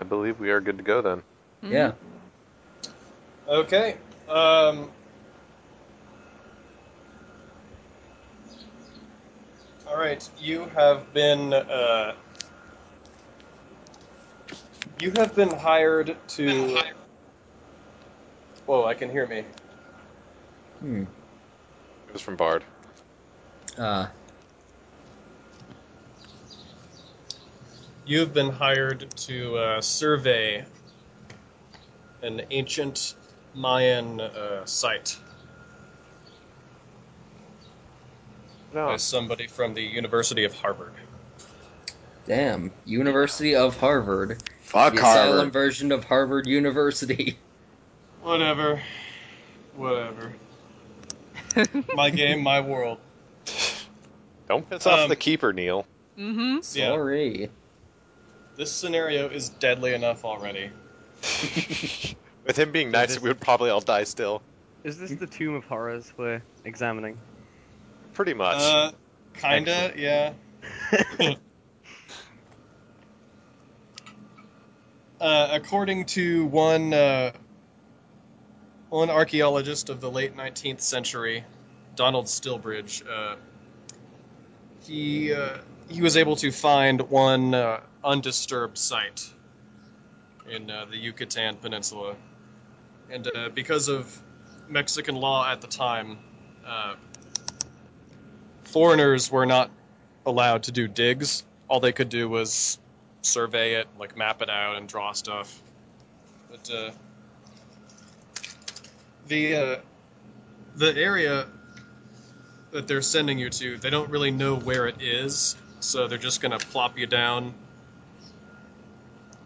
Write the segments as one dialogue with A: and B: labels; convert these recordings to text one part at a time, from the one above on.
A: I believe we are good to go then.
B: Yeah.
C: Okay. Um, all right. You have been uh, you have been hired to. Whoa! I can hear me.
B: Hmm.
A: It was from Bard.
B: Uh,
C: You've been hired to uh, survey an ancient Mayan uh, site by
A: No.
C: somebody from the University of Harvard.
B: damn. University of Harvard.
D: Fuck
B: the asylum
D: Harvard.
B: version of Harvard University.
C: Whatever. Whatever. My game, my world.
A: Don't piss
C: Um,
A: off the keeper, Neil.
E: mm-hmm.
C: Yeah.
B: Sorry.
C: This scenario is deadly enough already.
A: With him being nice,
F: this-
A: we would probably all die still.
F: Is this the Tomb of Horrors we're examining?
A: Pretty much.
C: Uh, kinda, yeah. Uh, according to one uh, one archaeologist of the late 19th century, Donald Stillbridge, uh, he uh, he was able to find one uh, undisturbed site in uh, the Yucatan Peninsula, and uh, because of Mexican law at the time, uh, foreigners were not allowed to do digs. All they could do was survey it, like map it out and draw stuff. But uh, the uh, the area that they're sending you to, they don't really know where it is, so they're just gonna plop you down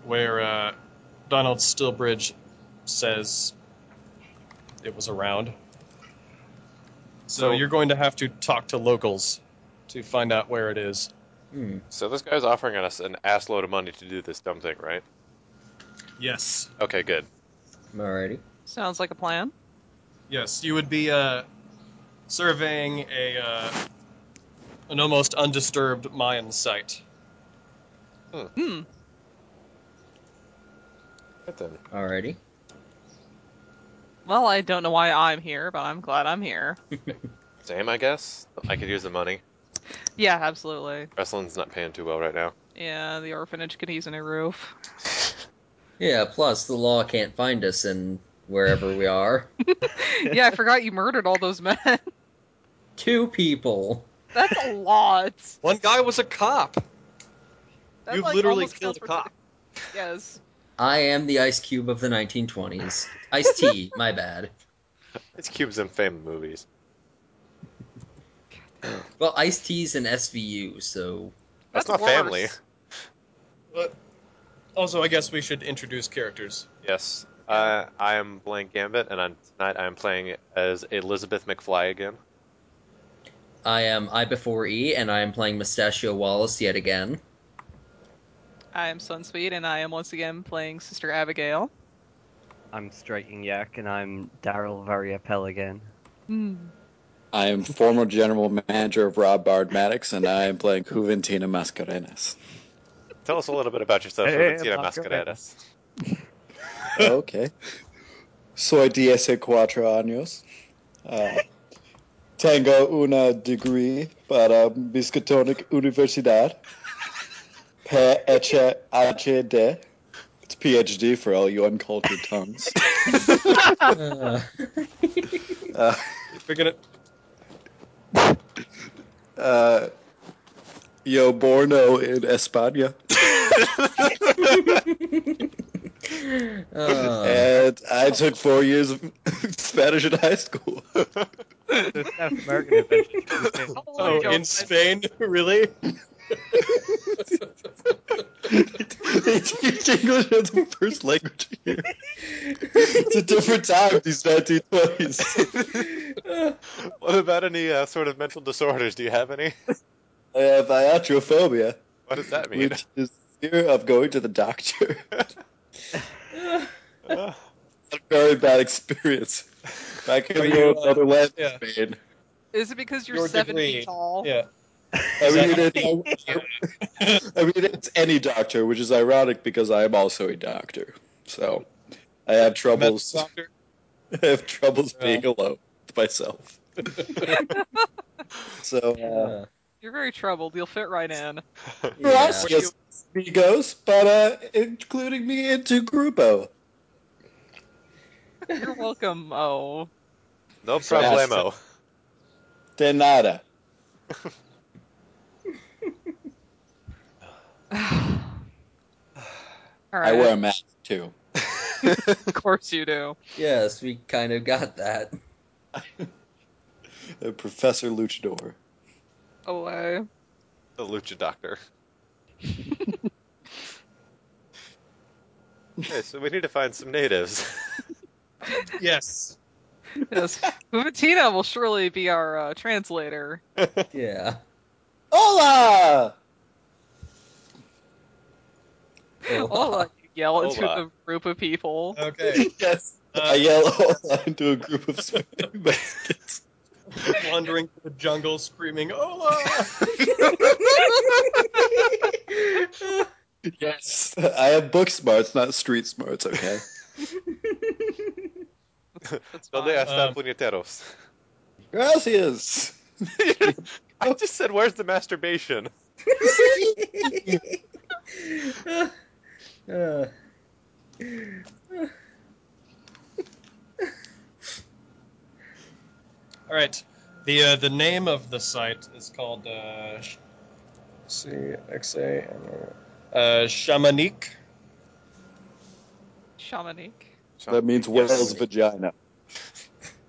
C: where uh, Donald Stillbridge says it was around. So
A: So-
C: you're going to have to talk to locals to find out where it is.
B: Hmm.
A: so this guy's offering us an ass load of money to do this dumb thing, right?
C: Yes.
A: Okay, good.
B: Alrighty.
E: Sounds like a plan.
C: Yes, you would be uh, surveying a uh, an almost undisturbed Mayan site.
E: Hmm.
A: Good then.
B: Alrighty.
E: Well, I don't know why I'm here, but I'm glad I'm here.
A: Same, I guess. I could use the money.
E: Yeah, absolutely.
A: Wrestling's not paying too well right now.
E: Yeah, the orphanage could use a new roof.
B: Yeah, plus the law can't find us in wherever we are.
E: yeah, I forgot you murdered all those men.
B: Two people.
E: That's a lot.
C: One guy was a cop.
E: That,
C: You've
E: like,
C: literally
E: almost
C: killed
E: counts
C: a
E: for
C: cop.
E: two- Yes.
B: I am the ice cube of the 1920s. Ice tea, my bad.
A: It's cubes in fame movies.
B: Well, ice tea's an SVU, so
A: That's, not
E: That's worse.
A: family.
C: But also, I guess we should introduce characters.
A: Yes. Uh, I am Blank Gambit, and on tonight I am playing as Elizabeth McFly again.
B: I am I before E, and I am playing Mustachio Wallace yet again.
E: I am Sunsweet, and I am once again playing Sister Abigail.
F: I'm Striking Yak, and I'm Daryl Variapel again.
E: Hmm.
D: I am former general manager of Rob Bard Maddox, and I am playing Juventina Mascarenas.
A: Tell us a little bit about yourself,
F: Hey,
A: Valentina
F: Blanc Gambit.
A: Mascaretas.
D: okay. Soy 14 años. Uh, tengo una degree para Miskatonic Universidad. PhD. It's PhD for all you uncultured tongues.
B: Uh,
D: Uh,
C: We're gonna.
D: uh, yo borno in España.
B: uh,
D: And I took four years of Spanish in high school.
F: The South American adventure. Tuesday.
E: Oh,
C: Oh,
E: Joe, I-
C: in Spain, really?
D: they teach English as the first language here. It's a different time, these 1920s.
A: What about any uh, sort of mental disorders? Do you have any?
D: I have iatrophobia,
A: What does that mean?
D: which is fear of going to the doctor.
A: Uh,
D: a very bad experience. Back in
C: Are
D: the
C: you,
D: old
C: uh,
D: motherland,
C: yeah.
D: Spain.
E: Is it because you're
C: Your
E: seven
C: degree.
E: feet tall?
C: Yeah.
D: I read it. I read it's any doctor, which is ironic because I am also a doctor. So I have troubles.
C: Medical doctor?
D: I have troubles
C: Yeah.
D: being alone with myself. so uh,
B: Uh,
E: You're very troubled. You'll fit right in.
D: who else
E: Yeah.
D: gets amigos, but uh, including me into Grupo?
E: You're welcome. Oh,
A: No
D: So that's-
A: problemo.
D: De nada.
E: all
D: I
E: right.
D: wear a mask too.
E: Of course you do.
B: yes, we kind of got that.
D: Uh, Professor Luchador.
E: Away.
A: The lucha doctor. okay, so we need to find some natives.
C: Yes.
E: Yes. Valentina will surely be our uh, translator.
B: Yeah.
D: Hola! Oh.
E: Hola, you yell into
A: Hola.
E: the group of people.
B: Uh,
C: Okay.
D: Yes. I
C: Uh,
D: yell hola into a group of smiling Mexicans.
C: wandering through the jungle screaming, Ola!
D: Yes. I have book smarts, not street smarts, okay?
E: That's
A: Donde
E: fine.
A: hasta
C: Um,
A: puñeteros?
D: Gracias.
A: I just said, where's the masturbation?
B: Uh,
C: All right. The uh, the name of the site is called uh, Sh- C X A M O- uh, Shamanique.
E: Shamanique.
D: That means whale's vagina.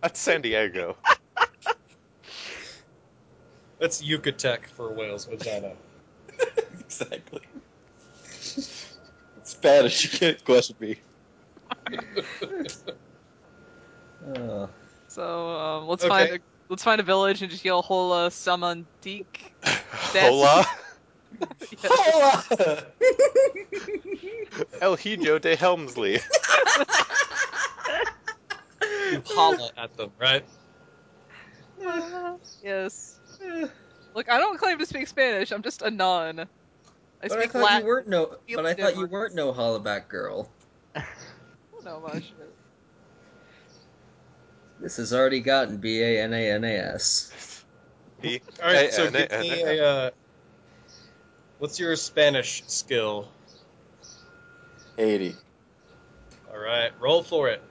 A: That's San Diego.
C: That's Yucatec for Wales vagina.
D: Exactly. Spanish, you can't question me.
B: uh,
E: So um, let's
C: Okay.
E: find a let's find a village and just yell "Hola Samandique."
A: Hola,
E: Yes.
D: Hola!
A: El Hijo de Helmsley.
C: You holla at them, right?
E: yes. Look, I don't claim to speak Spanish. I'm just a nun. I
B: but I
E: speak
B: thought
E: Latin.
B: you weren't no.
E: Feel
B: But I thought you
E: different.
B: weren't no hollaback girl.
E: I don't know much.
B: This has already gotten B A N A N A S.
A: He-
C: All right.
A: Hey,
C: so
A: uh,
C: give
A: uh,
C: me
A: uh,
C: a. Uh, what's your Spanish skill?
D: 80.
C: All right. Roll for it.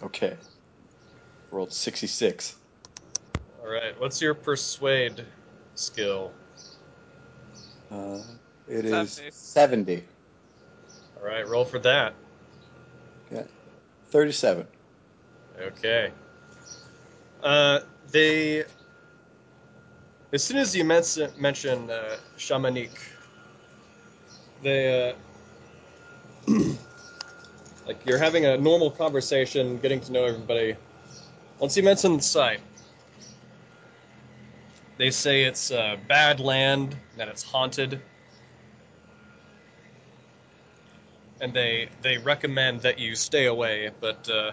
D: Okay. Rolled 66.
C: All right. What's your persuade skill?
D: Uh, it is
E: 70.
D: 70.
C: All right. Roll for that.
D: 37.
C: Okay. Uh, they. As soon as you men- mention uh, Shamanique, they. Uh, like, you're having a normal conversation, getting to know everybody. Once you mention the site, they say it's uh, bad land, that it's haunted. And they, they recommend that you stay away, but uh,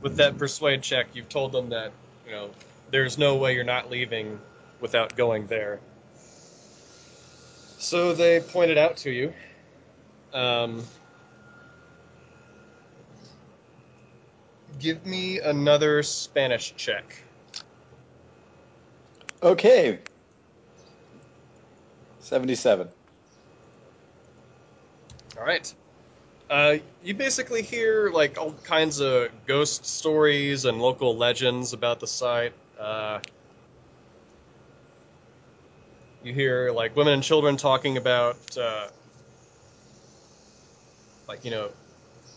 C: with that persuade check, you've told them that you know there's no way you're not leaving without going there. So they pointed out to you. Um, give me another Spanish check.
D: Okay. 77.
C: All right. Uh, you basically hear like all kinds of ghost stories and local legends about the site. Uh, you hear like women and children talking about uh, like you know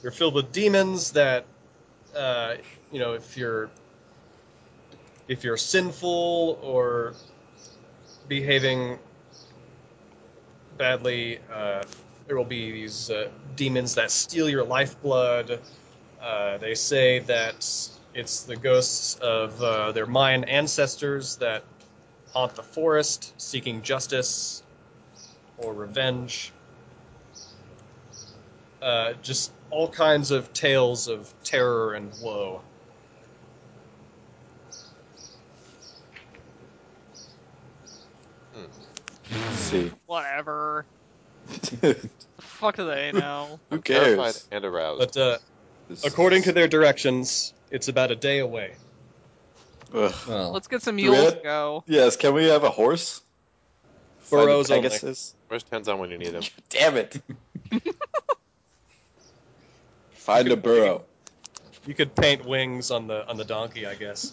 C: you're filled with demons that uh, you know if you're if you're sinful or behaving badly. Uh, there will be these uh, demons that steal your lifeblood. Uh, they say that it's the ghosts of uh, their Mayan ancestors that haunt the forest, seeking justice or revenge. Uh, just all kinds of tales of terror and woe.
D: see.
E: Whatever.
D: Who
E: The fuck do they know?
A: Terrified
D: cares?
A: and aroused.
C: But uh, according to their directions, it's about a day away.
D: Ugh.
B: Well,
E: Let's get some mules
D: Really?
E: to go.
D: Yes, can we have a horse?
C: Burrows
D: I
C: only.
D: guess it's-
A: Where's depends on when you need them.
D: Damn it. Find a burrow.
C: You could paint wings on the on the donkey, I guess.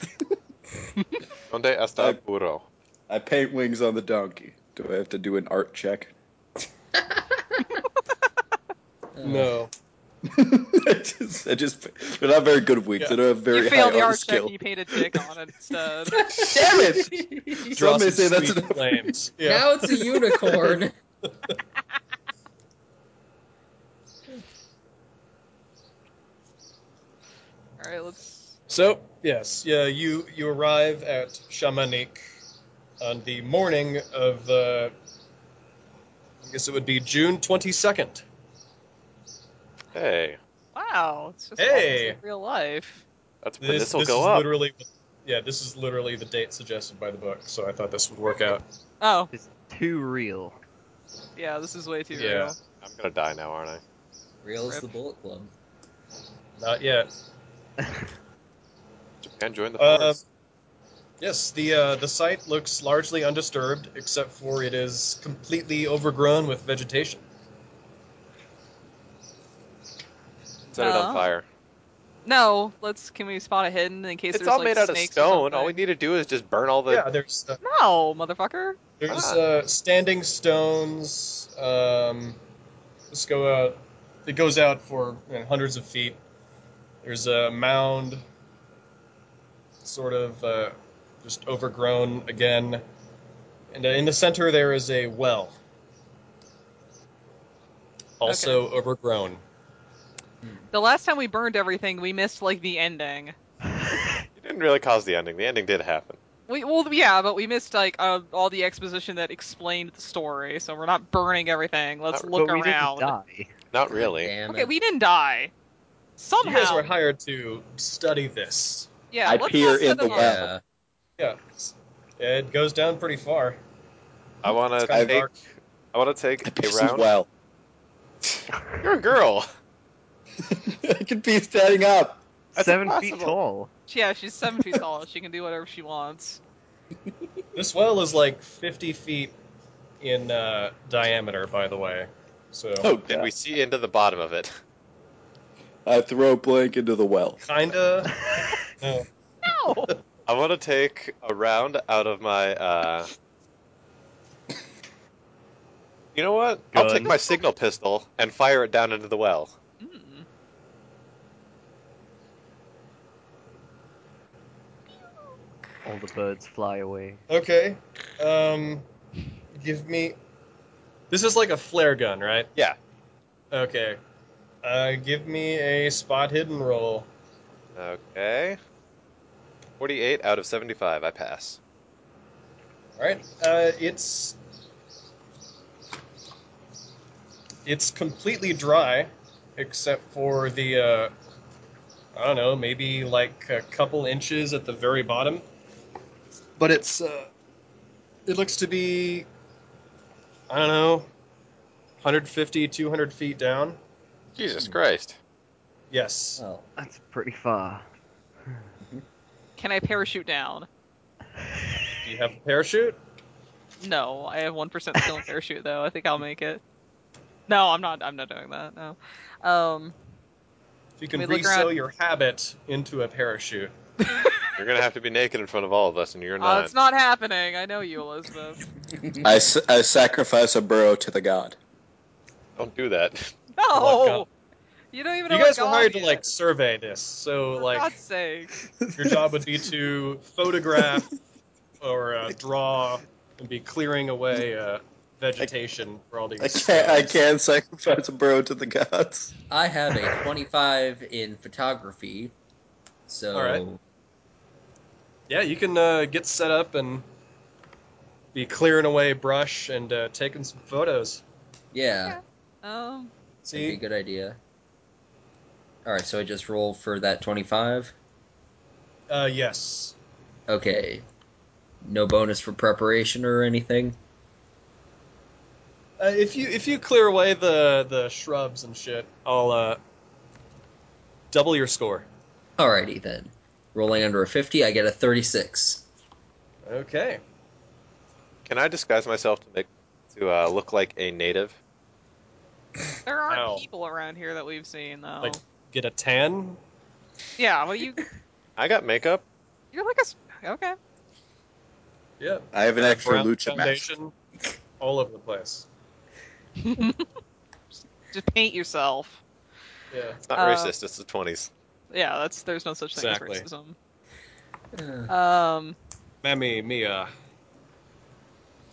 A: Donde está el burro?
D: I paint wings on the donkey. Do I have to do an art check?
C: no.
D: I just, I just, they're not very good wings.
C: Yeah.
D: They don't have very
E: you
D: high
E: failed the
D: art
E: art check
D: skill.
E: and you painted dick on it instead.
D: Damn it!
C: Draw
D: Some may
C: some
D: say that's
C: sweet
D: enough.
C: flames. Yeah.
B: Now it's a unicorn.
E: Alright, let's.
C: So yes, yeah, you you arrive at Chamonix on the morning of the. I guess it would be June twenty second.
A: Hey,
E: Wow, it's just
C: Hey!
E: like real life.
A: that's when
C: This,
A: this will
C: this
A: go
C: is
A: up.
C: literally, yeah, this is literally the date suggested by the book. So I thought this would work out.
E: Oh,
F: It's too real.
E: yeah, this is way too
C: Yeah.
E: real.
A: I'm gonna die now, aren't I?
B: Real as
E: Rip.
B: the Bullet Club.
C: Not yet.
A: Japan joined the
C: Uh,
A: force.
C: Yes, the uh, the site looks largely undisturbed, except for it is completely overgrown with vegetation.
A: Set it on
E: uh,
A: fire.
E: No, let's. Can we spot it hidden in case
A: It's
E: there's
A: all
E: like
A: made out of
E: snakes or
A: stone. All we
E: something?
A: need to do is just burn all the.
C: yeah, there's uh,
E: No, motherfucker.
C: There's
A: Ah.
C: uh, standing stones. Um, let's go out. It goes out for you know, hundreds of feet. There's a mound, sort of uh, just overgrown again. And uh, in the center, there is a well, also overgrown.
E: The last time we burned everything, we missed like the ending.
A: You didn't really cause the ending. The ending did happen.
E: We well, yeah, but we missed like uh, all the exposition that explained the story. So we're not burning everything. Let's
A: Not-
E: look
F: but we
E: around.
F: didn't die.
A: Not really.
B: Damn
E: Okay,
B: it.
E: we didn't die.
C: You guys
E: Somehow,
C: were hired to study this.
E: yeah.
D: I
E: let's
D: peer
E: not set
D: in the
E: them up.
D: well.
B: yeah.
C: Yeah, it goes down pretty far.
A: I wanna
C: It's kinda
A: take.
C: dark.
A: I wanna take a
D: This is
A: round.
D: well.
A: You're a girl.
D: I could be standing up.
A: That's
F: Seven feet
A: impossible.
F: tall.
E: Yeah, she's seven feet tall. She can do whatever she wants.
C: This well is like 50 feet in uh, diameter, by the way. So
D: Oh,
A: Did
D: God.
A: we see into the bottom of it?
D: I throw blank into the well.
C: kinda. No.
E: No.
A: I want to take a round out of my. uh... You know what? I'll take
F: Gun.
A: my signal pistol and fire it down into the well.
E: Mm.
F: All the birds fly away.
C: Okay. Um, give me. This is like a flare gun, right?
A: Yeah.
C: Okay. Uh, give me a spot hidden roll.
A: Okay. 48 out of 75. I pass.
C: All right. Uh, it's it's completely dry, except for the uh, I don't know, maybe like a couple inches at the very bottom. But it's uh, it looks to be I don't know, 150, 200 feet down.
A: Jesus
E: Hmm.
A: Christ.
C: Yes.
E: Oh.
B: Well,
F: That's pretty far.
E: Can I parachute down?
C: Do you have a parachute?
E: No, I have one percent skill in parachute though. I think I'll make it. No, I'm not. I'm not doing that. No. Um.
C: If you can
E: We look
C: resew
E: around.
C: your habit into a parachute.
A: You're going to have to be naked in front of all of us, and you're
E: Uh,
A: not.
E: it's not happening. I know you, Elizabeth.
D: I, s- I sacrifice a burrow to the god.
A: Don't do that.
E: No, you don't even.
C: You
E: know
C: guys
E: what
C: were hired
E: oh God Oh
C: to like
E: is.
C: survey this, so
E: For
C: like
E: God's sake.
C: Your job would be to photograph or uh, draw and be clearing away uh, vegetation for all these.
D: I can't. I
C: stones.
D: can sacrifice a burrow to the gods.
B: I have a 25 in photography, so
C: All right. Yeah, you can uh, get set up and be clearing away brush and uh, taking some photos.
B: yeah,
E: Um.
B: that'd be a
C: See,
B: good idea. All right, so I just roll for that 25.
C: uh, yes,
B: Okay, no bonus for preparation or anything.
C: Uh, if you if you clear away the the shrubs and shit, I'll uh, double your score.
B: Alrighty then. Rolling under a 50, I get a 36.
C: Okay.
A: Can I disguise myself to make to uh, look like a native?
E: There aren't
C: Ow.
E: people around here that we've seen though.
C: Like- Get a tan.
E: yeah, well you
A: I got makeup.
E: you're like a s- okay.
C: Yeah.
D: I have an
C: Uh,
D: extra
C: brown
D: lucha match.
C: foundation All over the place.
E: Just paint yourself.
C: Yeah.
A: It's not
E: Uh,
A: racist. It's the twenties.
E: Yeah, that's there's no such thing
C: Exactly.
E: as racism.
B: Uh,
E: Um,
C: Mammy Mia.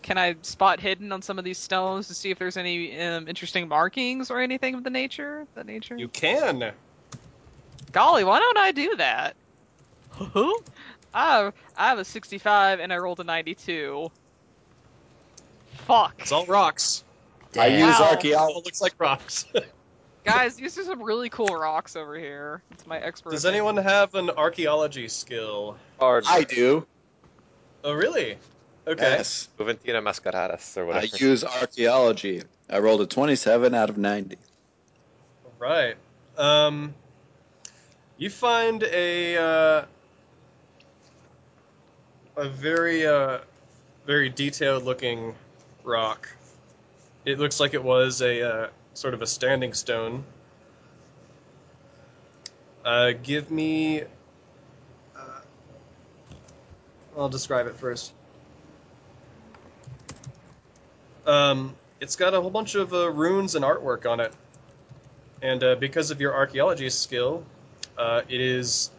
E: can I spot hidden on some of these stones to see if there's any um, interesting markings or anything of the nature? The nature.
C: You can.
E: Golly, why don't I do that? I I have a 65 and I rolled a 92. Fuck,
C: It's all rocks.
D: I
B: damn.
D: use
E: Wow.
C: It
D: archaeology.
C: all looks like rocks.
E: guys, these are some really cool rocks over here. It's my expert.
C: Does
E: opinion.
C: anyone have an archaeology skill?
D: I do.
C: Oh, really? Okay.
D: Yes.
A: Juventina mascaradas or
D: I
A: whatever.
D: use archaeology. I rolled a 27 out of 90.
C: Right. Um, you find a uh, a very uh, very detailed looking rock. It looks like it was a uh, sort of a standing stone. Uh, give me. Uh, I'll describe it first. Um, it's got a whole bunch of uh, runes and artwork on it. And uh, because of your archaeology skill, uh, it is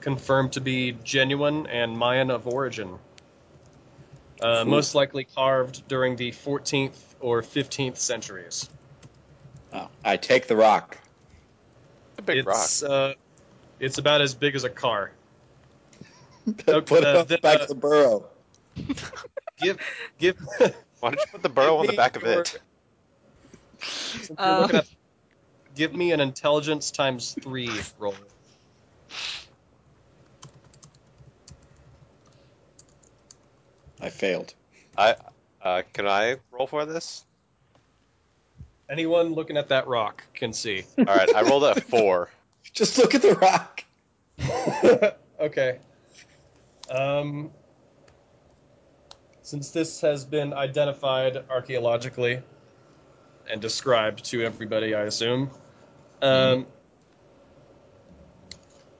C: confirmed to be genuine and Mayan of origin. Uh,
D: Ooh.
C: most likely carved during the 14th or 15th centuries.
D: Oh, I take the rock.
A: a big rock.
C: it's, Uh, it's about as big as a car.
D: Put
C: uh,
D: it
C: the-
D: back to the burrow.
C: Give, give.
A: Why don't you put the burrow on the
C: me
A: back of
C: your-
A: it?
C: since you're
E: Uh,
C: looking at- give me an intelligence times three roll.
D: I failed.
A: I uh, can I roll for this?
C: Anyone looking at that rock can see.
A: All right, I rolled a four.
D: Just look at the rock.
C: okay. Um, since this has been identified archaeologically and described to everybody, I assume, um,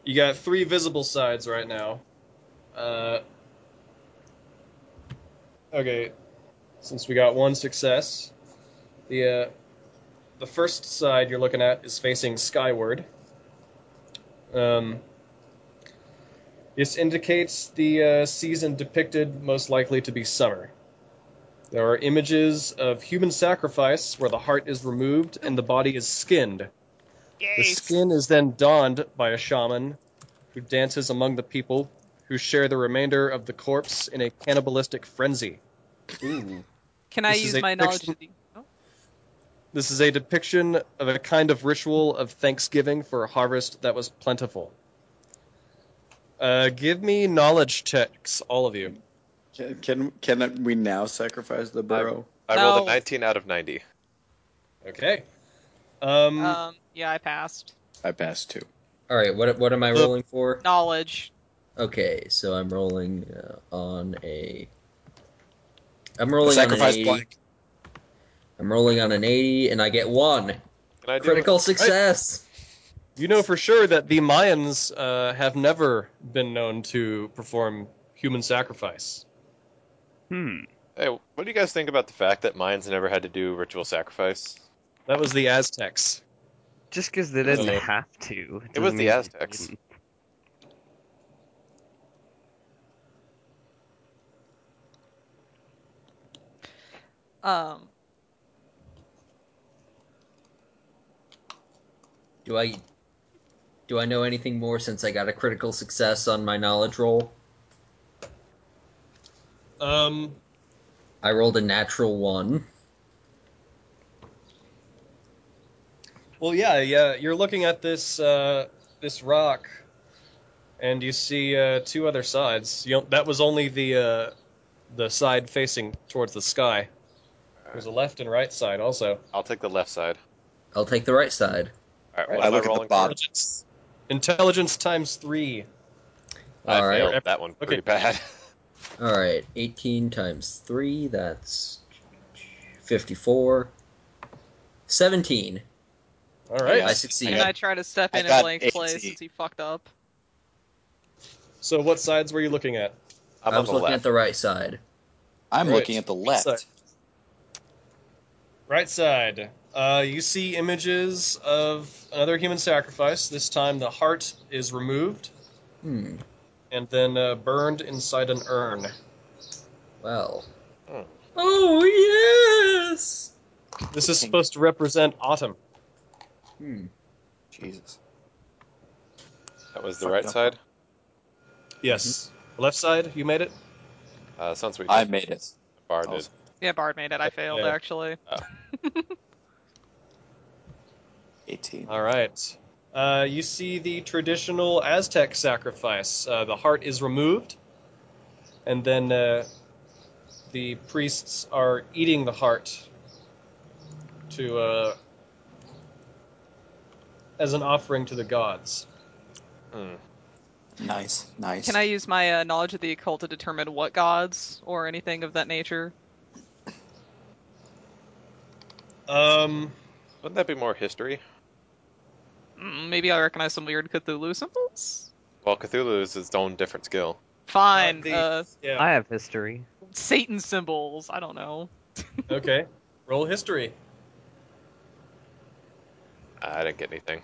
C: you got three visible sides right now. Uh, okay, since we got one success, the uh, the first side you're looking at is facing skyward. Um, this indicates the uh, season depicted most likely to be summer. There are images of human sacrifice where the heart is removed and the body is skinned. The
E: Yay.
C: skin is then donned by a shaman who dances among the people who share the remainder of the corpse in a cannibalistic frenzy.
B: Ooh.
E: Can I
C: this is
E: use
C: a
E: my knowledge?
C: fiction-
E: Of the... oh,
C: This is a depiction of a kind of ritual of thanksgiving for a harvest that was plentiful. Uh, give me knowledge checks, all of you.
D: Can, can can we now sacrifice the burrow?
A: I rolled
E: No.
A: a nineteen out of ninety.
C: Okay. Um,
E: Um, yeah, I passed
D: I passed two.
B: Alright, what, what am I
C: The-
B: rolling for?
E: knowledge.
B: Okay, so I'm rolling uh, on a. I'm rolling
D: sacrifice
B: on an 80.
D: blank.
B: I'm rolling on an 80, and I get one.
A: Can I do
B: Critical success.
C: You know for sure that the Mayans uh, have never been known to perform human sacrifice.
F: Hmm.
A: It? Hey, what do you guys think about the fact that Mayans never had to do ritual sacrifice?
C: That was the Aztecs.
F: Just because they didn't
A: Really?
F: have to.
A: It was the
F: doesn't mean they
A: Aztecs.
F: didn't.
E: Um,
B: Do I do I know anything more since I got a critical success on my knowledge roll?
C: Um,
B: I rolled a natural one.
C: well, yeah, yeah. You're looking at this uh, this rock, and you see uh, two other sides. You know, that was only the uh, the side facing towards the sky. There's a left and right side also.
A: I'll take the left side.
B: I'll take the right side.
A: All right,
C: All
A: what
C: right,
A: am
D: I look at the
A: rolling for?
D: bottom.
C: Intelligence. Intelligence times three.
A: I
B: All right.
A: failed that one pretty
C: Okay.
A: bad.
B: All right, 18 times 3, that's 54. 17.
C: All right.
B: I succeed.
E: And I try to step
D: I
E: in in
D: got
E: Blake's place
D: 80.
E: since he fucked up.
C: So what sides were you looking at?
A: I'm
B: I
A: on
B: was
A: the
B: looking
A: left.
B: at the right side.
D: I'm
C: Right.
D: looking at the left.
C: So- Right side. Uh, you see images of another human sacrifice. This time the heart is removed
B: Hmm.
C: and then uh, burned inside an urn.
B: Well.
A: Hmm.
B: Oh, yes!
C: This is supposed to represent autumn.
B: Hmm.
D: Jesus.
A: That was the
D: Fucked
A: right
D: up.
A: side.
C: Yes. Left side, you made it?
A: Uh, sounds weird.
D: I made it.
A: Bar did.
D: Also.
E: Yeah, Bard made it. I failed,
C: Yeah.
E: actually.
D: 18.
C: All right. Uh, you see the traditional Aztec sacrifice. Uh, the heart is removed, and then uh, the priests are eating the heart to uh, as an offering to the gods.
A: Hmm.
D: Nice. Nice.
E: Can I use my uh, knowledge of the occult to determine what gods or anything of that nature?
C: Um,
A: Wouldn't that be more history?
E: Mm, maybe I recognize some weird Cthulhu symbols?
A: Well, Cthulhu is its own different skill.
E: Fine.
C: not the-
E: Uh,
C: yeah.
F: I have history.
E: Satan symbols. I don't know.
C: Okay. Roll history.
A: Uh, I didn't get anything.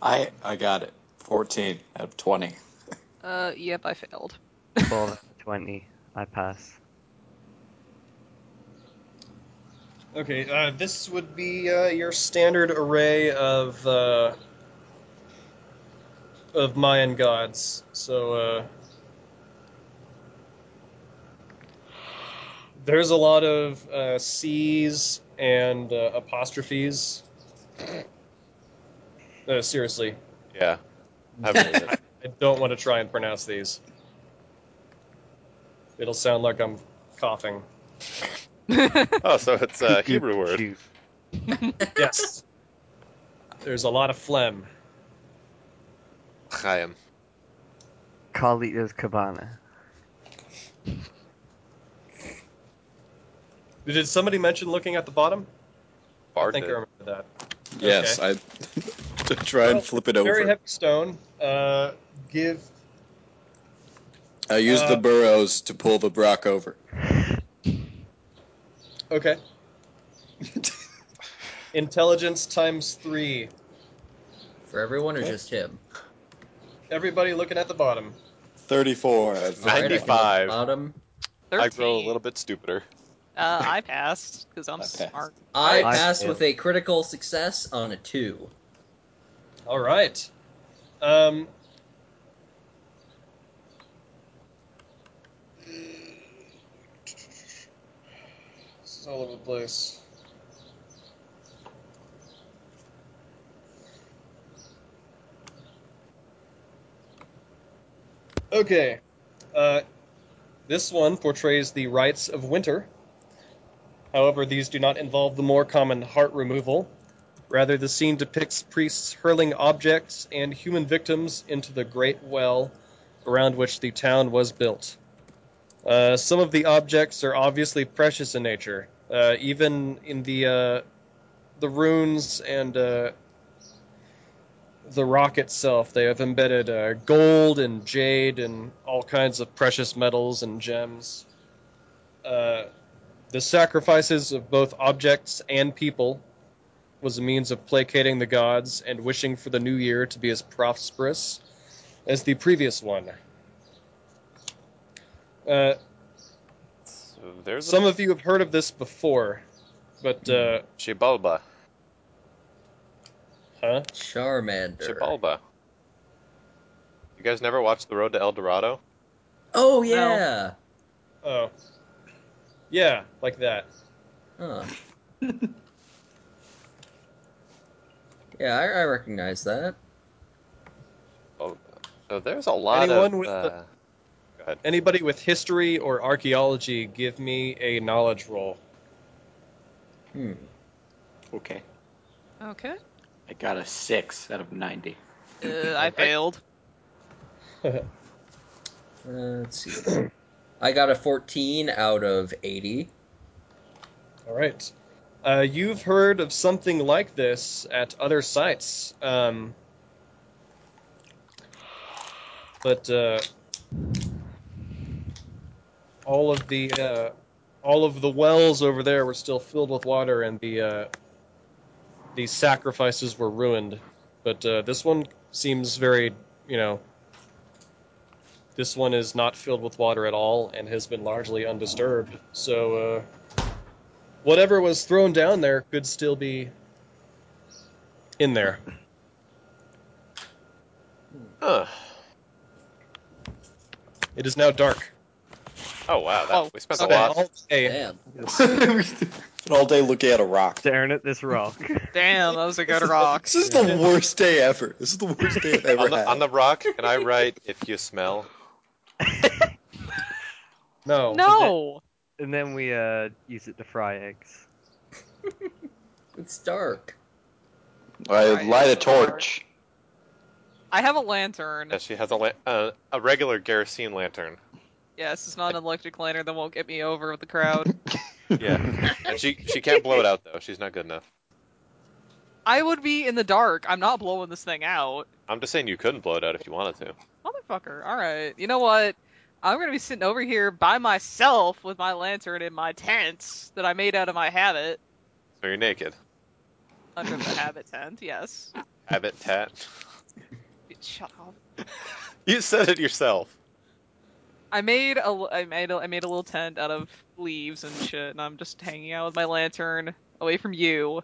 D: I I got it. 14 out of 20.
E: Uh, yep, I failed.
F: 12, 20. I pass.
C: Okay, uh, this would be uh, your standard array of uh, of Mayan gods. So uh, there's a lot of uh, C's and uh, apostrophes. Uh, seriously,
A: Yeah. I haven't made it.
C: I don't want to try and pronounce these. It'll sound like I'm coughing.
A: Oh, so it's a Hebrew word.
F: Shoot.
C: Yes. There's a lot of phlegm.
A: Chaim.
F: Carlitos Cabana.
C: Did somebody mention looking at the bottom? I
A: Bar
C: think I
A: did.
C: remember that.
D: Yes, I to try and flip it over.
C: Very heavy stone. Uh, give.
D: I used the
C: Uh,
D: burrows to pull the Brock over.
C: Okay. Intelligence times three.
B: For everyone or
C: Okay.
B: just him?
C: Everybody looking at the bottom.
D: 34 out of
B: All right, I can
D: 20.
B: look at the
A: 95.
C: Uh,
B: Bottom.
A: I
E: 13.
A: grow a little bit stupider.
E: Uh, I passed because I'm
D: I passed.
E: smart.
B: I,
F: I
B: passed
F: failed.
B: with a critical success on a 2.
C: All right. Um, this is all over the place. Okay. Uh, this one portrays the rites of winter. However, these do not involve the more common heart removal. Rather, the scene depicts priests hurling objects and human victims into the great well around which the town was built. Uh, some of the objects are obviously precious in nature, uh, even in the uh, the runes and uh, the rock itself. They have embedded uh, gold and jade and all kinds of precious metals and gems. Uh, the sacrifices of both objects and people was a means of placating the gods and wishing for the new year to be as prosperous as the previous one. Uh,
A: So there's
C: some
A: a
C: of you have heard of this before, but uh,
A: Shibalba.
C: huh?
B: Charmander.
A: Shibalba. You guys never watched The Road to El Dorado?
B: Oh, yeah!
C: Oh, yeah, like that.
B: Huh. yeah, I, I recognize that.
A: Oh, so there's a lot
C: Anyone
A: of.
C: with
A: uh,
C: the-
A: go God.
C: Anybody with history or archaeology, give me a knowledge roll.
B: Hmm.
G: Okay.
E: Okay.
G: I got a six out of ninety.
E: Uh, I failed.
B: Uh, let's see. I got a 14 out of 80.
C: All right. Uh, you've heard of something like this at other sites, um, but uh, all of the uh, all of the wells over there were still filled with water, and the uh, the sacrifices were ruined. But uh, this one seems very, you know, this one is not filled with water at all and has been largely undisturbed. So. Uh, whatever was thrown down there could still be in there.
A: Huh.
C: It is now dark.
A: Oh wow, that,
E: Oh,
A: we spent
E: okay.
A: a lot.
C: All day.
B: Damn.
D: And all day looking at a rock.
F: Staring at this rock.
E: Damn, that was a good rock.
D: This is the worst day ever. This is the worst day I've ever
A: On the,
D: had.
A: on the rock, can I write if you smell? Oh,
C: No.
E: No.
F: and then we uh, use it to fry eggs.
B: It's dark.
D: I light a torch.
E: I have a lantern.
A: Yeah, she has a la- uh, a regular Garrison lantern.
E: Yes, it's not an electric lantern that won't get me over with the crowd.
A: Yeah, and she she can't blow it out though. She's not good enough.
E: I would be in the dark. I'm not blowing this thing out.
A: I'm just saying you couldn't blow it out if you wanted to.
E: Motherfucker. Alright. You know what? I'm gonna be sitting over here by myself with my lantern in my tent that I made out of my habit.
A: So you're naked.
E: Under the habit tent, yes.
A: Habit tat.
E: Shut up.
A: You said it yourself.
E: I made a l- I made a, I made a little tent out of leaves and shit, and I'm just hanging out with my lantern away from you.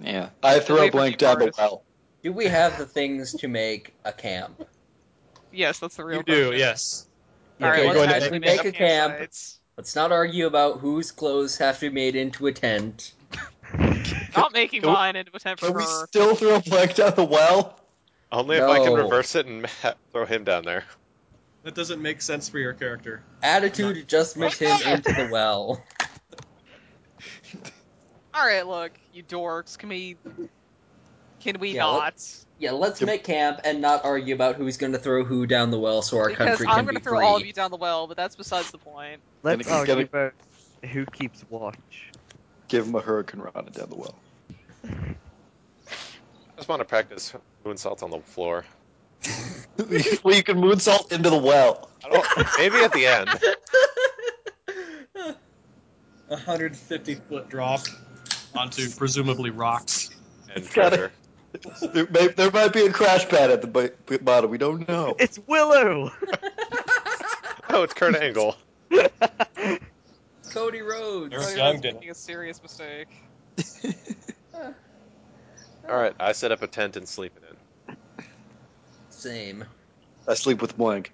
G: Yeah.
D: I throw
E: Away
D: a
E: from
D: blank
E: the
D: down the
E: forest.
D: well.
B: Do we have the things to make a camp?
E: Yes, that's the real.
C: You do,
E: question.
C: yes.
E: All right,
C: Okay,
E: let's
C: go ahead.
E: actually
B: Make
E: make,
B: a
E: up
B: camp.
E: campsites.
B: Let's not argue about whose clothes have to be made into a tent.
E: Not making
D: Can we-
E: mine into a tent for
D: Can we
E: her.
D: still throw a blank down the well?
A: Only if I can
B: No.
A: reverse it and throw him down there.
C: That doesn't make sense for your character.
B: Attitude adjustment him into the well.
E: All right, look, you dorks. Can we? Can we
B: Yeah, let-
E: not?
B: Yeah, let's make camp and not argue about who's going to throw who down the well so our
E: Because
B: country
E: I'm
B: can
E: gonna
B: be
E: throw
B: free.
E: all of you down the well, but that's besides the point.
F: Let's
D: Gonna-
F: argue
D: gonna-
F: about who keeps watch.
D: Give him a hurricane rod down the well.
A: I just want to practice moon salts on the floor.
D: well, you can moonsault into the well.
A: I don't, maybe at the end.
C: 150 foot drop onto presumably rocks.
A: And
D: Got it.
A: treasure.
D: There, may, there might be a crash pad at the bo- bottom. We don't know.
F: It's Willow!
A: Oh, it's Kurt Angle.
B: Cody Rhodes.
C: There's
E: Cody
C: Young
E: Rhodes
C: didn't.
E: making a serious mistake.
A: All right, I set up a tent and sleep in it.
B: Same.
D: I sleep with blank.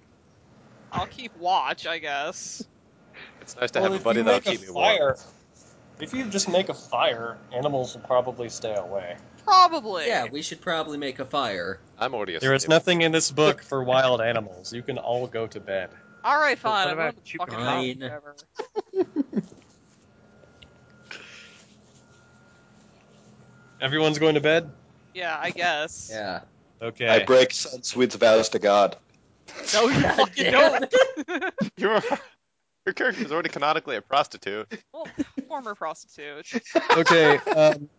E: I'll keep watch, I guess.
A: It's nice to have a buddy that'll keep me warm.
C: fire, If you just make a fire, animals will probably stay away.
E: Probably.
B: Yeah, we should probably make a fire.
A: I'm already asleep.
C: There is nothing in this book for wild animals. You can all go to bed.
E: All right, fine. I'm
F: What about
E: going to
F: you,
E: fucking
B: Brian?
E: rock, whatever.
C: Everyone's going to bed?
E: Yeah, I guess.
B: Yeah.
C: Okay.
D: I break Sunsweet's vows to God.
E: No, you
B: God
E: fucking
B: damn
E: don't.
A: You're, your character's already canonically a prostitute.
E: well, former prostitute.
C: okay. Um,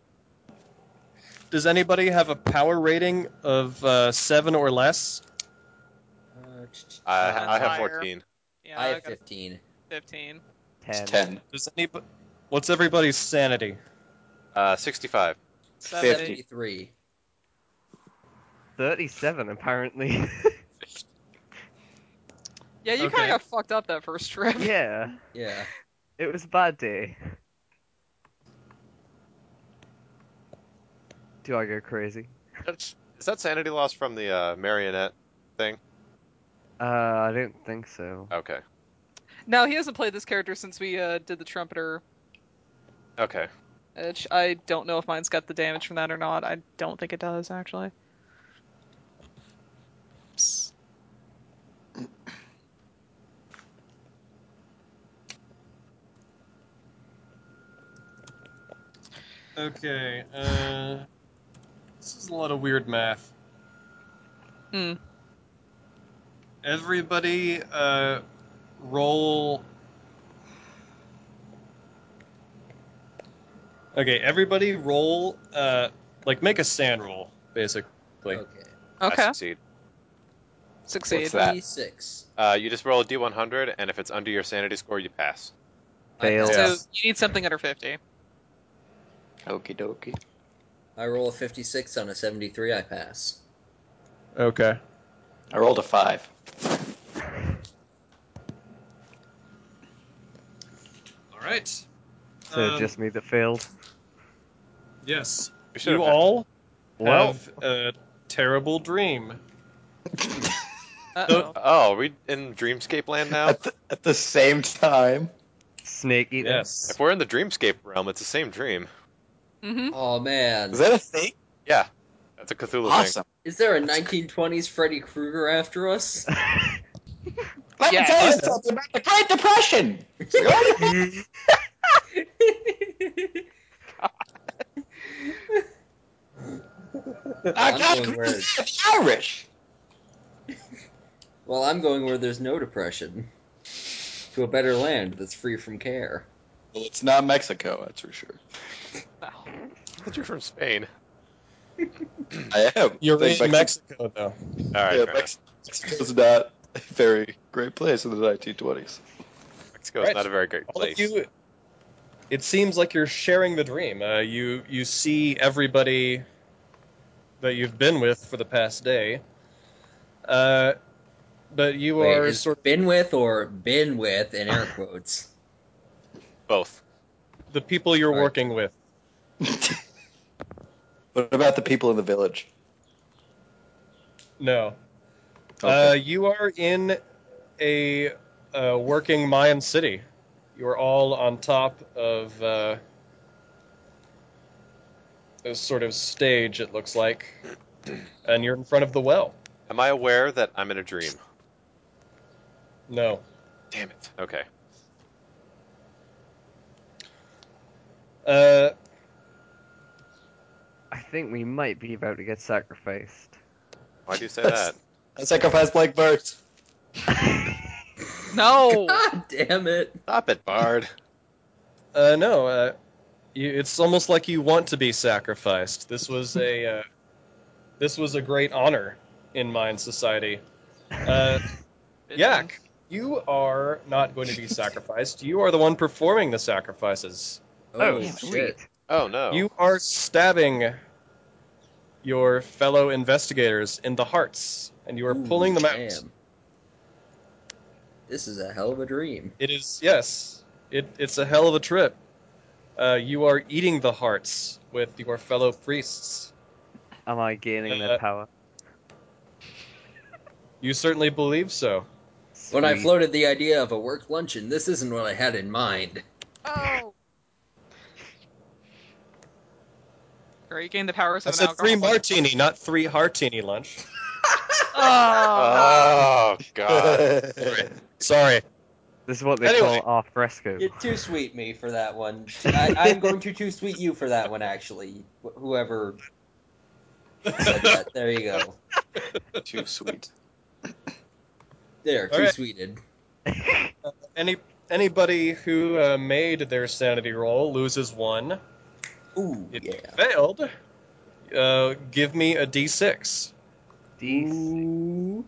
C: does anybody have a power rating of uh, seven or less?
B: Uh, t- t-
A: I,
E: Uh,
A: I have
E: fire.
A: 14.
E: Yeah,
B: I
E: I,
B: have
E: got
B: 15.
E: 15.
D: It's
F: Ten.
D: ten.
C: Does anybody? What's everybody's sanity?
A: Uh, 65.
E: 70.
D: 50.
B: 73.
F: Thirty-seven, apparently.
E: Yeah, you
C: Okay.
E: kind of got fucked up that first trip.
F: yeah,
B: Yeah.
F: it was a bad day. Do I go crazy?
A: That's- Is that sanity loss from the uh, marionette thing?
F: Uh, I don't think so.
A: Okay.
E: No, he hasn't played this character since we uh, did the trumpeter.
A: Okay.
E: Which I don't know if mine's got the damage from that or not. I don't think it does actually.
C: Okay. Uh, this is a lot of weird math.
E: Hmm.
C: Everybody, uh, roll. Okay, everybody roll. Uh, like make a sand roll, basically.
B: Okay.
A: I
E: Okay.
A: succeed.
E: Succeed.
G: What's that?
B: D6.
A: Uh, you just roll a d100, and if it's under your sanity score, you pass.
F: Fail.
E: So
A: Yes.
E: you need something under fifty.
G: Okie dokie.
B: I roll a 56 on a 73. I pass.
C: Okay.
G: I rolled a five.
C: All right.
F: So
C: Um,
F: just me that failed.
C: Yes.
A: We should
C: You
A: have-
C: all
F: Well-
C: have a terrible dream.
E: Uh
C: So-
E: oh.
A: Oh, are we in Dreamscape land now?
D: At the, at the same time,
F: Snake eater.
C: Yes.
A: if we're in the Dreamscape realm, it's the same dream.
E: Mm-hmm.
B: Oh man.
D: is that a thing?
A: Yeah, that's a Cthulhu thing.
G: Awesome.
B: Is there a 1920s Freddy Krueger after us?
G: Let
E: Yeah.
G: me tell you something about the Great Depression. I
B: I'm
G: got
B: going where-
G: the Irish.
B: well, I'm going where there's no depression. To a better land that's free from care.
D: Well, it's not Mexico, that's for sure.
E: Mm-hmm.
A: I thought you were from Spain.
D: I am.
C: You're
D: Like,
C: in
D: Mexi-
C: Mexico, though.
A: All right,
D: yeah,
A: fair enough.
D: Mex- Mexico's not a very great place in the 1920s.
A: Mexico's
C: Right.
A: not a very great
C: All of
A: place.
C: you, it seems like you're sharing the dream. Uh, you you see everybody that you've been with for the past day, uh, but you
B: Wait,
C: are
B: is
C: sort
B: been with or been with in air quotes?
A: Both.
C: of the people you're
B: Right.
C: working with.
D: What about the people in the village?
C: No,
D: Okay.
C: uh, you are in a uh, working Mayan city. You are all on top of uh, a sort of stage. It looks like, and you're in front of the well.
A: Am I aware that I'm in a dream?
C: No.
A: Damn it. Okay.
C: Uh,
F: I think we might be about to get sacrificed.
A: Why do you say
D: That's-
A: that?
D: I sacrificed Black Birds.
E: No.
B: God damn it!
A: Stop it, Bard.
C: Uh, no, uh, you, it's almost like you want to be sacrificed. This was a, uh, this was a great honor in Mayan society. Uh, Yak, you are not going to be sacrificed. You are the one performing the sacrifices.
B: Oh, shit!
F: damn, sweet.
A: Oh no.
C: You are stabbing your fellow investigators in the hearts, and you are
B: Ooh,
C: pulling them out.
B: damn. This is a hell of a dream.
C: It is yes. It, it's a hell of a trip. Uh, you are eating the hearts with your fellow priests.
F: Am I gaining
C: Uh,
F: their power?
C: You certainly believe so.
B: When I
F: Sweet.
B: floated the idea of a work luncheon, this isn't what I had in mind.
E: Oh. Or you gain the powers of
C: That's
E: an
C: a three
E: alcoholic.
C: martini, not three heartini lunch.
E: Oh.
A: Oh god.
C: Sorry.
F: This is what they
C: Anyway.
F: call our fresco.
B: You're too sweet me for that one. I, I'm going to too sweet you for that one, actually. Wh- Whoever said that. There you go.
G: Too sweet.
B: There, too
C: Alright.
B: sweeted.
C: Any anybody who uh, made their sanity roll loses one.
B: Ooh,
C: If
B: yeah.
C: you failed, uh, give me a d6.
F: D6.
B: Ooh.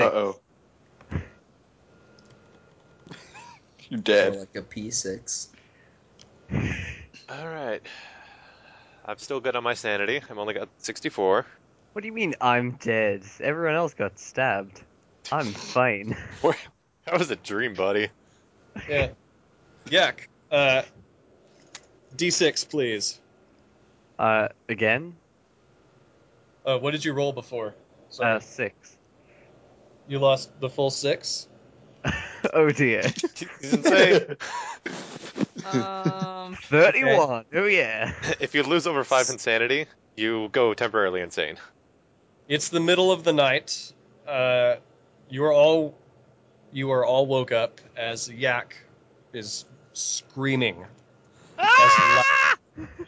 D: oh. You're
B: Or
D: dead.
B: like a P6.
A: All right. I'm still good on my sanity. I'm only got 64.
F: What do you mean I'm dead? Everyone else got stabbed. I'm fine.
A: That was a dream, buddy.
C: Yeah. Yak. Uh, d6, please.
F: Uh, again?
C: Uh, what did you roll before? Sorry.
F: Uh, six.
C: you lost the full six.
F: oh dear.
A: He's insane.
E: Um.
F: 31. Oh yeah.
A: if you lose over five insanity, you go temporarily insane.
C: It's the middle of the night. Uh, you're all you are all woke up as Yak is screaming. As loud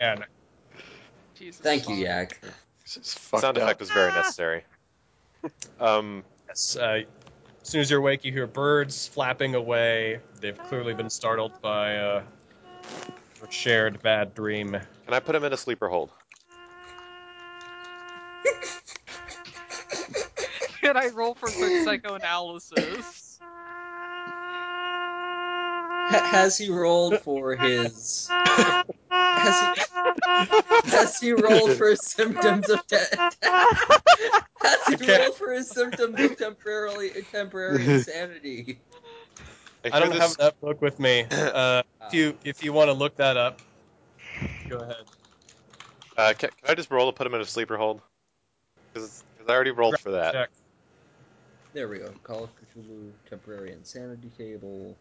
C: And
E: Jesus.
B: Thank you, Yak.
G: This is fucked
A: Sound
G: up.
A: effect was very necessary. Um,
C: yes, uh, as soon as you're awake, you hear birds flapping away. They've clearly been startled by uh, a shared bad dream.
A: can I put him in a sleeper hold?
E: Can I roll for quick psychoanalysis?
B: Ha- has he rolled for his? Has he? Has he rolled for his symptoms of? Te- has he
C: Okay.
B: rolled for his symptoms of temporarily temporary insanity?
C: I don't have that book with me. Uh, if you if you want to look that up, go ahead.
A: Uh, can, can I just roll to put him in a sleeper hold? Because I already rolled for that.
C: Check.
B: There we go. Call of Cthulhu temporary insanity table.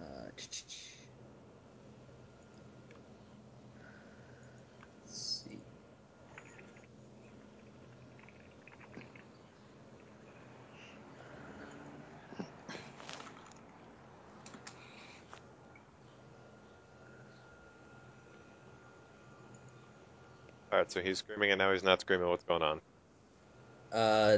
B: Uh, ch-ch-ch. Let's see.
A: All right, so he's screaming, and now he's not screaming. What's going on?
B: Uh,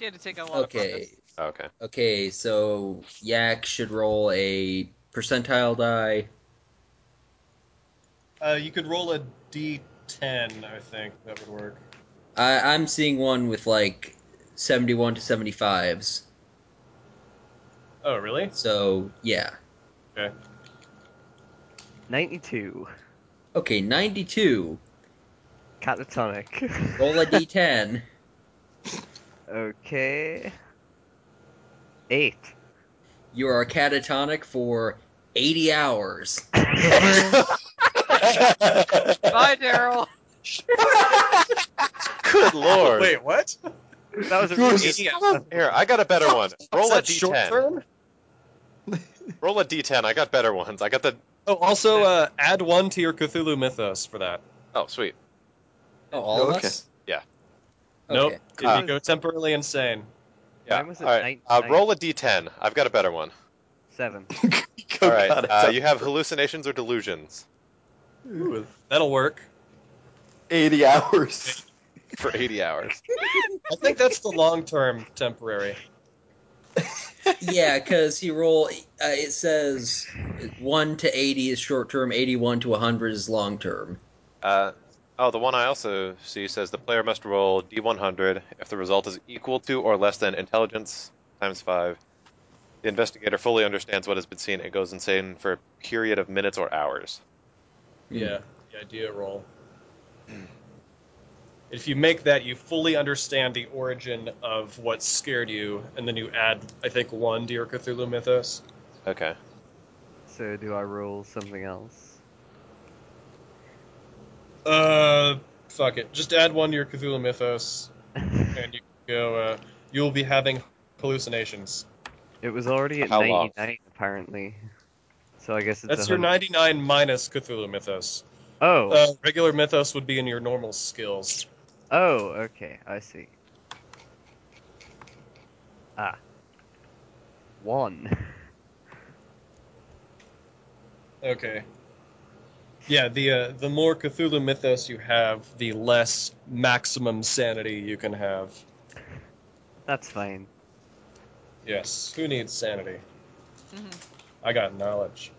E: You had to take a lot of
B: okay.
E: focus.
A: Oh, okay.
B: Okay, so Yak should roll a percentile die.
C: Uh, you could roll a d10, I think that would work.
B: I, I'm seeing one with like 71 to 75s.
C: Oh, really?
B: So, yeah.
C: Okay.
F: 92.
B: Okay, 92.
F: Catatonic.
B: Roll a d10.
F: okay. 8.
B: you are catatonic for 80 hours.
E: Bye, Daryl.
A: Good lord.
C: Wait, what?
F: That was a
G: Yours
F: really
G: is-
F: easy-
A: Here, I got a better one. Roll a
C: that short
A: d10.
C: term?
A: Roll a d10. I got better ones. I got the.
C: Oh, also uh, add one to your Cthulhu Mythos for that.
A: Oh, sweet.
B: Oh, all of
G: Okay.
B: us?
A: Yeah.
C: Nope.
B: Okay.
C: If
A: Uh,
C: you go temporarily insane.
A: Yeah.
F: Mine was a
A: all right.
F: nine-
A: uh,
F: nine.
A: roll a d10. I've got a better one.
F: 7.
G: Oh,
A: all right.
G: God, it's
A: uh,
G: up.
A: you have hallucinations or delusions
C: Ooh, that'll work.
G: 80 hours.
A: for 80 hours.
C: I think that's the long term temporary.
B: yeah, because he roll. Uh, it says one to eighty is short term, eighty-one to hundred is long term.
A: Uh, oh, the one I also see says the player must roll d100 if the result is equal to or less than intelligence times five. The investigator fully understands what has been seen and goes insane for a period of minutes or hours.
F: Hmm.
C: Yeah, the idea roll. If you make that, you fully understand the origin of what scared you, and then you add, I think, one to your Cthulhu Mythos.
A: Okay.
F: So do I roll something else?
C: Uh, fuck it. Just add one to your Cthulhu Mythos, and you can go. Uh, you'll be having hallucinations.
F: It was already at
A: How long?
F: 99, apparently. So I guess it's
C: That's your
F: 100.
C: 99 minus Cthulhu Mythos.
F: Oh,
C: Uh, regular Mythos would be in your normal skills.
F: oh, okay, I see. Ah. 1.
C: Okay. Yeah, the uh, the more Cthulhu Mythos you have, the less maximum sanity you can have.
F: That's fine.
C: Yes. Who needs sanity?
E: Mhm.
C: I got knowledge.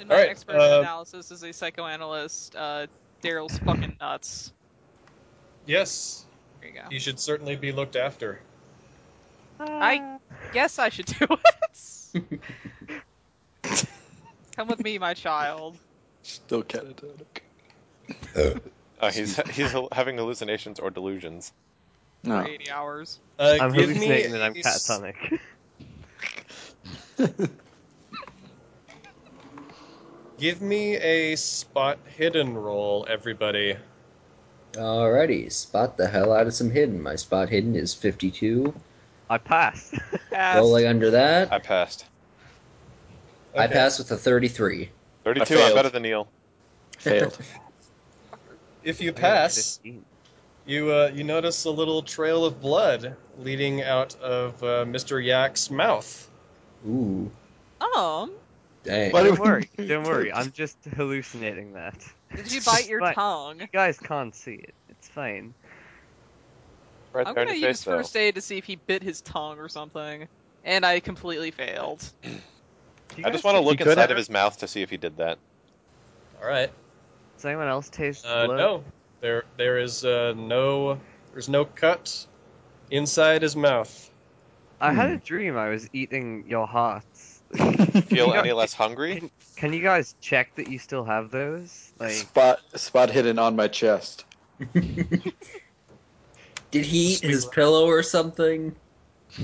E: In my
C: Alright,
E: expert
C: uh,
E: analysis as a psychoanalyst, uh, Daryl's fucking nuts.
C: Yes,
E: There you go.
C: you should certainly be looked after.
E: I guess I should do it. Come with me, my child.
G: Still catatonic.
A: Uh, he's he's hal- having hallucinations or delusions.
E: For
G: No.
E: 80 hours.
C: Uh,
F: I'm
C: give me
F: hallucinating that I'm
C: a-
F: catatonic.
C: Give me a spot hidden roll, everybody.
B: Alrighty, spot the hell out of some hidden. My spot hidden is fifty-two.
F: I passed.
E: Pass.
B: Rolling under that,
A: I passed.
B: I
C: Okay.
B: pass with a thirty-three.
G: I
A: 32, I'm
G: failed.
A: better than Neil.
G: Failed.
C: If you pass,
F: 15.
C: you uh, you notice a little trail of blood leading out of uh, Mr. Yak's mouth.
B: Ooh,
E: Um,
B: Dang.
G: Why do
F: Don't
G: we
F: worry,
G: need
F: don't worry.
G: that?
F: I'm just hallucinating that.
E: Did you bite your
F: Right.
E: tongue?
F: You guys can't see it. It's fine.
A: Right
E: I'm
A: there in
E: gonna
A: your
E: use
A: face, though.
E: first aid to see if he bit his tongue or something, and I completely failed.
F: Do you
A: I just
F: guys-
A: want to
F: you
A: look
F: could
A: inside
F: have-
A: of his mouth to see if he did that.
C: All right.
F: Does anyone else taste
C: Uh,
F: blood?
C: no, there there is uh, no there's no cut inside his mouth.
F: I had
G: Hmm.
F: a dream I was eating your hearts.
A: Feel
F: You got-
A: any less hungry?
F: Can, can you guys check that you still have those? Like,
G: Spot spot hidden on my chest.
B: Did he eat
C: Sweet
B: his
C: lord.
B: pillow or something?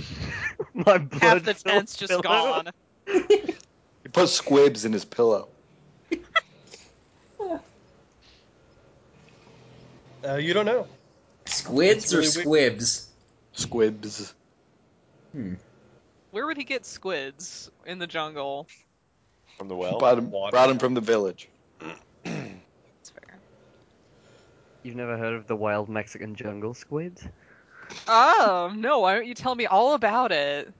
F: my blood.
E: Half the
F: filled
E: tent's just
F: pillow.
E: gone.
G: He put squibs in his pillow.
C: Uh, you don't know.
B: Squids
C: It's
B: or
C: really
B: squibs?
G: Squibs.
E: Where would he get squids in the jungle?
A: From the well?
G: Brought him,
C: water.
G: brought him from the village.
E: That's fair.
F: You've never heard of the wild Mexican jungle squid?
E: Oh no! Why don't you tell me all about it?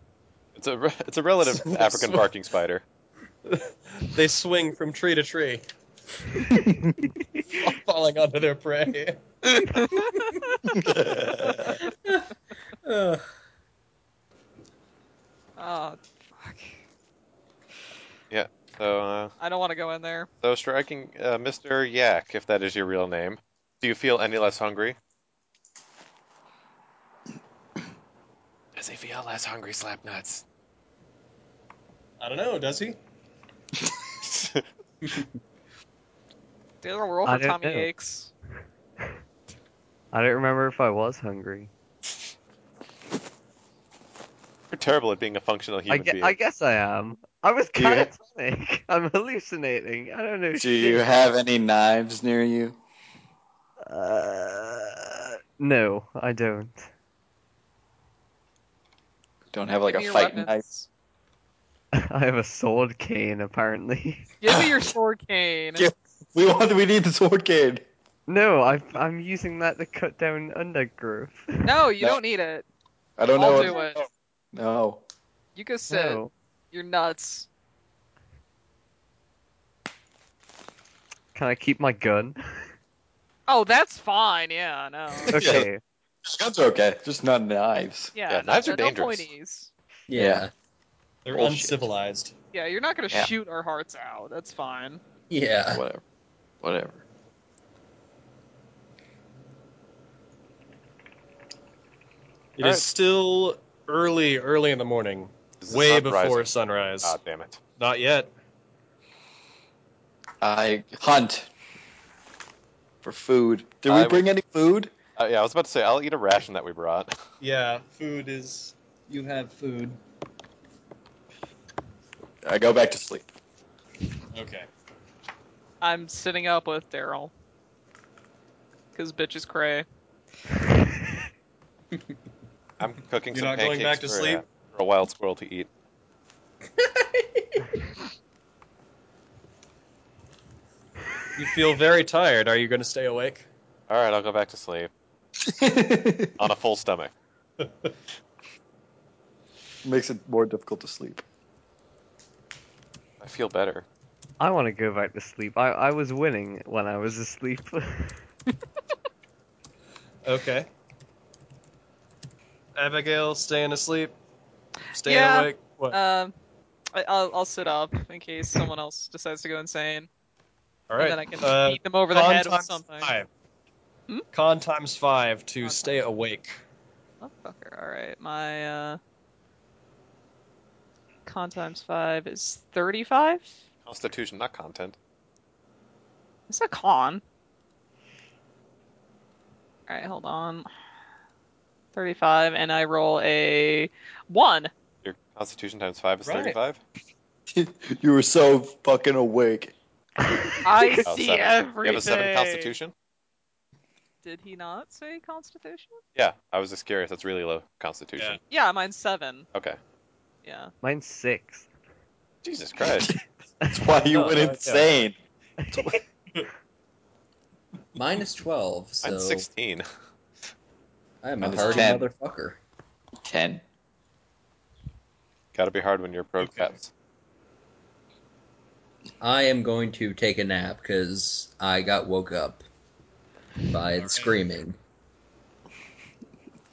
A: It's a, re- it's a relative
C: Sw-
A: African
C: sw-
A: barking spider.
C: They swing from tree to tree, falling onto their prey.
B: Ugh.
E: Oh fuck!
A: So, uh,
E: I don't want to go in there.
A: so striking uh, Mr. Yak, if that is your real name. Do you feel any less hungry? Does he feel less hungry, slap nuts?
C: I don't know. Does he?
E: Taylor, roll
F: I
E: for
F: don't
E: Tommy
F: know.
E: Yates.
F: I don't remember if I was hungry.
A: You're terrible at being a functional
F: I,
A: human
F: gue-
A: being.
F: I guess I am. I was
G: Do you ha-
F: catatonic. I'm hallucinating. I don't know.
G: Do
F: shit.
G: you have any knives near you?
F: Uh, no, I don't.
G: Don't have like a
E: Give me your
G: fight knife.
E: weapons.
F: I have a sword cane, apparently.
E: Give me your sword cane.
G: Give- We want. We need the sword cane.
F: No, I, I'm using that to cut down undergrowth.
E: No, you
G: No.
E: don't need it.
G: I don't
E: I'll
G: know.
E: do it.
G: No.
E: You go sit.
F: No.
E: You're nuts.
F: Can I keep my gun?
E: Oh, that's fine. Yeah, no.
F: Okay.
G: That's okay. Just not knives.
E: Yeah,
A: Yeah,
E: no,
A: knives are
E: no
A: dangerous.
E: pointies.
B: Yeah.
C: They're
G: Bullshit.
C: uncivilized.
E: Yeah, you're not gonna
G: Yeah.
E: shoot our hearts out. That's fine.
B: Yeah.
G: Whatever. Whatever.
C: It is
A: All right.
C: still early, early in the morning,
A: Is the
C: way
A: sun
C: before
A: rising?
C: sunrise.
A: Ah, damn it.
C: Not yet.
G: I hunt for food. Did we
A: I
G: bring any food?
A: Uh, yeah, I was about to say, I'll eat a ration that we brought.
C: Yeah, food is. You have food.
G: I go back to sleep.
C: Okay.
E: I'm sitting up with Daryl. Cause bitch is cray.
A: I'm cooking
C: You're
A: some
C: not going
A: pancakes
C: back to
A: for,
C: sleep?
A: uh, for a wild squirrel to eat.
C: You feel very tired. Are you going to stay awake?
A: All right, I'll go back to sleep on a full stomach.
G: Makes it more difficult to sleep.
A: I feel better.
F: I want to go back to sleep. I, I was winning when I was asleep.
C: Okay. Abigail, staying asleep. Staying
E: Yeah.
C: awake. What?
E: Um, I, I'll, I'll sit up in case someone else decides to go insane,
C: All right.
E: and then I can
C: Uh,
E: beat them over the
C: con
E: head with
C: times
E: something.
C: Five.
E: Hmm?
C: Con times five to
E: Con
C: stay awake.
E: Motherfucker. All right, Oh, my uh, con times five is thirty-five.
A: Constitution, not content.
E: It's a con. All right, hold on. Thirty-five, and I roll a one.
A: Your Constitution times five is
C: Right.
A: thirty-five.
G: you were so fucking awake.
E: I
A: Oh,
E: see
A: seven.
E: everything.
A: You have a seven Constitution.
E: Did he not say Constitution?
A: Yeah, I was just curious. That's really low Constitution.
E: Yeah, mine's seven.
A: Okay.
E: Yeah.
F: Mine's six.
A: Jesus Christ.
G: That's why you
C: Oh,
G: went
C: okay.
G: insane.
B: Minus 12, so
A: Mine's sixteen.
B: I'm a
G: Minus
B: hard
G: 10.
B: motherfucker.
G: Ten.
A: Got to be hard when you're pro cats.
B: I am going to take a nap because I got woke up by screaming.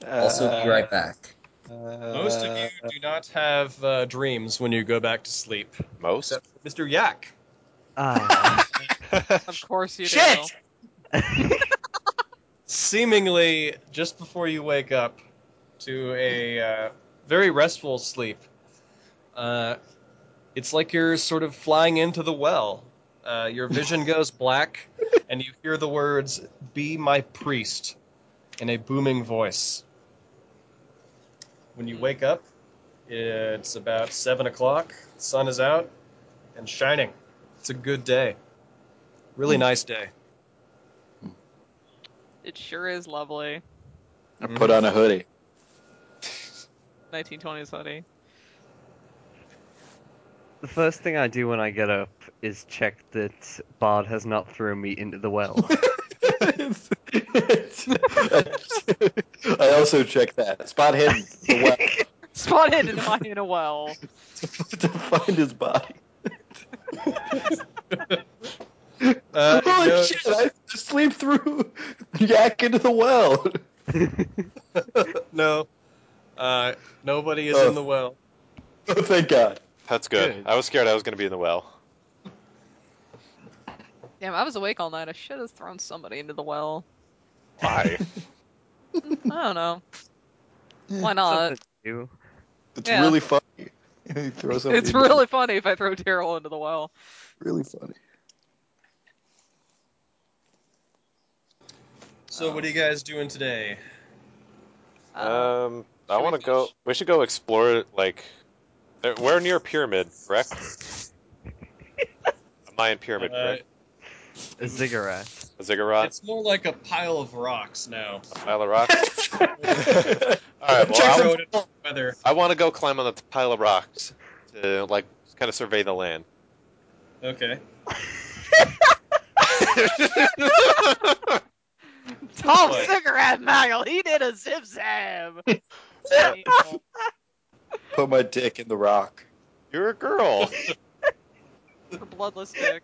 B: Also,
G: Uh,
B: be right back.
C: Most of you do not have uh, dreams when you go back to sleep,
A: Most?
C: except for Mr. Yak.
F: Ah.
E: Of course you do.
G: Shit!
C: Seemingly, just before you wake up to a uh, very restful sleep, uh, it's like you're sort of flying into the well. Uh, your vision goes black, and you hear the words, Be my priest, in a booming voice. When you wake up, it's about 7 o'clock, sun is out, and shining. It's a good day. Really nice day.
E: It sure is lovely.
D: I
G: Mm-hmm.
D: put on a hoodie.
E: 1920s hoodie.
F: the first thing I do when I get up is check that Bard has not thrown me into the well.
D: I also check that spot hidden the well,
E: Spotted in my in a well.
D: to find his body.
C: Uh,
D: Holy
C: no-
D: shit! I just sleep through yak into the well.
C: No. Uh, nobody is
D: Oh.
C: in the well.
D: Oh, thank God.
A: That's good.
C: Good.
A: I was scared I was going to be in the well.
E: Damn, I was awake all night. I should have thrown somebody into the well.
A: Why?
E: I don't know. Why not?
F: Something to do.
D: It's
E: Yeah.
D: really funny. he throws something
E: It's
D: in.
E: really funny if I throw Daryl into the well.
D: really funny.
C: So what are you guys doing today?
E: Uh,
A: um, I
E: should
A: want
E: we
A: to go.
E: fish?
A: We should go explore. Like, uh, we're near pyramid, correct? A Mayan pyramid,
C: Uh,
A: correct?
F: A ziggurat.
A: A ziggurat,
C: It's more like a pile of rocks now.
A: a pile of rocks. All right. Well,
D: Check
A: I
D: some-
A: wa-
C: Road and weather.
A: I want to go climb on the pile of rocks to like kind of survey the land.
C: Okay.
E: Tom
C: What?
E: Cigarette Mangle, he did a zip zab.
D: Put my dick in the rock.
A: You're a girl.
E: Her bloodless dick.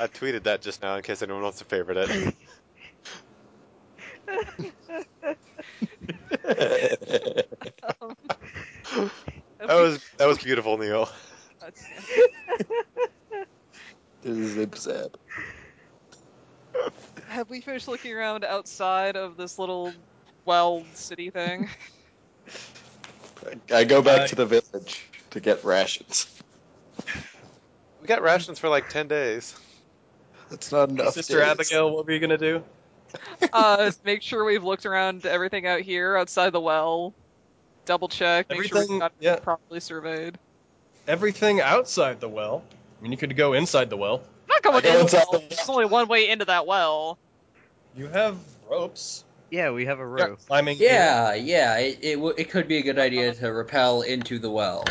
A: I tweeted that just now in case anyone wants to favorite it.
E: Um,
A: That was that was beautiful, Neil.
E: That's-
D: This is zip zap.
E: Have we finished looking around outside of this little well city thing?
D: I go back
C: Uh,
D: to the village to get rations.
A: We got rations for like ten days.
D: That's not enough.
C: Sister
D: days.
C: Abigail, what were you gonna do?
E: Uh, make sure we've looked around everything out here outside the well. Double check. Make sure
C: Everything-
E: we've got it
C: yeah.
E: properly surveyed.
C: Everything outside the well. I mean, you could go inside the well.
E: I'm not
D: I
E: going
D: go
E: in. The
D: inside the
E: well.
D: well.
E: There's only one way into that well.
C: You have ropes.
F: Yeah, we have a
C: Start
F: rope.
C: Climbing.
B: Yeah, yeah. It it, w- it could be a good idea to rappel into the well.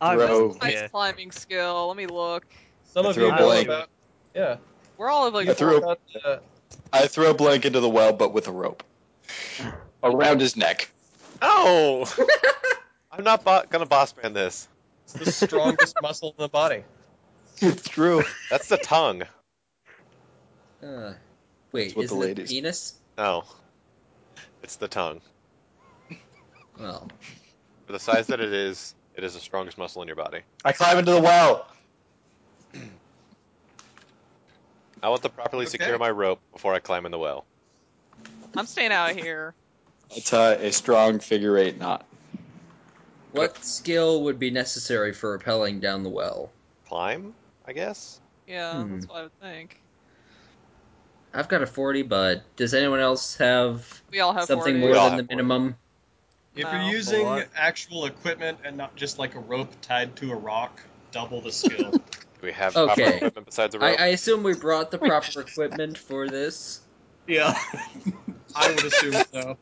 F: I
D: Rope.
F: was
E: Nice
F: here.
E: climbing skill. Let me look.
C: Some
D: I
C: of
D: threw
C: you
D: a
C: know
D: blanket.
C: about. Yeah.
E: We're all like
D: I threw a-
C: About, uh,
D: I throw Blank into the well, but with a rope around his neck.
A: Ow! I'm not bo- gonna boss man this.
C: it's the strongest muscle in the body.
D: It's true.
A: That's the tongue.
B: Uh, wait,
D: That's
B: is
D: what the
B: it the
D: ladies-
B: penis?
A: No, it's the tongue.
B: Well,
A: For the size that it is, it is the strongest muscle in your body.
D: I climb into the well.
A: I want to properly
C: Okay.
A: secure my rope before I climb in the well.
E: I'm staying out here.
D: I tie a strong figure eight knot.
B: what skill would be necessary for rappelling down the well?
A: Climb, I guess.
E: Yeah,
B: Hmm.
E: that's what I would think.
B: I've got a forty, but does anyone else have
E: We all have
B: something
E: 40.
B: more
A: We all
B: than
A: have
B: the
A: 40.
B: minimum?
C: If
E: No.
C: you're using
F: What?
C: actual equipment and not just like a rope tied to a rock, double the skill.
A: Do we have proper
B: Okay.
A: equipment besides a
B: I,
A: rope?
B: I assume we brought the proper equipment for this.
C: yeah. I would assume so.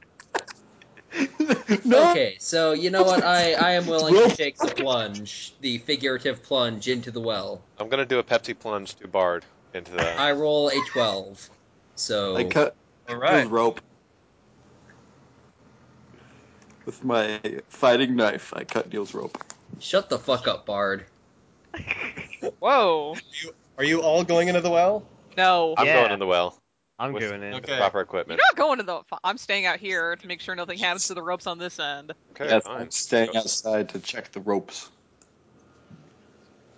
D: no,
B: Okay, so you know what? I, I am willing to
D: Well-
B: take the plunge, the figurative plunge into the well.
A: I'm gonna do a Pepsi plunge to Bard into the.
B: I roll a 12. So
D: I cut
C: All
D: with rope with my fighting knife. I cut Neil's rope.
B: Shut the fuck up, Bard.
E: Whoa.
C: Are you all going into the well?
E: No.
A: I'm
F: Yeah.
A: going in the well
F: I'm
A: With-
F: going in.
A: with
C: Okay.
A: proper
E: You're
A: equipment.
E: not going to the. I'm staying out here to make sure nothing happens to the ropes on this end.
A: Okay,
G: Yes,
A: fine.
G: I'm staying outside to check the ropes.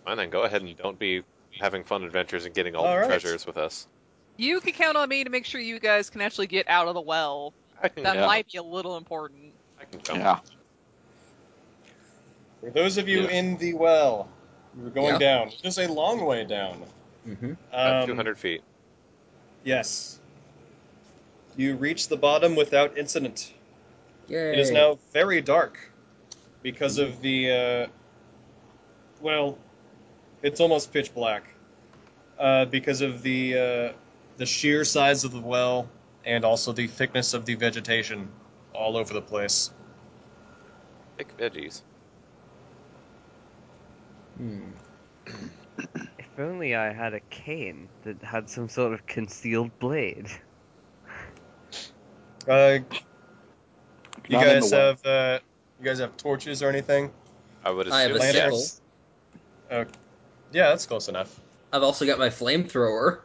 A: Fine, then go ahead and don't be having fun adventures and getting all,
C: All
A: the
C: right.
A: treasures with us.
E: You can count on me to make sure you guys can actually get out of the well.
A: I can,
E: That
G: Yeah.
E: might be a little important.
A: I can jump.
G: Yeah.
C: For those of you
G: Yeah.
C: in the well, we're going
B: Yeah.
C: down. It is a long way down.
B: Mm-hmm.
A: About
C: Um,
A: 200 feet.
C: Yes. You reach the bottom without incident.
B: Yay.
C: It is now very dark because of the. Uh, well, it's almost pitch black uh, because of the uh, the sheer size of the well and also the thickness of the vegetation all over the place.
A: Pick veggies.
B: Hmm.
F: If only I had a cane that had some sort of concealed blade.
C: Uh, you
G: Not in
C: guys
G: the well.
C: have uh, you guys have torches or anything?
A: I would
B: I have
A: assume
B: a
C: Lanterns?
B: sickle.
A: yes.
C: Yeah, that's close enough.
B: I've also got my flamethrower.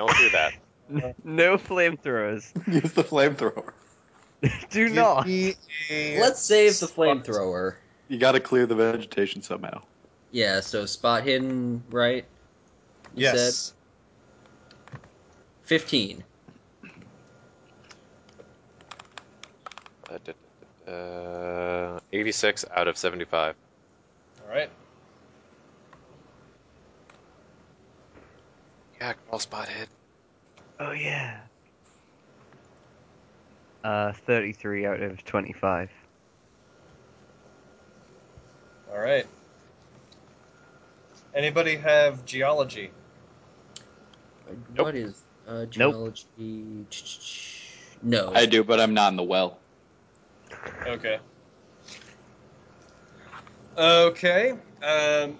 A: Don't do that.
F: No flamethrowers.
G: Use the flamethrower.
F: Do
C: Give
F: not.
C: me a-
B: Let's save the
C: Spot.
B: flamethrower.
G: You got to clear the vegetation somehow.
B: Yeah, so spot hidden, right? You
C: yes.
B: said 15.
A: Uh, d- d- uh, 86 out of 75.
C: All right.
A: Yeah, crawl spot hit.
F: Oh yeah. Uh, 33 out of 25.
C: All right. Anybody have geology?
B: What is uh, geology? No.
D: I do, but I'm not in the well.
C: Okay. Okay. Um,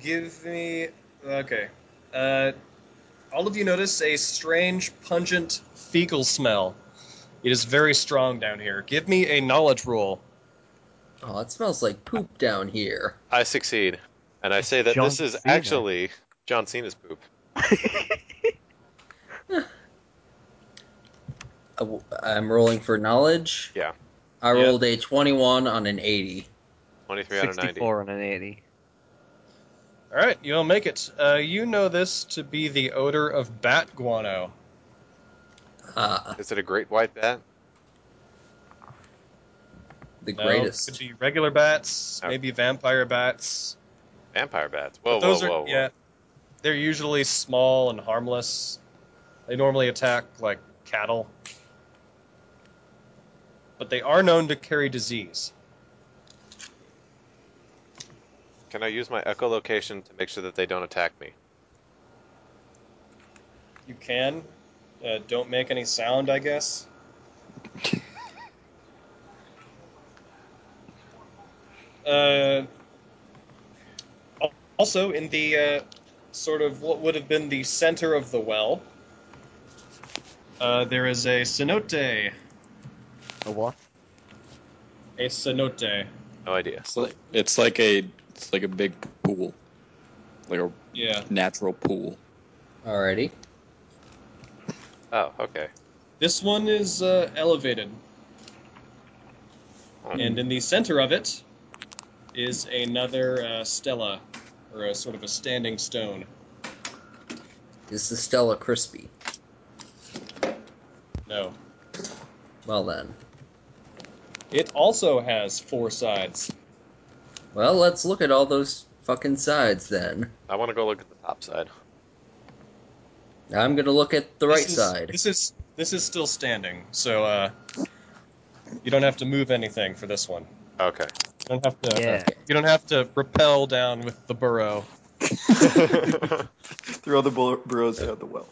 C: give me. Okay. Uh, all of you notice a strange, pungent fecal smell. It is very strong down here. Give me a knowledge roll.
B: Oh, it smells like poop down here.
A: I succeed. And I say that
F: John
A: this is
F: Cena.
A: actually John Cena's poop.
B: I w- I'm rolling for knowledge.
A: Yeah.
B: I
C: Yeah.
B: rolled a 21 on an 80.
A: 23 out of 90.
F: 64 on an 80.
C: All right, you'll make it. Uh, you know this to be the odor of bat guano.
B: Ah,
A: Is it a great white bat?
B: the
C: No,
B: greatest.
C: Could be regular bats,
A: Oh.
C: maybe vampire bats.
A: Vampire bats. Whoa,
C: But those
A: whoa,
C: are
A: whoa, whoa.
C: yeah, they're usually small and harmless. They normally attack like cattle, but they are known to carry disease.
A: Can I use my echolocation to make sure that they don't attack me?
C: You can uh, don't make any sound, I guess. uh, al- also, in the uh, sort of what would have been the center of the well, uh, there is a cenote.
F: A what?
C: A cenote.
A: No idea.
D: It's like, it's like a it's like a big pool, like a
C: Yeah.
D: natural pool.
B: Alrighty.
A: Oh, okay.
C: This one is uh, elevated,
A: Hmm.
C: and in the center of it is another uh, stela, or a sort of a standing stone.
B: This is Stella Crispy.
C: No.
B: Well then.
C: It also has four sides.
B: Well, let's look at all those fucking sides then.
A: I want to go look at the top side.
B: I'm gonna look at the right
C: This is-
B: side.
C: This is this is still standing, so uh, you don't have to move anything for this one.
A: Okay.
C: You don't have to.
F: Yeah.
C: You don't have to rappel down with the burrow.
G: Throw the bull- burrows out the well.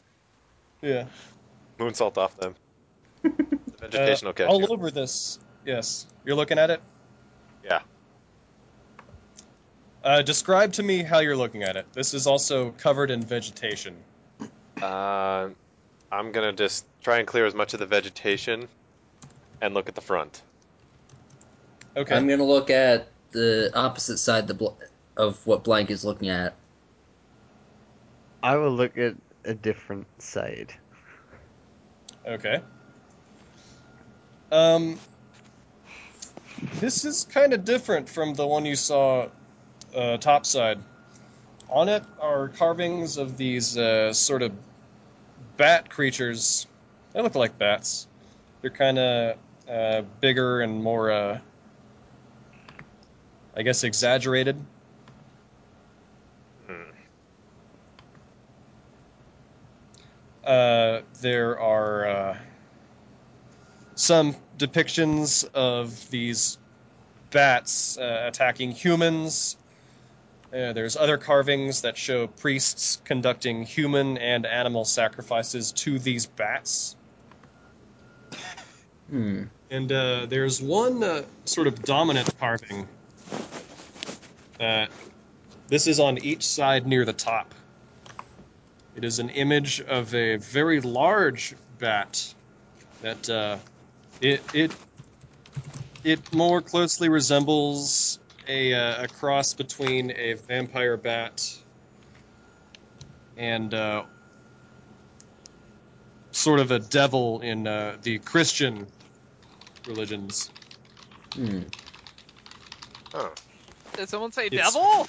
C: Yeah.
A: Moonsault off them. The
C: Uh,
A: vegetation will catch
C: all
A: you.
C: over this. Yes. You're looking at it.
A: Yeah.
C: Uh, describe to me how you're looking at it. This is also covered in vegetation.
A: Uh, I'm gonna just try and clear as much of the vegetation and look at the front.
C: Okay.
B: I'm going to look at the opposite side the bl- of what Blank is looking at.
F: I will look at a different side.
C: Okay. Um, this is kind of different from the one you saw uh, topside. On it are carvings of these uh, sort of bat creatures. They look like bats. They're kind of uh, bigger and more, uh, I guess, exaggerated. Uh, there are uh, some depictions of these bats uh, attacking humans. Uh, there's other carvings that show priests conducting human and animal sacrifices to these bats.
B: Hmm.
C: And uh, there's one uh, sort of dominant carving. Uh, this is on each side near the top. It is an image of a very large bat that uh, it it it more closely resembles a, uh, a cross between a vampire bat and uh, sort of a devil in uh, the Christian religions.
B: Hmm.
E: Did someone say
C: It's-
E: devil?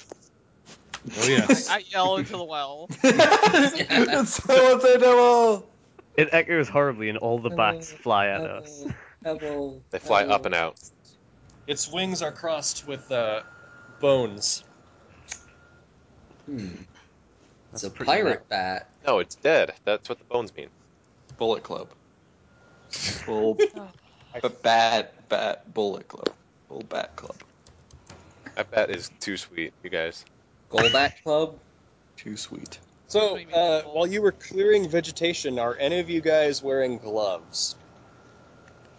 C: Oh yes.
E: I yell into the well.
G: it's what they know all.
F: It echoes horribly, and
C: Oh.
F: all the bats
B: Uh,
F: fly at us.
B: Pebble.
A: They fly up and out.
C: its wings are crossed with uh, bones.
B: Hmm. It's
F: That's
B: a
F: pretty
B: pirate bat.
A: No, it's dead. That's what the bones mean.
G: Bullet Club. Full
B: Oh.
G: but bat bat Bullet Club. Full bat club.
A: That bat is too sweet, you guys.
B: Golbat Club.
G: Too sweet.
C: So,
E: What do you mean,
C: uh,
E: devil?
C: while you were clearing vegetation, are any of you guys wearing gloves?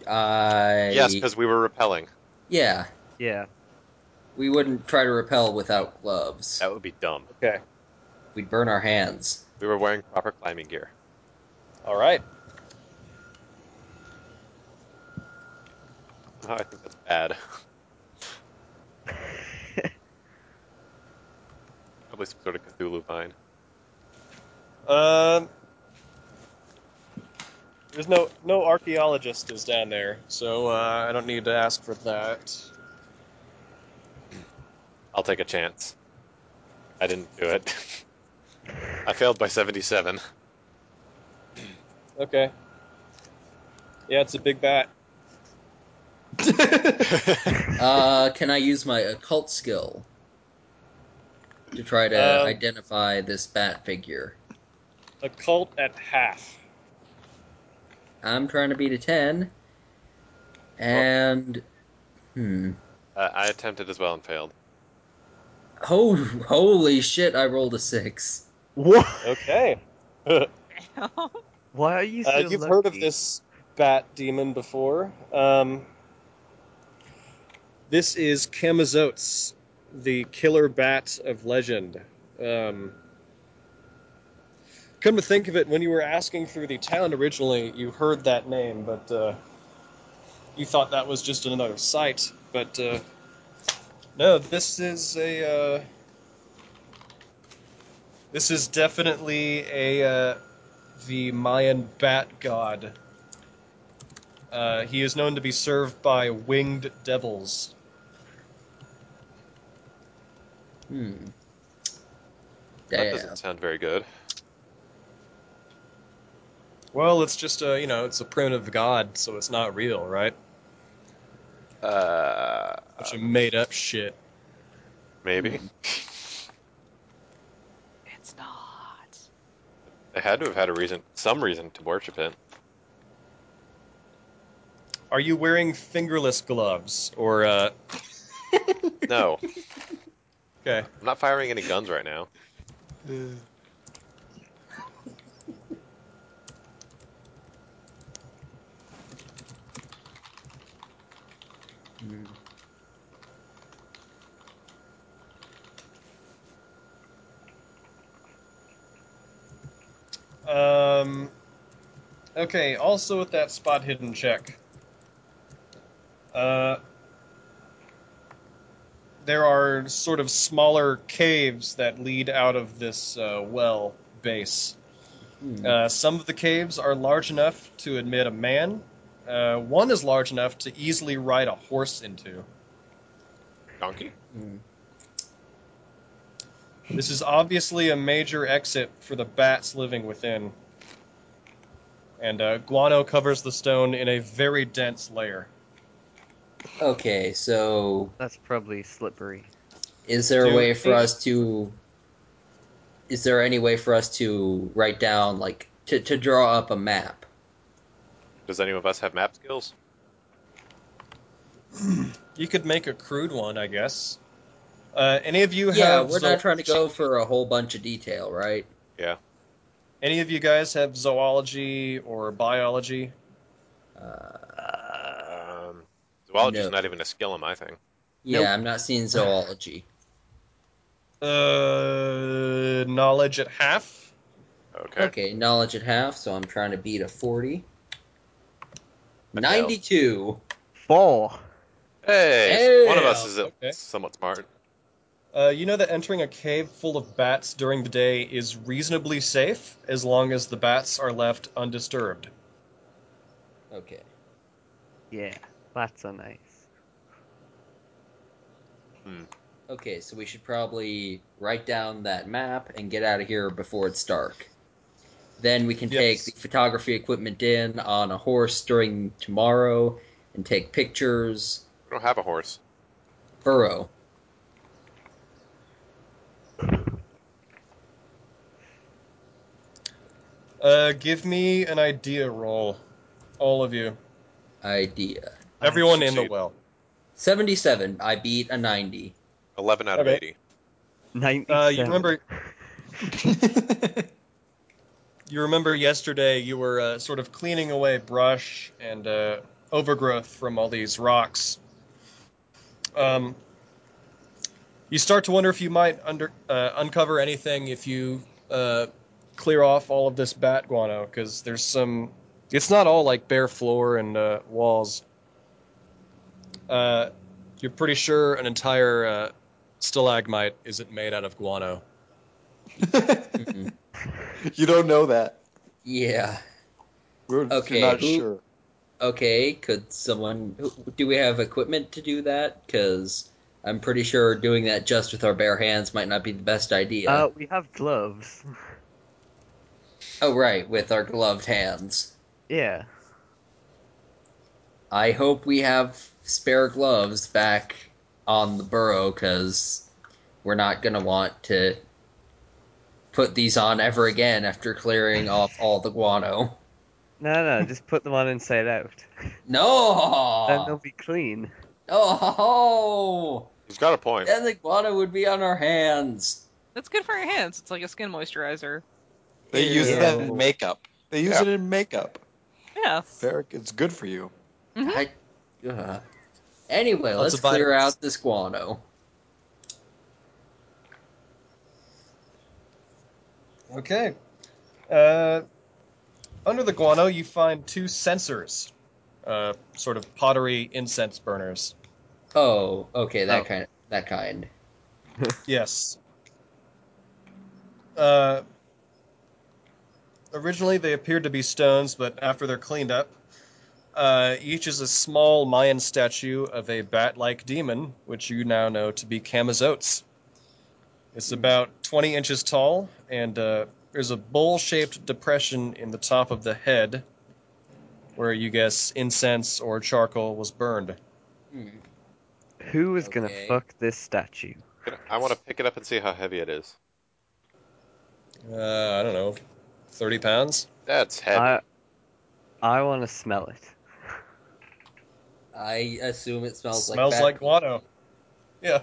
B: I
A: Yes, because we were repelling.
B: yeah,
F: Yeah.
B: we wouldn't try to repel without gloves.
A: That would be dumb.
C: Okay.
B: We'd burn our hands.
A: We were wearing proper climbing gear.
C: All right.
A: Oh, I think that's bad. Probably some sort of Cthulhu vine.
C: Um, there's no no archaeologist is down there, so uh, I don't need to ask for that.
A: I'll take a chance. I didn't do it. I failed by 77.
C: Okay. Yeah, it's a big bat.
B: Uh, can I use my occult skill to try to
C: Um,
B: identify this bat figure?
C: A cult at half.
B: I'm trying to beat a ten,
A: Oh.
B: and hmm.
A: Uh, I attempted as well and failed.
B: Oh, holy shit! I rolled a six.
F: What?
C: Okay.
F: Why are you so
C: Uh, you've
F: lucky?
C: heard of this bat demon before. Um, this is Camazotes, the killer bat of legend. Um, come to think of it, when you were asking through the town originally, you heard that name, but uh, you thought that was just another site. But uh, no, this is a. Uh, this is definitely a. Uh, the Mayan bat god. Uh, he is known to be served by winged devils.
B: Hmm.
A: That
B: Damn.
A: doesn't sound very good.
C: Well, it's just a you know it's a primitive god, so it's not real, right?
A: Uh,
C: It's a made up shit.
B: Hmm.
A: maybe.
E: it's not.
A: They had to have had a reason, some reason to worship it.
C: Are you wearing fingerless gloves or uh?
A: No,
C: Okay.
A: I'm not firing any guns right now.
C: Um. Okay. Also, with that spot hidden check. Uh, there are sort of smaller caves that lead out of this uh, well base. Uh, some of the caves are large enough to admit a man. Uh, one is large enough to easily ride a horse into.
A: Donkey?
C: This is obviously a major exit for the bats living within. And uh, guano covers the stone in a very dense layer.
B: Okay, so
F: That's probably slippery.
B: is there a
C: Do
B: way
C: you
B: for
C: think-
B: us to? Is there any way for us to write down, like, to, to draw up a map?
A: Does any of us have map skills?
C: You could make a crude one, I guess. Uh, any of you
B: yeah,
C: have
B: we're
C: zo-
B: not trying to go for a whole bunch of detail, right?
C: Any of you guys have zoology or biology?
B: Uh,
A: Um, zoology's
B: No.
A: not even a skill in my thing.
B: yeah,
F: Nope.
B: I'm not seeing zoology.
C: Uh, knowledge at half.
A: Okay.
B: Okay, knowledge at half, so I'm trying to beat a
A: Okay.
B: 40. 92.
F: Four.
A: Hey, so one of us
B: Damn.
A: is at-
C: Okay.
A: somewhat smart.
C: Uh, you know that entering a cave full of bats during the day is reasonably safe as long as the bats are left undisturbed.
B: Okay.
F: Yeah, that's a nice.
B: Okay, so we should probably write down that map and get out of here before it's dark. Then we can
C: Yes.
B: take the photography equipment in on a horse during tomorrow and take pictures.
A: We don't have a horse.
B: Burrow.
C: Uh, give me an idea roll, all of you,
B: Idea.
C: everyone in the
A: succeed.
C: well.
B: 77. I beat a 90.
A: 11 out of
C: Okay.
A: 80.
F: Ninety.
C: Uh, you remember? you remember yesterday you were uh, sort of cleaning away brush and uh, overgrowth from all these rocks. Um, you start to wonder if you might under uh, uncover anything if you uh, clear off all of this bat guano because there's some. It's not all like bare floor and uh, walls. Uh, you're pretty sure an entire uh, stalagmite isn't made out of guano.
B: Mhm.
G: you don't know that.
B: yeah.
G: We're
B: Okay,
G: not
B: who-
G: sure.
B: Okay, could someone. who- Do we have equipment to do that? Because I'm pretty sure doing that just with our bare hands might not be the best idea.
F: Uh, we have gloves.
B: oh, right, with our gloved hands.
F: Yeah.
B: I hope we have spare gloves back on the burrow because we're not going to want to put these on ever again after clearing off all the guano.
F: No, no, just put them on inside out.
A: Ah.
F: Then they'll
B: No!
F: be clean.
B: Oh!
A: He's got a point.
B: Then the guano would be on our hands.
E: That's good for your hands. It's like a skin moisturizer.
G: They
B: Ew.
G: use that in makeup. They use
A: Yeah.
G: it in makeup.
E: Yeah.
G: Varric, it's good for you.
B: I, Ugh. Anyway, let's
C: Lots of
B: clear
C: vitamins.
B: out this guano.
C: Okay. Uh, under the guano, you find two sensors, uh, sort of pottery incense burners.
B: Oh, okay, that
F: Oh.
B: kind. That kind.
C: Yes. Uh, originally, they appeared to be stones, but after they're cleaned up, uh, each is a small Mayan statue of a bat like demon, which you now know to be Kamazotes. It's about 20 inches tall, and uh, there's a bowl shaped depression in the top of the head where you guess incense or charcoal was burned.
B: Hmm.
F: Who is gonna
B: Okay.
F: fuck this statue?
A: Can- I want to pick it up and see how heavy it is.
C: Uh, I don't know, 30 pounds?
A: That's heavy.
F: I, I want to smell it.
B: I assume it smells,
C: smells
B: like.
C: like
B: bat-
C: guano. Yeah,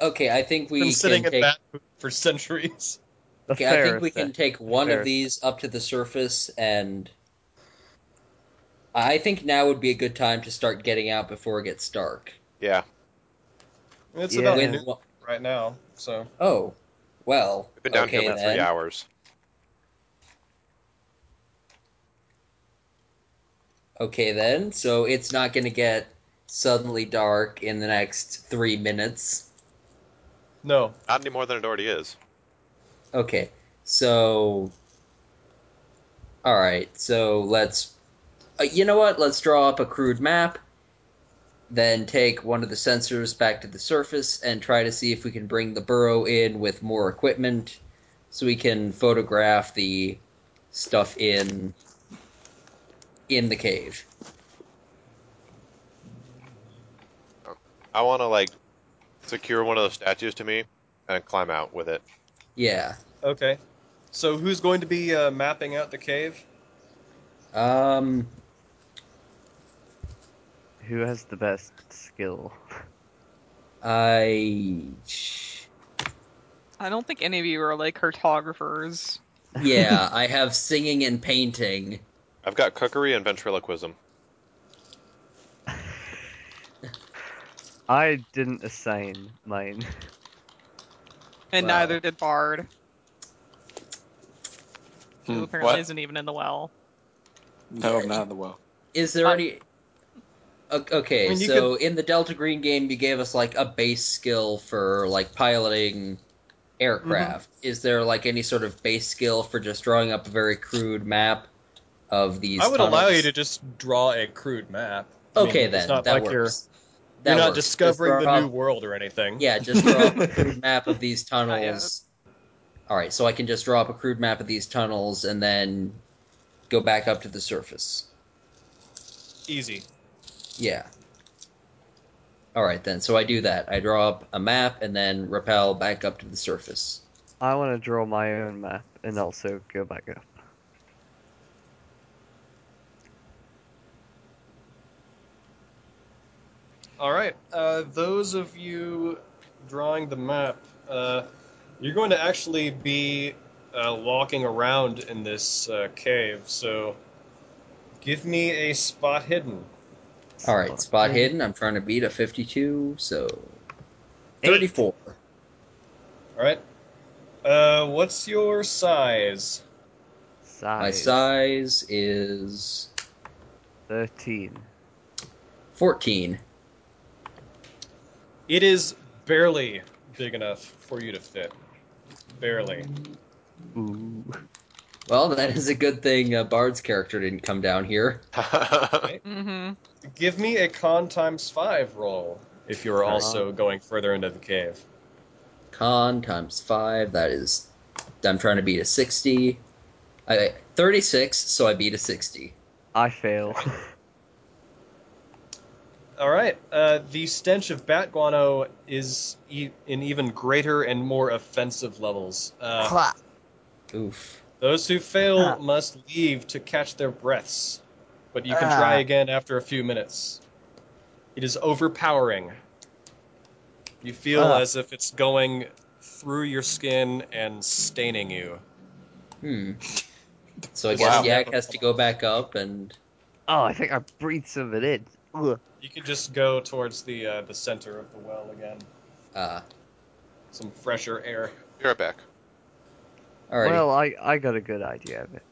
B: Okay, I think we
C: been sitting
B: can take.
C: in that food for centuries.
F: The
B: Okay, I think
F: fairest
B: we can
F: act.
B: take one of
F: Ferris.
B: these up to the surface, and I think now would be a good time to start getting out before it gets dark.
A: Yeah.
C: It's
F: Yeah.
C: about
B: When-
C: noon right now, so
B: oh, well,
A: We've been down
B: okay
A: here for
B: then.
A: three hours.
B: Okay then, so it's not going to get suddenly dark in the next three minutes.
C: No.
A: Not any more than it already is.
B: Okay, so. Alright, so let's. Uh, you know what? Let's draw up a crude map, then take one of the sensors back to the surface and try to see if we can bring the burrow in with more equipment so we can photograph the stuff in in the cave.
A: I want to like secure one of those statues to me and climb out with it.
B: Yeah.
C: Okay. So who's going to be uh, mapping out the cave?
B: Um
F: Who has the best skill?
B: I
E: I don't think any of you are like cartographers.
B: yeah, I have singing and painting.
A: I've got cookery and ventriloquism.
F: I didn't assign mine.
E: And
B: Wow.
E: neither did Bard, who
G: Hmm,
E: apparently
G: what?
E: is isn't even in the well.
G: No, I'm not in the well.
B: Is there
E: Uh,
B: any? O- Okay,
C: I mean, you
B: so in the Delta Green game, you gave us like a base skill for like piloting aircraft.
C: Mm-hmm.
B: Is there like any sort of base skill for just drawing up a very crude map of these?
C: I would allow
B: tunnels?
C: you to just draw a crude map. I mean,
B: Okay, then
C: It's not
B: that
C: like
B: works.
C: you're
B: That
C: you're not
B: works. Just
C: discovering the
B: draw-
C: new world or anything.
B: Yeah, just draw up a crude map of these tunnels. All right, so I can just draw up a crude map of these tunnels and then go back up to the surface.
C: Easy.
B: Yeah. All right then. So I do that. I draw up a map and then rappel back up to the surface.
F: I want to draw my own map and also go back up.
C: All right. Uh, those of you drawing the map, uh, you're going to actually be uh, walking around in this uh, cave. So, give me a spot hidden.
B: All right, spot hidden. I'm trying to beat a 52, so
F: Eight.
B: 34.
C: All right. Uh, what's your size?
F: Size.
B: My size is
F: Thirteen.
B: 14.
C: It is barely big enough for you to fit. Barely.
F: Ooh.
B: Well, that is a good thing uh, Bard's character didn't come down here.
E: Mm-hmm.
C: Give me a con times five roll if you're also
F: Uh-huh.
C: going further into the cave.
B: Con times 5, that is. I'm trying to beat a 60. I, 36, so I beat a 60.
F: I fail.
C: All right. Uh, the stench of bat guano is e- in even greater and more offensive levels. Uh,
F: Oh,
B: Oof.
C: those who fail
F: Huh.
C: must leave to catch their breaths, but you can
F: Ah.
C: try again after a few minutes. It is overpowering. You feel
F: Ah.
C: as if it's going through your skin and staining you.
B: Hmm. So I
G: Wow.
B: guess Yak has to go back up and.
F: oh, I think I breathed some of it in. Ugh.
C: You can just go towards the uh, the center of the well again.
B: Uh,
C: Some fresher air.
A: You're right back.
B: alrighty.
F: Well, I, I got a good idea of it.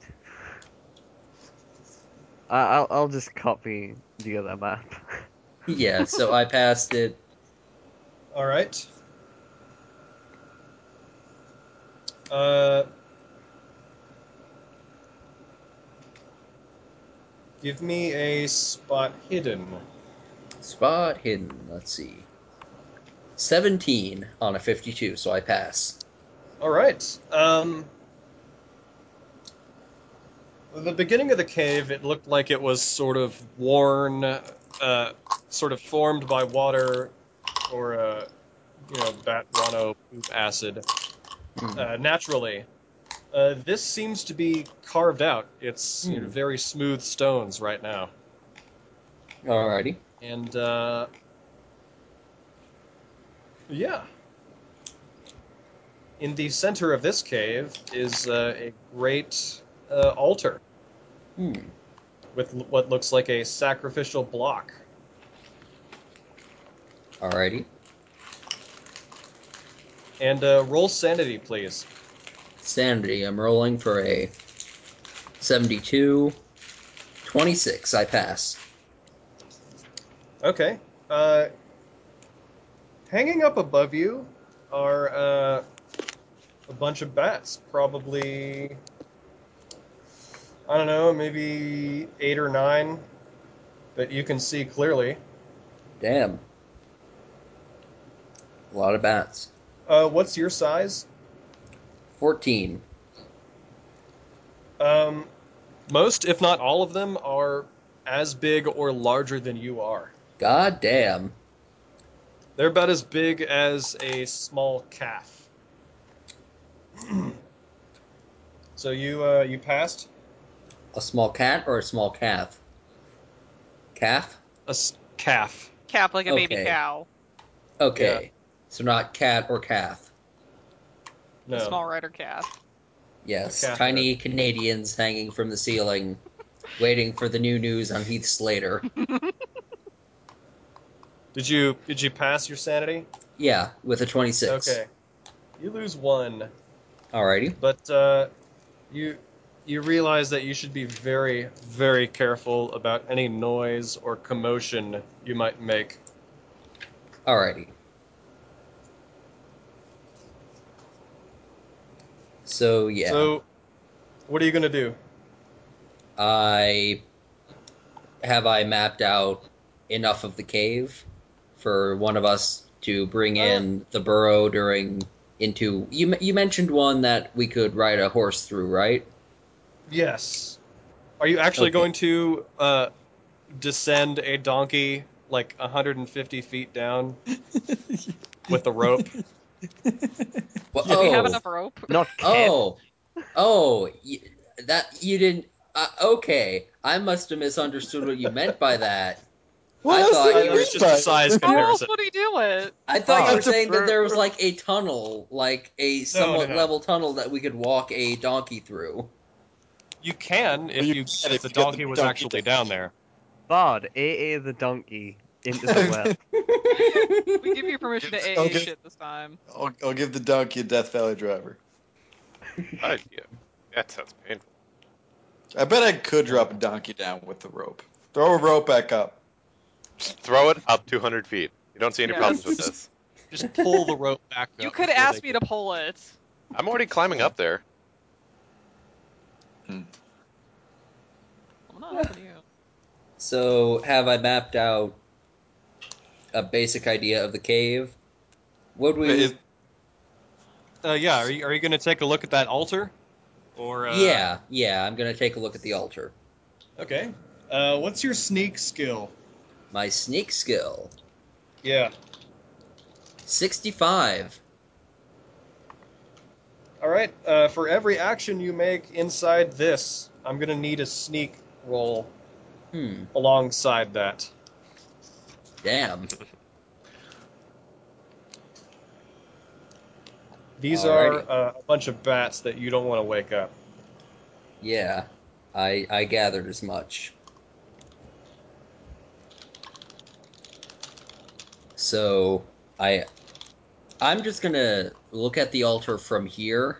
F: I, I'll I'll just copy the other map.
B: yeah, so I passed it.
C: All right. Uh, give me a spot hidden.
B: Spot hidden. Let's see. 17 on a 52, so I pass.
C: All right. Um, the beginning of the cave, it looked like it was sort of worn, uh, sort of formed by water or, uh, you know, bat guano poop acid.
B: Hmm.
C: uh, naturally. Uh, this seems to be carved out. It's you know,
B: Hmm.
C: very smooth stones right now,
B: Alrighty.
C: and uh, yeah. In the center of this cave is uh, a great uh, altar
B: Hmm.
C: with l- what looks like a sacrificial block.
B: Alrighty.
C: And uh, roll sanity, please.
B: Sanity. I'm rolling for a 72. 26. I pass.
C: Okay. Uh, hanging up above you are uh, a bunch of bats, probably, I don't know, maybe eight or nine that you can see clearly.
B: Damn. A lot of bats.
C: Uh, what's your size?
B: 14.
C: Um, most, if not all of them, are as big or larger than you are.
B: God damn.
C: They're about as big as a small calf. so you uh, you passed
B: A small cat or a small calf? Calf?
C: a s- calf.
E: Cap like a
B: Okay.
E: baby cow.
B: Okay. So not cat or calf.
E: A
C: No,
E: Small rider calf.
B: Yes.
C: Calf.
B: Tiny Canadians hanging from the ceiling, waiting for the new news on Heath Slater.
C: did you did you pass your sanity?
B: Yeah, with a 26.
C: Okay, you lose one,
B: Alrighty.
C: but uh, you you realize that you should be very very careful about any noise or commotion you might make.
B: Alrighty. So, yeah.
C: So, what are you gonna do?
B: I have I mapped out enough of the cave for one of us to bring
E: Uh.
B: in the burrow during into you m- you mentioned one that we could ride a horse through, right?
C: Yes. Are you actually
B: Okay.
C: going to uh, descend a donkey like 150 feet down with the rope?
B: Well,
E: Do we
B: oh,
E: have enough rope?
F: Not cat.
B: oh, oh, y- that you didn't. Uh, okay, I must have misunderstood what you meant by that.
D: Well,
B: I
D: that's
B: thought
D: the
B: you
C: It was
D: green
C: just a
D: button.
C: size
E: How else
C: comparison.
E: would he do it?
B: I thought you
F: Oh.
B: were saying that there was like a tunnel, like a somewhat
C: no.
B: level tunnel that we could walk a donkey through.
C: You can if
D: You
C: you,
D: can
C: if
D: if
C: the
D: you get the
C: donkey was
D: donkey
C: actually
D: down.
C: down there.
F: Bard, AA the donkey into the well.
E: We give you permission to AA
G: Okay.
E: shit this time.
G: I'll, I'll give the donkey a Death Valley driver.
A: I, yeah, that sounds painful.
G: I bet I could drop a donkey down with the rope. Throw a rope back up.
A: Just throw it up 200 feet. You don't see any
E: Yeah.
A: problems with this.
C: Just pull the rope back.
E: You
C: up
E: could
C: before
E: ask
C: they-
E: me to pull it.
A: I'm already climbing up there.
E: I'm not asking you.
B: So, have I mapped out a basic idea of the cave? Would we?
G: Is-
C: Uh, yeah. Are you, are you going to take a look at that altar? Or uh,
B: yeah, yeah. I'm gonna take a look at the altar.
C: Okay. Uh, what's your sneak skill?
B: My sneak skill,
C: Yeah.
B: sixty-five.
C: All right. Uh, for every action you make inside this, I'm going to need a sneak roll
B: Hmm.
C: alongside that.
B: Damn.
C: These
B: Alrighty.
C: are uh, a bunch of bats that you don't want to wake up.
B: Yeah. I I gathered as much. So I I'm just gonna look at the altar from here.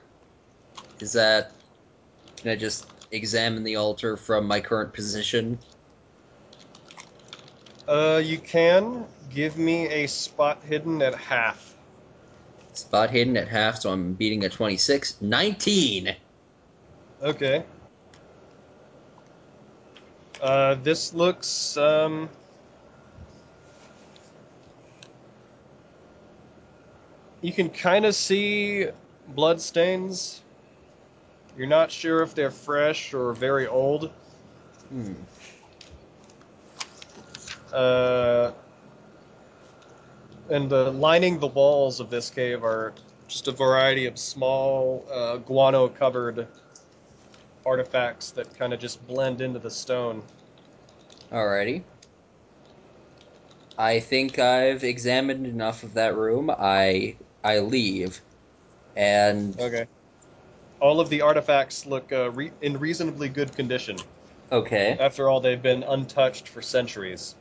B: Is that? Can I just examine the altar from my current position?
C: Uh, you can give me a spot hidden at half.
B: Spot hidden at half, so I'm beating a 26. 19!
C: Okay. Uh, this looks um. You can kind of see blood stains. You're not sure if they're fresh or very old.
B: Hmm.
C: uh, and the lining the walls of this cave are just a variety of small uh, guano covered artifacts that kind of just blend into the stone
B: Alrighty. I think I've examined enough of that room. I I leave. And
C: okay all of the artifacts look uh, re- in reasonably good condition
B: okay.
C: after all they've been untouched for centuries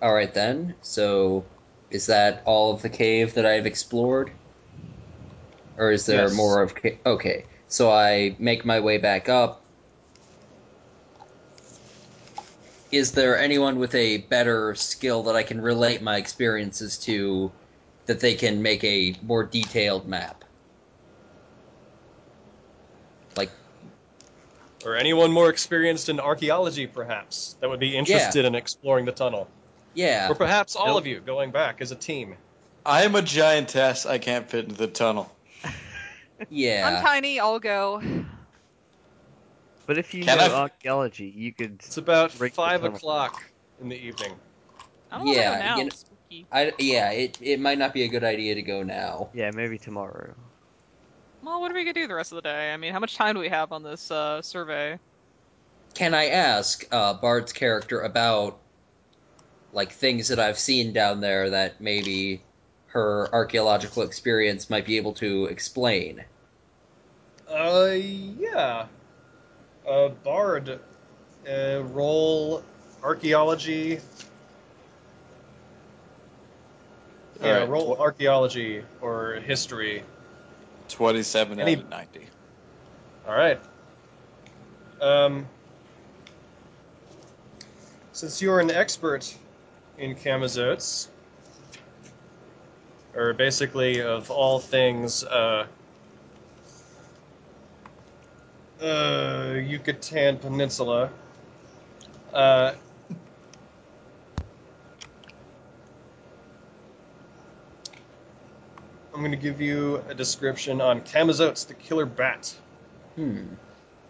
B: Alright then. So is that all of the cave that I've explored? Or is there
C: Yes.
B: more of ca- okay. So I make my way back up. is there anyone with a better skill that I can relate my experiences to that they can make a more detailed map? Like,
C: Or anyone more experienced in archaeology, perhaps, that would be interested in exploring the tunnel.
B: yeah.
C: Or perhaps all
G: Nope.
C: of you going back as a team.
G: I am a giantess. I can't fit into the tunnel.
E: I'm
B: Yeah.
E: tiny. I'll go.
F: But if you
G: Can
F: know
G: I-
F: archaeology, you could.
C: It's about
F: Break the
C: 5
F: tunnel.
C: o'clock in the evening.
E: I don't want
B: Yeah,
E: to go now.
B: you know-
E: it's spooky.
B: I, yeah, it, it might not be a good idea to go now.
F: Yeah, maybe tomorrow.
E: Well, what are we gonna do the rest of the day? I mean, how much time do we have on this uh, survey?
B: Can I ask uh, Bard's character about like things that I've seen down there that maybe her archaeological experience might be able to explain?
C: Uh, yeah. Uh, Bard, uh, roll archaeology. Yeah,
G: Alright,
C: roll
G: tw-
C: archaeology or history.
G: Twenty-seven
C: Any-
G: out of ninety.
C: All right. Um, since you're an expert in Kamazotes, or basically of all things, uh, uh, Yucatan Peninsula, uh, I'm going to give you a description on Kamazotes, the killer bat.
B: Hmm.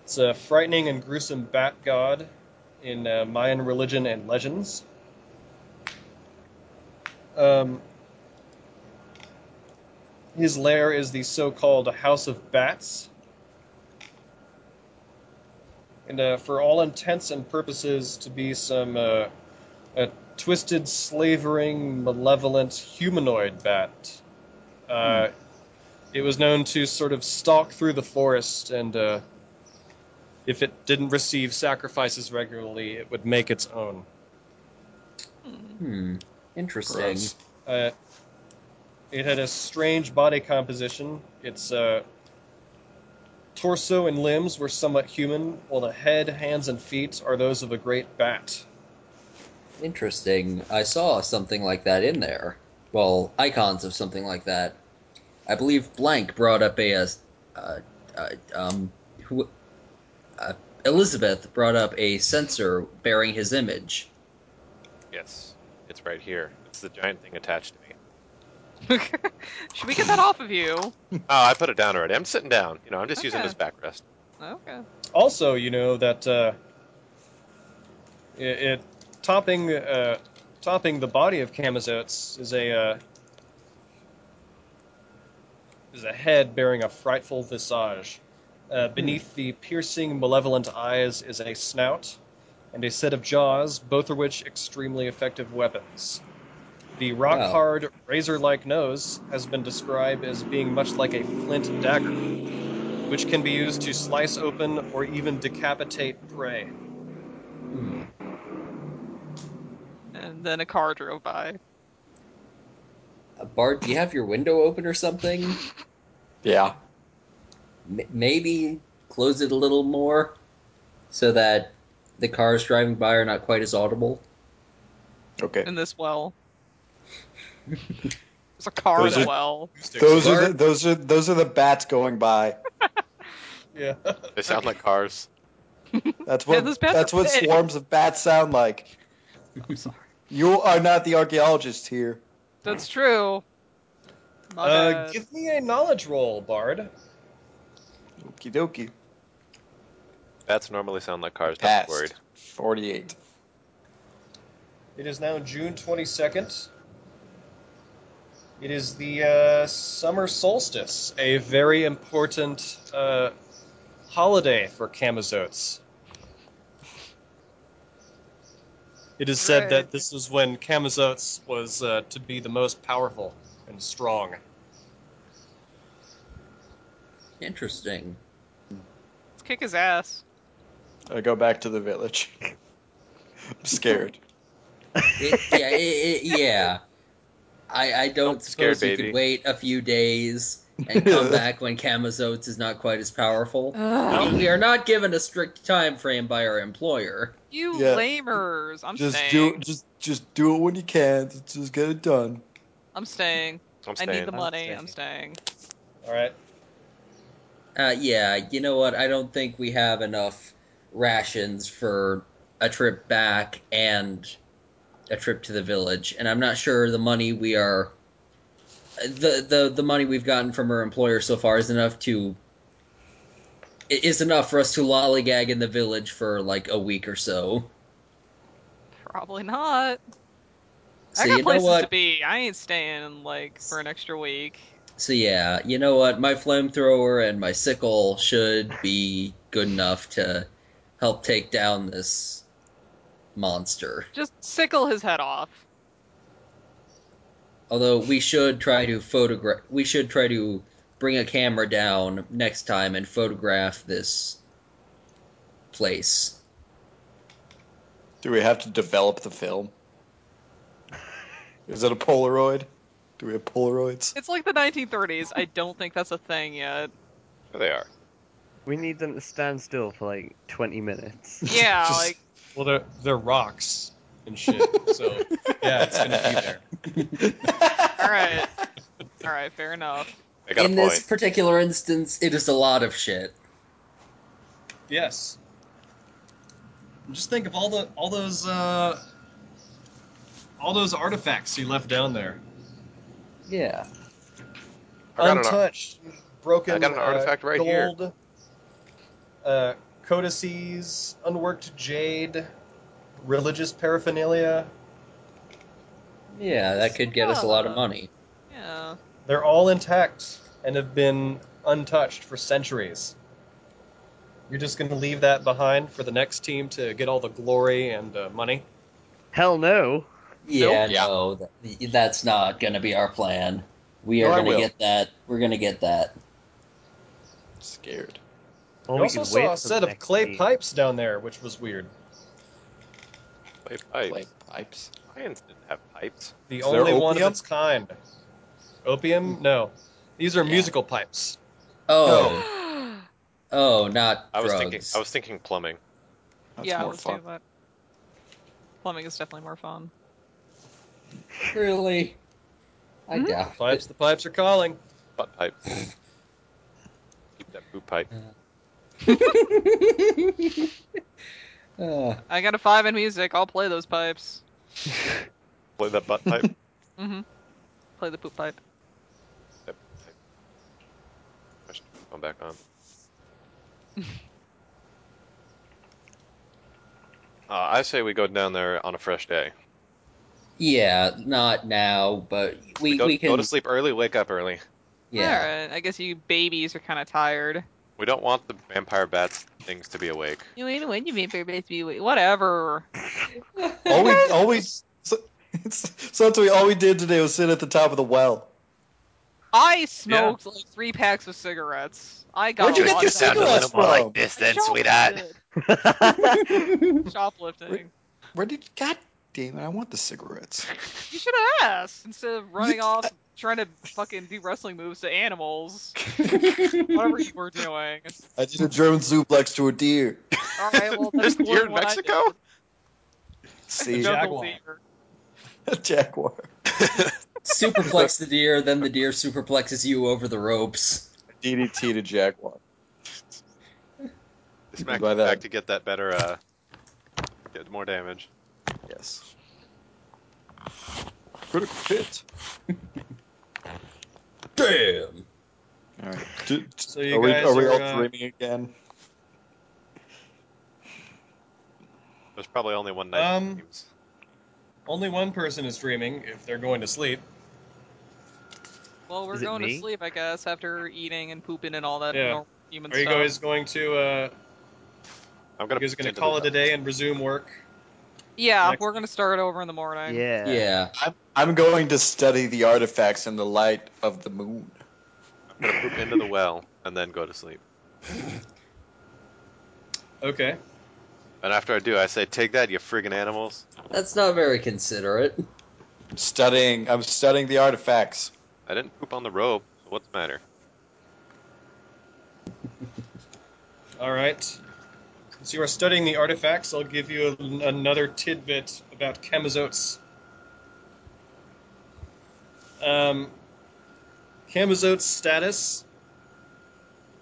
C: It's a frightening and gruesome bat god in uh, Mayan religion and legends. Um, his lair is the so called House of Bats. And uh, for all intents and purposes, to be some uh, a twisted, slavering, malevolent humanoid bat. Uh, It was known to sort of stalk through the forest and uh, if it didn't receive sacrifices regularly, it would make its own.
B: Hmm. Interesting.
G: Gross.
C: Uh, it had a strange body composition. Its uh, torso and limbs were somewhat human, while the head, hands, and feet are those of a great bat.
B: Interesting. I saw something like that in there. Well, icons of something like that. I believe Blank brought up a, uh, uh, uh, um, who, uh, Elizabeth brought up a censer bearing his image.
A: Yes, it's right here. It's the giant thing attached to me.
E: Should we get that off of you?
A: Oh, I put it down already. I'm sitting down. You know, I'm just using
E: Okay.
A: this backrest.
E: Okay.
C: Also, you know that uh, it, it topping uh, topping the body of Camazotes is a uh, is a head bearing a frightful visage. Uh, beneath the piercing, malevolent eyes is a snout and a set of jaws, both of which extremely effective weapons. The rock-hard, razor-like nose has been described as being much like a flint dagger which can be used to slice open or even decapitate prey.
B: Hmm.
E: And then a car drove by.
B: Uh, Bart, do you have your window open or something?
G: Yeah.
B: M- maybe close it a little more so that the cars driving by are not quite as audible.
G: Okay.
E: in this well. There's a car
G: Those
E: in the
G: are-
E: well.
G: Those are the,
B: Bart?
G: those are those are the bats going by.
C: yeah.
A: They sound like cars.
G: That's
E: Yeah,
G: what
E: those bats
G: that's
E: are
G: what
E: big.
G: swarms of bats sound like.
E: I'm sorry.
G: You are not the archaeologist here.
E: That's true. My
C: Uh,
E: bad.
C: give me a knowledge roll, Bard.
G: Okie dokie.
A: Bats normally sound like cars. Not worried.
G: Passed. Forty-eight.
C: It is now June 22nd. It is the uh, summer solstice, a very important uh, holiday for Camazotes. It is said
E: Hooray.
C: that this was when Camazotes was uh, to be the most powerful and strong.
B: Interesting.
E: Let's kick his ass.
G: I go back to the village. I'm scared.
B: It, yeah, it, it, yeah. I, I don't
A: Don't be scared,
B: suppose we
A: baby.
B: could wait a few days and come back when Camazotes is not quite as powerful.
E: Ugh.
B: We are not given a strict time frame by our employer.
E: You
D: Yeah.
E: lamers! I'm
D: just do
E: staying.
D: just just do it when you can. Just get it done.
E: I'm staying.
A: I'm
E: I
A: staying.
E: need the
F: I'm
E: money.
F: staying.
E: I'm staying.
C: All right.
B: Uh, yeah, you know what? I don't think we have enough rations for a trip back and a trip to the village, and I'm not sure the money we are the the the money we've gotten from our employer so far is enough to i- is enough for us to lollygag in the village for like a week or so.
E: Probably not.
B: So
E: I got
B: you know
E: places
B: what?
E: to be. I ain't staying like for an extra week.
B: So yeah, you know what? My flamethrower and my sickle should be good enough to help take down this monster.
E: Just sickle his head off.
B: Although we should try to photograph, we should try to bring a camera down next time and photograph this place.
D: Do we have to develop the film? Is it a Polaroid? Do we have Polaroids?
E: It's like the 1930s. I don't think that's a thing yet.
A: There they are.
F: We need them to stand still for like 20 minutes.
E: Yeah,
D: Just-
E: like
C: Well, they're they're rocks and shit. So yeah, it's gonna be there.
E: all right, all right, fair enough.
A: I got
B: In
A: a
B: this
A: point.
B: particular instance, it is a lot of shit.
C: Yes. Just think of all the all those uh, all those artifacts he left down there,
B: Yeah.
A: I got an-
C: untouched, broken.
A: I got an artifact
C: uh,
A: right here.
C: gold, Uh, codices, unworked jade, religious paraphernalia.
B: Yeah, that could get us a lot of
E: Yeah.
B: money.
E: Yeah,
C: They're all intact and have been untouched for centuries. You're just going to leave that behind for the next team to get all the glory and uh, money.
F: Hell no!
B: Yeah,
G: Yeah.
B: no, th- that's not going to be our plan. We are
D: No, I
B: going
D: will.
B: to get that. We're going to get that.
D: Scared.
F: Or
C: you
F: we
C: also
F: could wait
C: saw
F: for
C: a set
F: the
C: of
F: next
C: clay
F: week.
C: pipes down there, which was weird.
A: Play pipes.
G: Like pipes.
A: Lions didn't have pipes.
C: The
D: Is there
C: only one of
D: opium?
C: its kind. Opium? No. These are musical pipes.
B: Oh, oh, not
A: I was
B: drugs.
A: thinking. I was thinking plumbing.
G: That's
E: yeah,
G: more
E: let's
G: fun.
E: do that. Plumbing is definitely more fun.
B: really. I
E: Mhm.
B: doubt
C: Pipes, the pipes are calling.
A: Butt pipe. Keep that poop pipe.
B: it. Uh,
E: I got a five in music. I'll play those pipes.
A: Play that butt pipe.
E: Mm-hmm. Play the poop pipe.
A: That butt pipe. I should come back on. Uh, I say we go down there on a fresh day.
B: yeah, not now, but we,
A: go,
B: we can.
A: go to sleep early, wake up early.
B: Yeah,
E: All right. I guess you babies are kind of tired.
A: We don't want the vampire bats things to be awake.
E: You ain't when you vampire babies be whatever.
D: All we always so, so that's what we all we did today was sit at the top of the well.
E: I smoked like three packs of cigarettes. I got
D: Where'd you
E: a
D: get
E: lot
D: your
E: done.
D: sound a little more like
A: this,
E: Shoplifted. Shoplifting.
G: Where did? God damn it! I want the cigarettes.
E: You should have asked instead of running off trying to fucking do wrestling moves to animals. Whatever you were doing.
D: I did a German suplex to a deer.
E: All right, well that's
A: There's deer
E: cooler than
A: in
E: what I
A: Mexico?
E: did.
D: See,
C: Jack-
E: Jungle
C: Jaguar.
E: deer.
D: a jaguar.
B: superplex the deer, then the deer superplexes you over the ropes.
D: DDT to jaguar.
A: Smack
D: By
A: you
D: that.
A: back to get that better, uh, get more damage.
D: Yes. Critical hit.
B: Damn.
D: All right. Do-
C: So you
D: are we,
C: guys
D: are we
C: are,
D: all
C: uh,
D: dreaming again?
A: There's probably only one night.
C: Um,
A: games.
C: Only one person is dreaming if they're going to sleep.
E: Well, we're
F: Is it
E: going to
F: me?
E: sleep, I guess, after eating and pooping and all that
C: Yeah.
E: normal human
C: Are you
E: stuff.
C: guys going to? Uh,
A: I'm
C: you
A: gonna.
C: guys going
A: pretend
C: to
A: to
C: call
A: be
C: it a day and resume work?
E: Yeah,
C: Next-
E: we're gonna start over in the morning.
F: Yeah.
B: Yeah.
D: I'm, I'm going to study the artifacts in the light of the moon.
A: I'm gonna poop into the well and then go to sleep.
C: Okay.
A: And after I do, I say, "Take that, you friggin' animals!"
B: That's not very considerate.
D: Studying. I'm studying the artifacts.
A: I didn't poop on the rope. So what's the matter?
C: All right. Since you are studying the artifacts, I'll give you an- another tidbit about Camazotes. Um, Camazote's status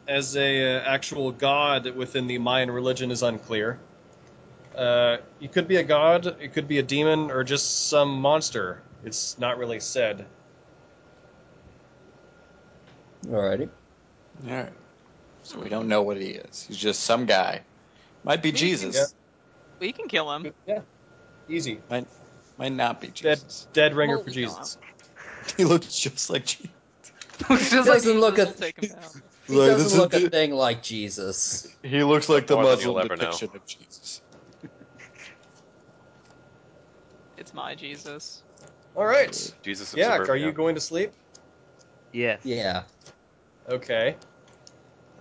C: as a uh, actual god within the Mayan religion is unclear. Uh, you could be a god, it could be a demon, or just some monster. It's not really said.
B: Alrighty.
D: All right. So we don't know what he is. He's just some guy. Might be Jesus.
C: Yeah.
E: We can kill him.
C: Yeah, easy.
D: Might not be
C: Dead,
D: Jesus.
C: dead ringer for
E: Holy
C: Jesus.
D: He looks just like Jesus.
E: Just like
B: Doesn't look
E: Jesus
B: a-
E: will take him down.
B: He
H: Like, this
B: doesn't
H: is
B: look a
H: the-
B: thing like Jesus.
H: He looks like the
A: More than
H: Muslim
A: you'll ever know.
H: depiction of Jesus.
E: It's my Jesus.
C: All right.
A: Jesus. in
C: Yak, are
A: suburbia.
C: you going to sleep?
F: Yes.
B: Yeah.
C: Okay.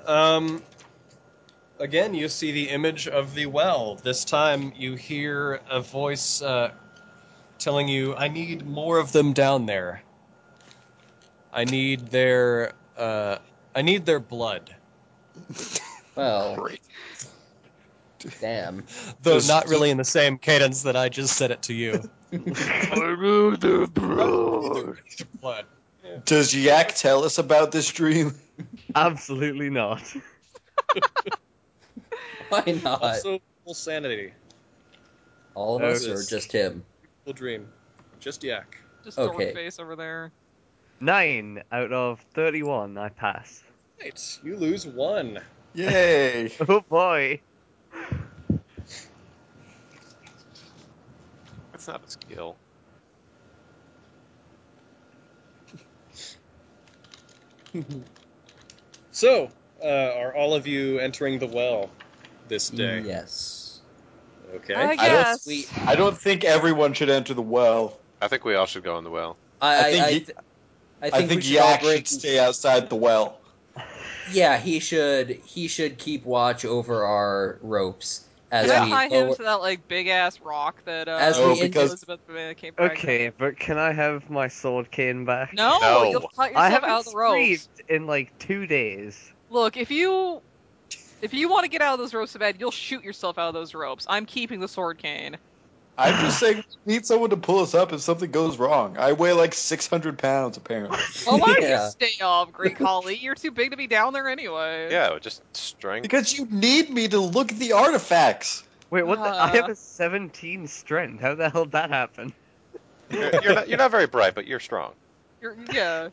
C: Um, again, you see the image of the well. This time, you hear a voice uh, telling you, "I need more of them down there. I need their, uh, I need their blood."
B: Well,
D: Great.
B: damn.
C: Though
D: Just-
C: not really in the same cadence that I just said it to you. blood.
D: Does Yak tell us about this dream?
F: Absolutely not.
B: Why not?
C: Also, full sanity.
B: All of us, or
C: Notice.
B: just him?
C: Full dream. Just yak.
E: Just
B: Okay.
E: dork face over there.
F: Nine out of 31, I pass.
C: Right. You lose one.
D: Yay!
F: Oh boy.
A: That's not a skill.
C: So, uh, are all of you entering the well this day?
B: Yes.
C: Okay.
E: I
D: I don't-
E: guess.
B: Sweet.
D: I don't think everyone should enter the well.
A: I think we all should go in the well.
B: I, I,
D: I think
B: I,
D: he-
B: th- I
D: I think,
B: think, we should all
D: Yak
B: break.
D: should stay outside the well.
B: Yeah, he should. He should keep watch over our ropes as
E: Can I
B: we
E: tie him
B: lower-
E: to that like big ass rock that uh,
B: As
D: we in-
E: Elizabeth came back?
F: Okay, but can I have my sword cane back?
E: No,
A: No.
E: you'll cut
F: I
E: yourself
F: haven't
E: out of the ropes.
F: screamed in like two days.
E: Look, if you if you want to get out of those ropes so bad, you'll shoot yourself out of those ropes. I'm keeping the sword cane.
D: I'm just saying, we need someone to pull us up if something goes wrong. I weigh like 600 pounds, apparently.
E: Well, why don't
B: Yeah.
E: you stay up, Great Collie? You're too big to be down there anyway.
A: Yeah, just strength.
D: Because you need me to look at the artifacts.
F: Wait, what? the- I
E: Uh.
F: have a 17 strength. How the hell did that happen?
A: You're, you're not, you're not very bright, but you're strong.
E: You're, yeah.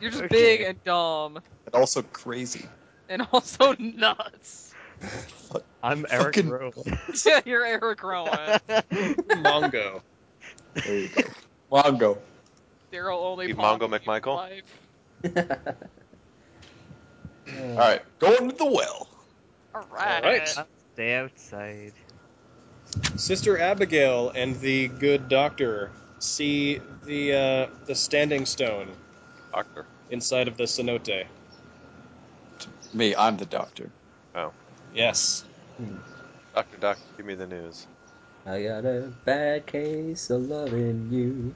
E: You're just
F: Okay.
E: big and dumb
D: And also crazy.
E: and also nuts.
F: I'm Eric
D: Fucking-
F: Rowe.
E: Yeah, you're Eric Rowan.
C: Mongo.
D: There you go. Mongo.
E: Daryl only
A: Steve
E: Pond
A: Mongo
E: in
A: McMichael?
E: life.
B: Mm.
D: All right, go into the well.
E: All
C: All
E: right.
C: right.
F: Stay outside.
C: Sister Abigail and the good doctor see the uh, the standing stone
A: Doctor.
C: inside of the cenote.
D: Me, I'm the doctor.
C: Yes.
A: Doctor, doctor, give me the news.
B: I got a bad case of loving you.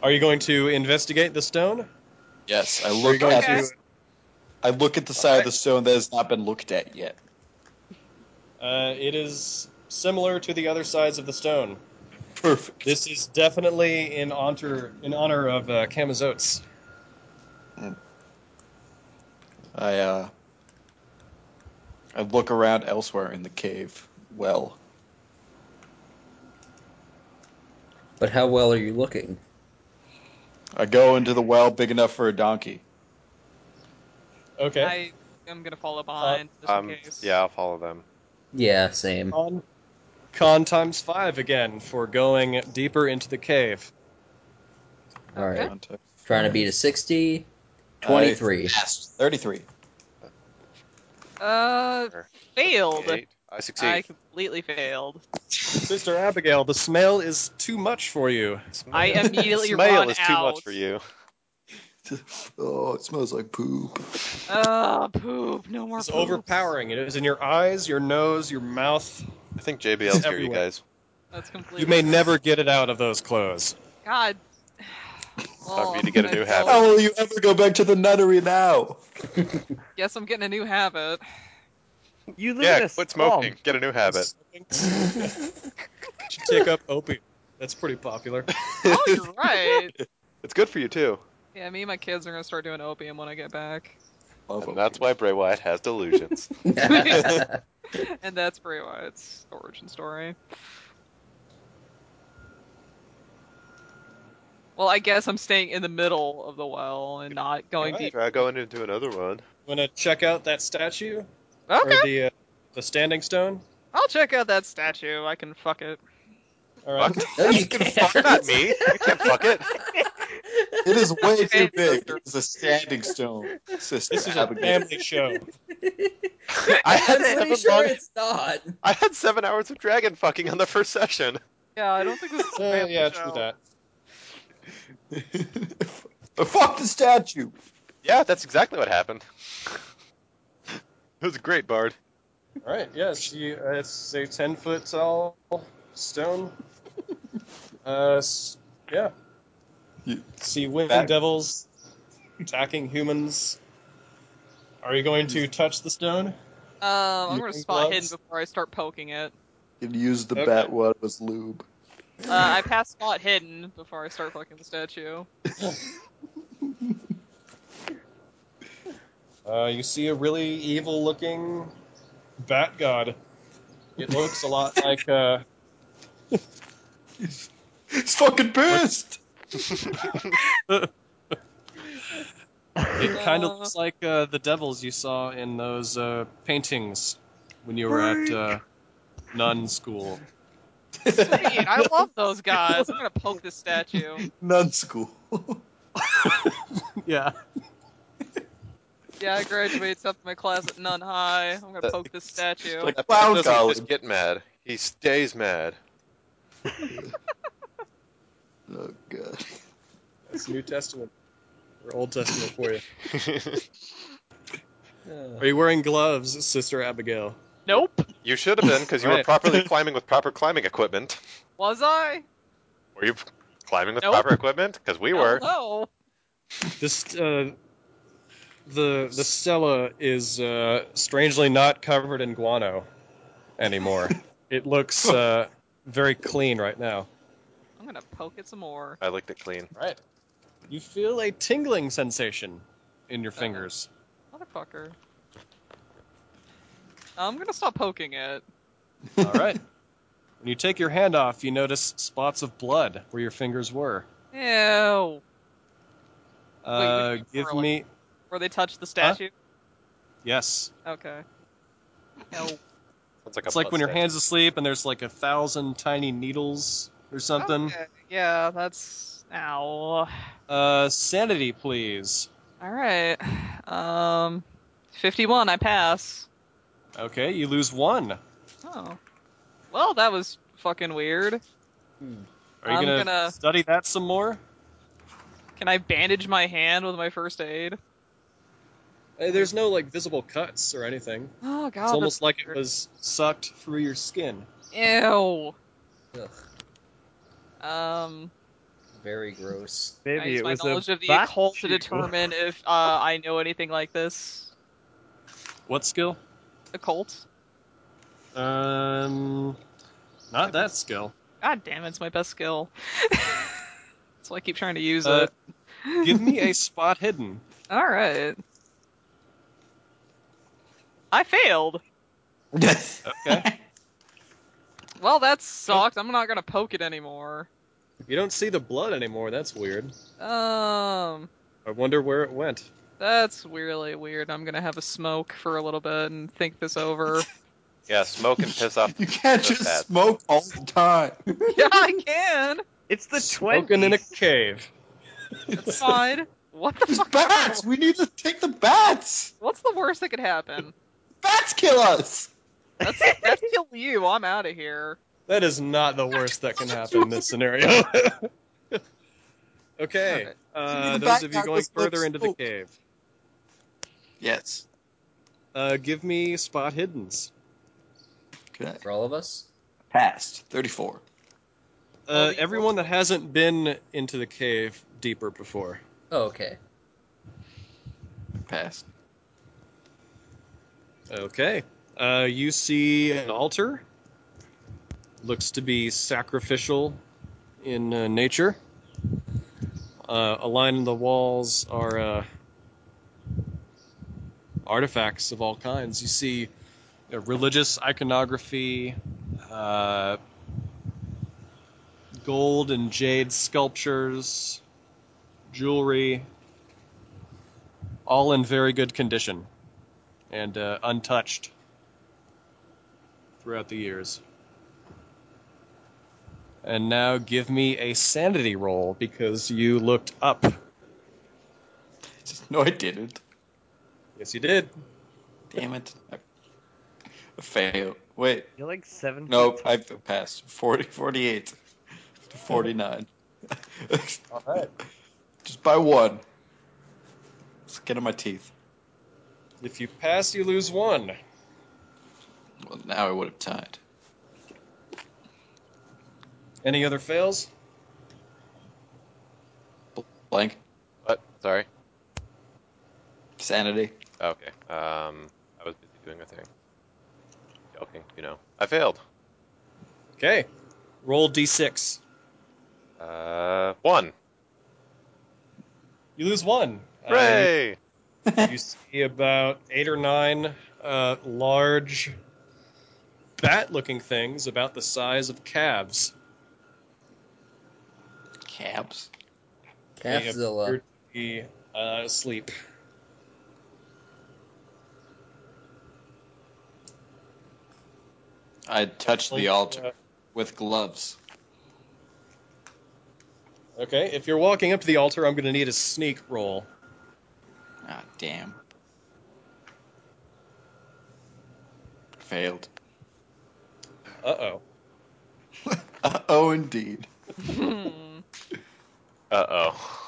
C: Are you going to investigate the stone?
D: Yes, I
C: We're
D: look
C: going
D: at
E: Okay.
C: to.
D: I look at the side of the stone that has not been looked at yet.
C: Uh, it is similar to the other sides of the stone.
D: Perfect.
C: This is definitely in honor in honor of uh, Camazotes.
D: I uh, I look around elsewhere in the cave. Well,
B: But how well are you looking?
D: I go into the well big enough for a donkey.
C: Okay.
E: I am gonna follow behind just in
A: Uh, Um,
E: case.
A: yeah, I'll follow them.
B: Yeah, same.
C: On con times five again for going deeper into the cave.
B: All right.
D: Contact.
B: Trying to beat a 60. 23.
D: I passed. Thirty-three.
E: Uh, failed.
A: Eight. I succeed.
E: I completely failed.
C: Sister Abigail, the smell is too much for you.
E: I immediately
A: Smile
E: run
A: is too
E: out.
A: much for you.
D: Oh, it smells like poop.
E: Uh, poop. No more
C: It's
E: poop.
C: overpowering. It is in your eyes, your nose, your mouth.
A: I think JBL's here, you
C: everywhere.
A: guys.
E: That's completely.
C: You may never get it out of those clothes.
E: God.
A: Time for you to get a
E: Oh,
A: new
E: my
A: habit.
E: God.
D: How will you ever go back to the nunnery now?
E: Guess I'm getting a new habit.
F: You live in
A: Yeah,
F: a
A: quit
F: swamp.
C: Oh.
A: smoking. Get a new habit.
C: should take up opium. That's pretty popular.
E: Oh, you're right.
A: It's good for you too,
E: Yeah, me and my kids are gonna start doing opium when I get back,
G: Love
A: and that's why Bray Wyatt has delusions.
E: and that's Bray Wyatt's origin story. Well, I guess I'm staying in the middle of the well and not going deep.
A: Try going into another one.
C: Want to check out that statue
E: Okay,
C: or the uh, the standing stone?
E: I'll check out that statue. I can fuck it.
C: All right.
A: Fuck.
B: No, you
A: Fuck, not
B: can't.
A: me. You can't fuck it.
G: It is way too
E: Standing
G: big.
E: stone.
G: It's a standing stone, Sister
C: This is a
G: Abigail.
C: family show.
A: I
B: I'm
A: had
B: pretty
A: seven
B: sure
A: long-
B: it's not.
A: I had seven hours of dragon fucking on the first session.
E: Yeah, I don't think this is a
C: Uh,
E: family
C: yeah,
E: show.
C: true that.
G: Fuck the statue.
A: Yeah, that's exactly what happened. It was great, Bard.
C: All right. Yes, you, uh, it's a ten foot tall stone. Uh, s- yeah.
G: You-
C: See wind
G: That-
C: devils attacking humans. Are you going to touch the stone?
E: Um, I'm
G: You
E: gonna
C: think
E: spot
C: gloves?
E: hidden before I start poking it.
G: You can use the
C: Okay.
G: bat what was lube.
E: Uh, I pass spot hidden before I start poking the statue.
C: Uh, you see a really evil looking bat god. It looks a lot like uh,
G: It's fucking pissed.
C: It kind
E: Uh.
C: of looks like uh, the devils you saw in those uh, paintings when you were at uh, nun school.
E: Sweet, I love those guys. I'm gonna poke this statue.
G: Nun school.
D: Oh,
C: Yeah.
E: Yeah, I graduated seventh my class at Nun High. I'm gonna poke this statue.
G: Like
A: That
G: clown
A: doesn't
G: college.
A: just get mad. He stays mad.
G: Oh god.
C: That's New Testament. Or Old Testament for you. Are you wearing gloves, Sister Abigail?
E: Nope.
A: you should have been because you were
C: Right.
A: properly climbing with proper climbing equipment.
E: Was I?
A: Were you climbing with
E: Nope.
A: proper equipment? Because we were.
E: No.
C: This, uh, the, the stela is uh, strangely not covered in guano anymore. it looks uh, very clean right now.
E: I'm gonna poke it some more.
A: I licked it clean.
C: Right. You feel a tingling sensation in your fingers.
E: Motherfucker. I'm gonna stop poking it.
C: All right. When you take your hand off, you notice spots of blood where your fingers were.
E: Ew.
C: Uh,
E: which
C: give
E: were, like-
C: me
E: Where they touched the statue?
C: yes.
E: Okay. No.
A: Sounds like a
C: It's like
A: blood
C: when your
A: stain.
C: hand's asleep and there's like a thousand tiny needles or something.
E: Okay. Yeah, that's. Ow.
C: Uh, sanity, please.
E: All right. Um, 51. I pass.
C: Okay, you lose one.
E: Oh. Well, that was fucking weird.
C: Are you
E: I'm
C: gonna,
E: gonna-
C: study that some more?
E: Can I bandage my hand with my first aid?
C: Uh, there's no like visible cuts or anything.
E: Oh god.
C: it's almost
E: that's
C: like it
E: weird.
C: was sucked through your skin.
E: Ew.
B: Ugh,
E: Um,
B: very gross.
E: I
F: Maybe
E: use
F: it
E: my
F: was
E: knowledge
F: a
E: of the
F: bat
E: occult to
F: shoe.
E: determine if uh, I know anything like this.
C: What skill?
E: Occult.
C: Um, not that skill.
E: God damn, it's my best skill. so I keep trying to use
C: Uh,
E: it.
C: give me a spot hidden.
E: All right. I failed.
C: Okay.
E: Well, that sucked. I'm not gonna poke it anymore.
C: You don't see the blood anymore. That's weird.
E: Um,
C: I wonder where it went.
E: that's really weird. I'm gonna have a smoke for a little bit and think this over.
A: Yeah, smoke and piss off.
G: You can't
A: That's
G: just
A: bad.
G: smoke all the time.
E: yeah, I can.
F: It's the
C: Smoking in a
F: 20s.
C: cave.
E: That's fine. What the
G: There's
E: fuck?
G: bats. We need to take the bats.
E: What's the worst that could happen?
G: Bats kill us.
E: That's that's kill you. I'm out of here.
C: That is not the worst that can happen in this scenario. okay.
E: Alright.
G: The
C: Uh, those of you
G: backpack
C: going
G: was like
C: further into the
G: smoke.
C: cave,
G: Yes.
C: uh, give me spot hiddens.
G: Okay.
B: For all of us?
G: Passed. Thirty-four.
E: Well,
C: Uh,
E: the-
C: everyone that hasn't been into the cave deeper before.
B: Oh, okay.
G: Pass.
C: Okay. Uh, you see an altar. Looks to be sacrificial in uh, nature. Uh, aligned in the walls are uh, artifacts of all kinds. You see uh, religious iconography, uh, gold and jade sculptures, jewelry, all in very good condition and uh, untouched throughout the years. And now give me a sanity roll because you looked up.
G: No, I didn't.
C: Yes, you did.
G: Damn it. I I failed. Wait.
F: You're like seven.
G: Nope,
F: feet tall.
G: I've passed. 40, 48 to 49.
C: All right.
G: Just by one. Skin of my teeth.
C: If you pass, you lose one.
G: Well, now I would have tied.
C: Any other fails?
G: Blank.
A: What? Sorry.
G: Sanity.
A: Okay. Um, I was busy doing a thing. Joking, you know. I failed.
C: Okay. Roll d6.
A: Uh, one.
C: You lose one. Uh,
A: Hooray!
C: you see about eight or nine uh, large bat looking things about the size of calves.
G: Cabs.
C: They
B: Capzilla.
C: appear to be, uh, asleep.
G: I touched the altar
C: Uh,
G: with gloves.
C: okay, if you're walking up to the altar, I'm going to need a sneak roll.
G: Ah, damn. Failed.
C: Uh oh.
G: oh, indeed.
A: Uh oh.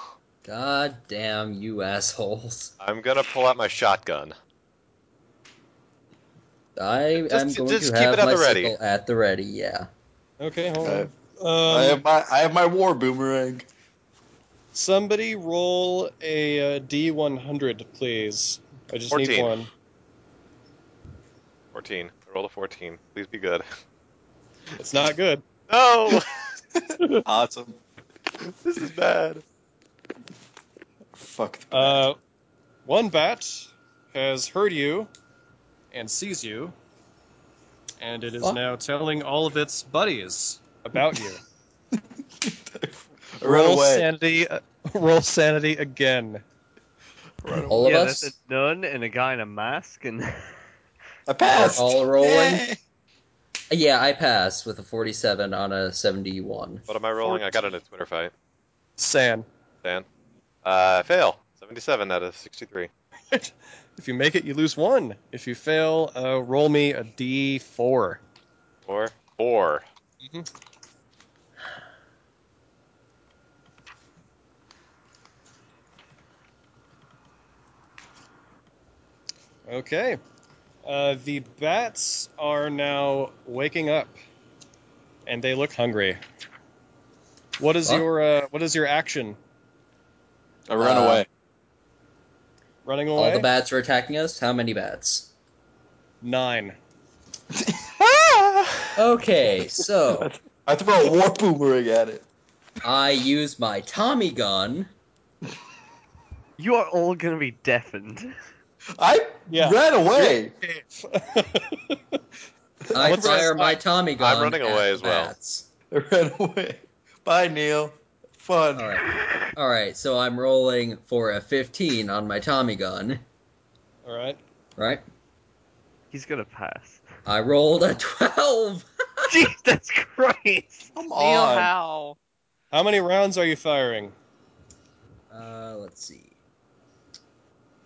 B: God damn you assholes.
A: I'm gonna pull out my shotgun.
B: I
A: Just-
B: am going
A: just
B: to
A: keep
B: have
A: it at
B: my
A: the ready.
B: sickle at the ready, yeah.
C: Okay, hold
G: Uh,
C: on.
G: I
C: Um,
G: have my I have my war boomerang.
C: somebody roll a uh, D100, please. I just need
A: 14.
C: one.
A: 14. I rolled a 14. Please be good.
C: It's not good.
A: No!
G: Awesome.
A: this is bad.
G: Fuck. The
C: Uh, one bat has heard you and sees you, and it is
B: Fuck.
C: now telling all of its buddies about you.
G: I ran
C: roll
G: away.
C: sanity. uh, roll sanity again.
G: Run away.
B: All
F: yeah,
B: of us?
F: that's a nun and a guy in a mask, and
G: I passed.
B: all rolling?
G: Yay!
B: Yeah, I pass with a 47 on a 71.
A: What am I rolling? I got in a Twitter fight.
C: San,
A: Dan. Uh, fail. 77 out of 63.
C: if you make it, you lose one. If you fail, uh, roll me a D4.
A: Four. Four.
C: Okay. Uh, the bats are now waking up, and they look hungry. What is
B: Huh?
C: your uh, what is your action?
G: I run
B: Uh,
G: away.
C: Running
B: All
C: away.
B: Uh, the bats are attacking us? How many bats?
C: Nine.
B: Okay, so
G: I throw a war boomerang at it.
B: I use my Tommy gun.
F: you are all gonna be deafened.
G: I
C: Yeah.
G: ran away.
B: I
C: What's-
B: fire my Tommy gun.
A: running
B: at
A: away
B: the
A: as well.
B: Bats.
G: I ran away. Bye, Neil. Fun.
B: All right. All right, so I'm rolling for a 15 on my Tommy gun,
C: All right.
B: right?
F: He's gonna pass.
B: I rolled a 12.
F: Jesus Christ!
G: Come
E: Neil,
G: on.
E: how?
C: How many rounds are you firing?
B: Uh, let's see.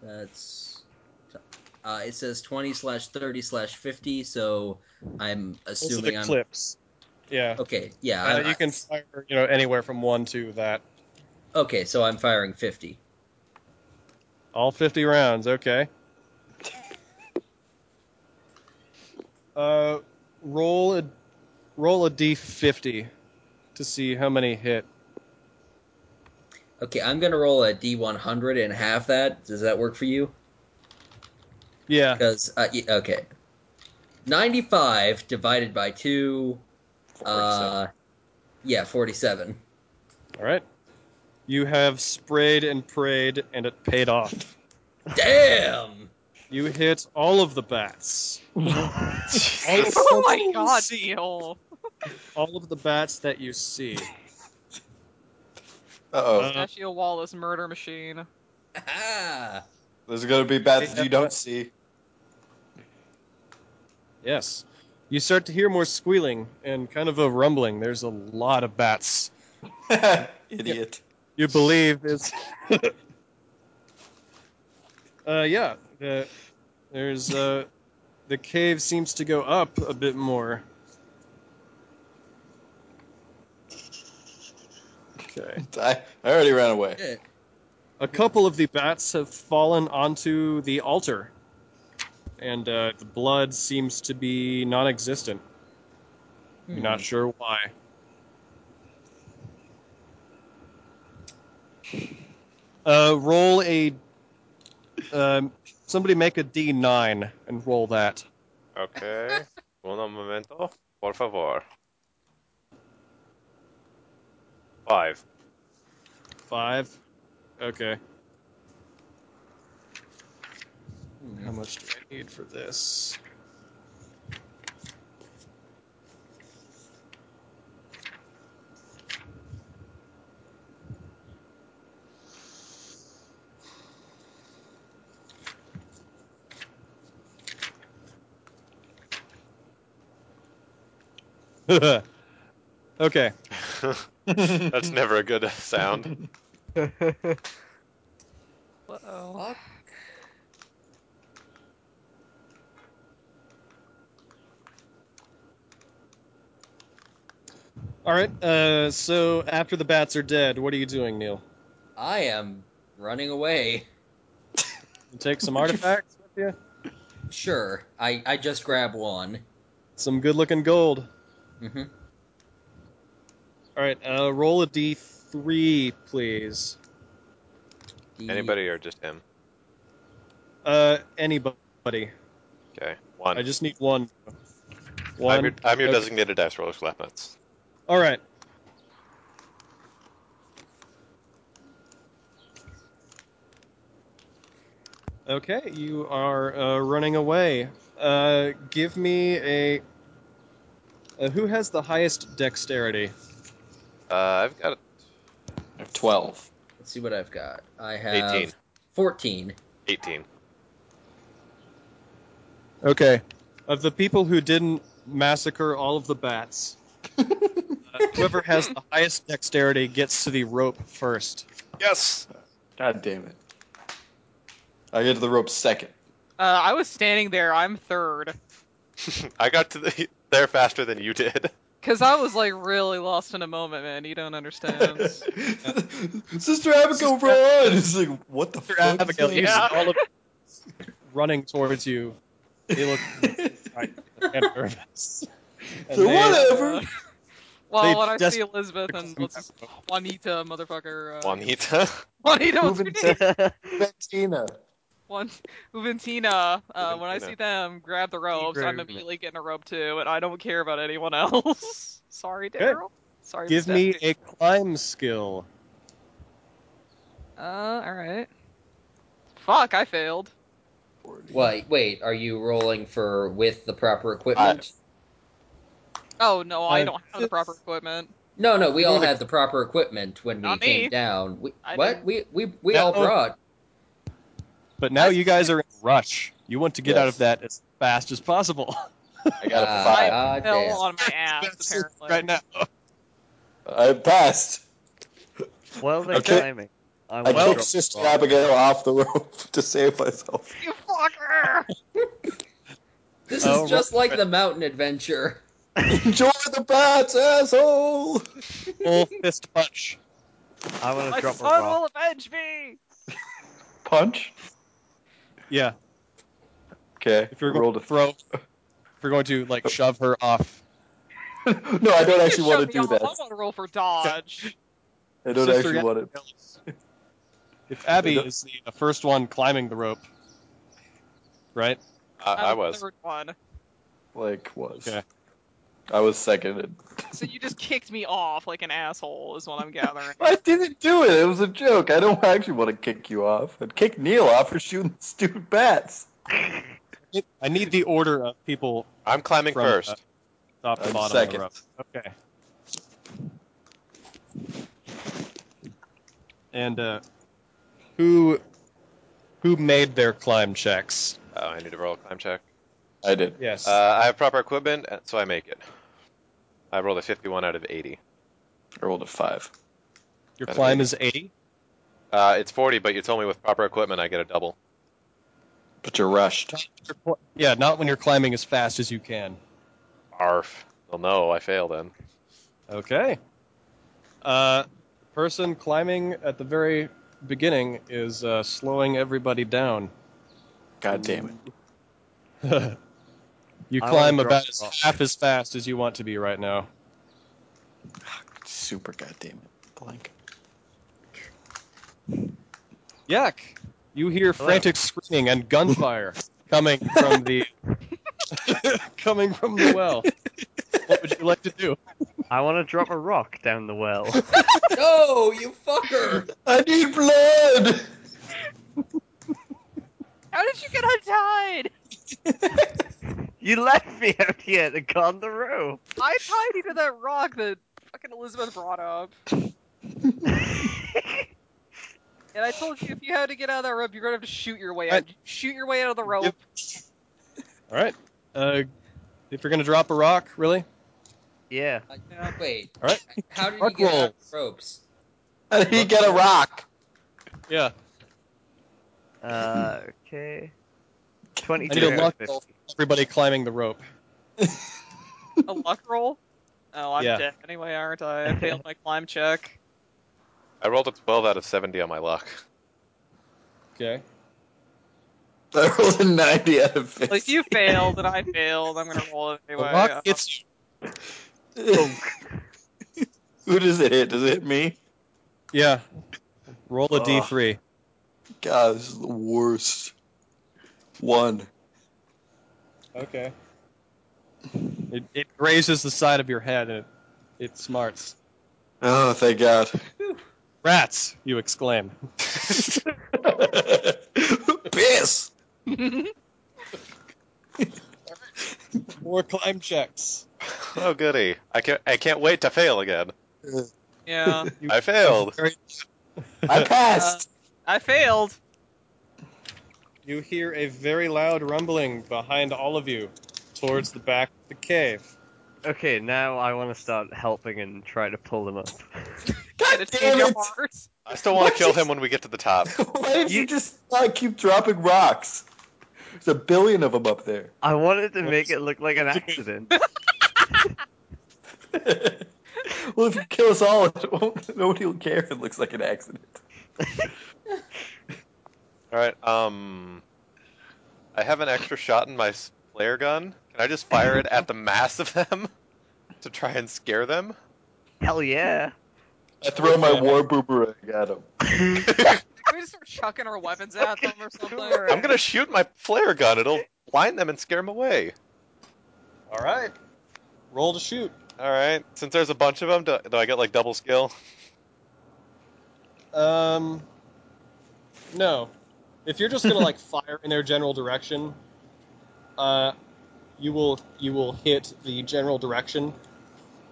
B: That's uh, it says 20 slash 30 slash 50, so I'm
C: Those are
B: assuming
C: the
B: I'm
C: clips. Yeah.
B: Okay, yeah.
C: Uh,
B: I'm-
C: you can fire, you know, anywhere from one to that.
B: Okay, so I'm firing 50.
C: All 50 rounds, okay. Uh, roll a roll a d50 to see how many hit.
B: Okay, I'm gonna roll a D100 and half that. Does that work for you?
C: Yeah.
B: Because uh, y- okay, 95 divided by two. Uh, yeah, 47.
C: All right. You have sprayed and prayed, and it paid off.
B: Damn.
C: You hit all of the bats. all, of
E: Oh my
C: them.
E: god, Neil.
C: All of the bats that you see.
G: Uh-oh.
C: Uh,
E: Pistachio Wallace murder machine.
B: Ah.
G: There's gonna be bats
E: uh,
C: Yeah.
G: you don't see.
C: Yes. You start to hear more squealing and kind of a rumbling. There's a lot of bats.
G: Idiot.
C: You believe is. uh, yeah. The, there's uh, the cave seems to go up a bit more. Okay.
G: I, I already ran away.
B: shit.
C: A couple of the bats have fallen onto the altar, and uh, the blood seems to be non-existent. You're not sure why. Uh, roll a. Um, somebody make a D9 and roll that.
A: Okay. Uno momento, por favor. Five.
C: Five. Okay. How much do I need for this? okay.
A: That's never a good sound.
E: Uh-oh.
C: All right. Uh, so after the bats are dead, what are you doing, Neil?
B: I am running away.
C: You take some artifacts with you.
B: Sure. I, I just grab one.
C: Some good-looking gold.
B: Mm-hmm.
C: All right. Uh, roll a d3, please.
A: Anybody or just him?
C: Uh, anybody.
A: Okay. One.
C: I just need one.
A: I'm your,
C: One.
A: I'm your
C: Okay.
A: designated dice roller, Slapnuts.
C: All right. Okay, you are uh, running away. Uh, give me a. Uh, who has the highest dexterity?
A: Uh, I've got
G: Twelve.
B: Let's see what I've got. I have
A: 18.
B: 14.
A: 18.
C: Okay. Of the people who didn't massacre all of the bats, uh, whoever has the highest dexterity gets to the rope first.
A: Yes!
G: God damn it. I get to the rope second.
E: Uh, I was standing there. I'm third.
A: I got to the, there faster than you did.
E: Because I was like really lost in a moment, man. You don't understand.
G: Sister Abigail, run! It's like, what the
C: Sister
G: fuck?
C: Abigail, you see
E: Yeah.
C: all of running towards you. They look right, and nervous. And
G: So
C: they-
G: whatever.
E: Uh, well,
C: They
E: when I
C: just-
E: see Elizabeth and what's his- Juanita, motherfucker. Uh,
A: Juanita.
E: Juanita, what's her name?
G: Bettina.
E: Juan- Juventina. Uh, when I
A: Juventina.
E: see them grab the ropes, I'm
C: Grab.
E: immediately getting a rope too, and I don't care about anyone else. Sorry,
C: Okay.
E: Daryl. Sorry,
C: Give
E: Miss
C: me
E: Daphne.
C: a climb skill.
E: Uh, all right. Fuck, I failed.
B: Wait, wait, are you rolling for with the proper equipment?
E: Oh no, I
C: Uh,
E: don't have the proper equipment.
B: no, no, we all
C: wanna-
B: had the proper equipment when we
E: Not
B: came
E: me.
B: down. We,
E: I
B: what?
E: didn't.
B: We we, we
C: No.
B: all brought.
C: But now
E: That's
C: you guys are in a rush. You want to get out
G: Yes.
C: of that as fast as possible.
G: I got
B: Ah,
D: Uh,
G: a five.
B: God
E: Fell
B: damn.
E: on my ass, apparently.
C: right now.
G: I passed.
F: While they're
G: Okay.
F: climbing, I
G: I
F: want
G: kicked
F: to
G: Sister
F: drop
G: Abigail off the rope to save myself.
E: You fucker!
B: This
C: Oh,
B: is just like
C: right.
B: the mountain adventure.
G: Enjoy the bats, asshole!
C: Full fist punch.
F: I want
E: My
F: to drop a
E: son
F: rock.
E: will avenge me!
G: Punch.
C: Yeah,
G: Okay.
C: if you're
G: rolled
C: going
G: a
C: to throw, if you're going to like shove her off.
G: no, I don't actually
E: You
G: want
E: shut
G: to
E: me
G: do
E: off.
G: that.
E: I want to roll for dodge.
D: I don't
C: Sister
D: actually want it.
C: Abigail. If Abby
D: don't-
C: is the uh, first one climbing the rope, right?
A: I, I
E: I'm the
A: was.
E: third one.
D: Like was.
C: Okay.
D: I was seconded.
E: So you just kicked me off like an asshole, is what I'm gathering.
D: I didn't do it. It was a joke. I don't actually want to kick you off. I'd kick Neil off for shooting stupid bats.
C: I need the order of people
A: I'm climbing
C: From, uh,
A: first.
C: top to
D: I'm
C: bottom
D: second.
C: of the rope. Okay. And uh, who who made their climb checks?
A: oh, I need to roll a climb check.
D: I did.
C: Yes.
A: Uh, I have proper equipment, uh, so I make it. I rolled a 51 out of 80.
D: I rolled a five.
C: Your
A: that'd
C: climb
A: be-
C: is 80?
A: Uh, it's 40, but you told me with proper equipment I get a double.
D: But you're rushed.
C: Yeah, not when you're climbing as fast as you can.
A: Arf. Well, no, I fail then.
C: Okay. Uh, person climbing at the very beginning is uh, slowing everybody down.
D: God damn it.
C: you
F: I
C: climb
F: wanna
C: about
F: drop
C: as
F: the rock.
C: half as fast as you want to be right now.
D: Super goddamn it. Blank.
C: Yuck! You hear frantic screaming and gunfire coming from the coming from the well. What would you like to do?
F: I want to drop a rock down the well.
B: No, you fucker!
D: I need blood!
E: How did you get untied?
F: you left me out here to con the rope.
E: I tied you to that rock that fucking Elizabeth brought up. And I told you if you had to get out of that rope, you're gonna have to shoot your way out. Shoot your way out of the rope.
C: All right. Uh, if you're gonna drop a rock, really?
F: yeah.
E: Yeah.
B: Wait.
C: All right.
B: How did you
C: Rock
B: get
C: roll.
B: out of the ropes?
D: I need to get a rock.
C: Yeah.
F: Uh,
C: I
F: okay.
C: need
F: Twenty-two.
C: a
F: out of
C: luck roll.
F: 50.
C: Everybody climbing the rope.
E: A luck roll? Oh, I'm
C: Yeah.
E: dead anyway, aren't I? I failed my climb check.
A: I rolled a 12 out of 70 on my luck.
C: Okay.
D: I rolled a 90 out of 50.
E: Like you failed and I failed. I'm gonna roll it
C: The
E: anyway.
C: rock hits
D: Who does it hit? Does it hit me?
C: you. Yeah. Roll a
F: Ugh.
C: d3.
D: God, this is the worst. One.
C: Okay. It, it grazes the side of your head and it, it smarts.
D: Oh, thank God.
C: Rats! You exclaim.
D: Piss!
C: More climb checks.
A: Oh, goody. I can't, I can't wait to fail again.
E: yeah.
A: I failed.
D: I
E: Uh,
D: passed!
E: I failed.
C: You hear a very loud rumbling behind all of you towards the back of the cave.
F: Okay, now I want to start helping and try to pull them up.
E: God
D: damn it.
A: I still want to kill him when we get to the top.
D: Why did you, just uh, keep dropping rocks? There's a billion of them up there.
F: I wanted to make it look like an accident.
D: well, if you kill us all, it won't- nobody will care if it looks like an accident.
A: All right. Um, I have an extra shot in my s- flare gun. Can I just fire it at the mass of them to try and scare them?
F: Hell yeah.
D: I throw my war boomerang at him.
E: Can we just start chucking our weapons at them or something?
F: sure.
A: I'm gonna shoot my flare gun. It'll blind them and scare them away.
C: All right. Roll to shoot.
A: All right. Since there's a bunch of them, do, do I get like double skill?
C: Um, no. If you're just gonna like fire in their general direction, uh, you will you will hit the general direction.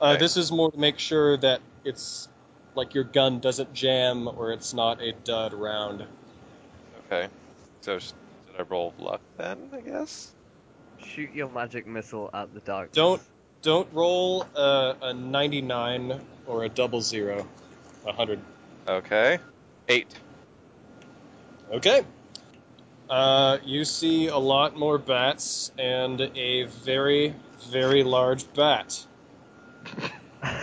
C: Uh,
A: Okay.
C: This is more to make sure that it's like your gun doesn't jam or it's not a dud round.
A: Okay. So sh- should I roll luck then? I guess.
F: Shoot your magic missile at the dark.
C: Don't don't roll uh, a 99 or a double zero, a hundred.
A: Okay. Eight.
C: Okay. Uh, you see a lot more bats and a very very large bat.
A: I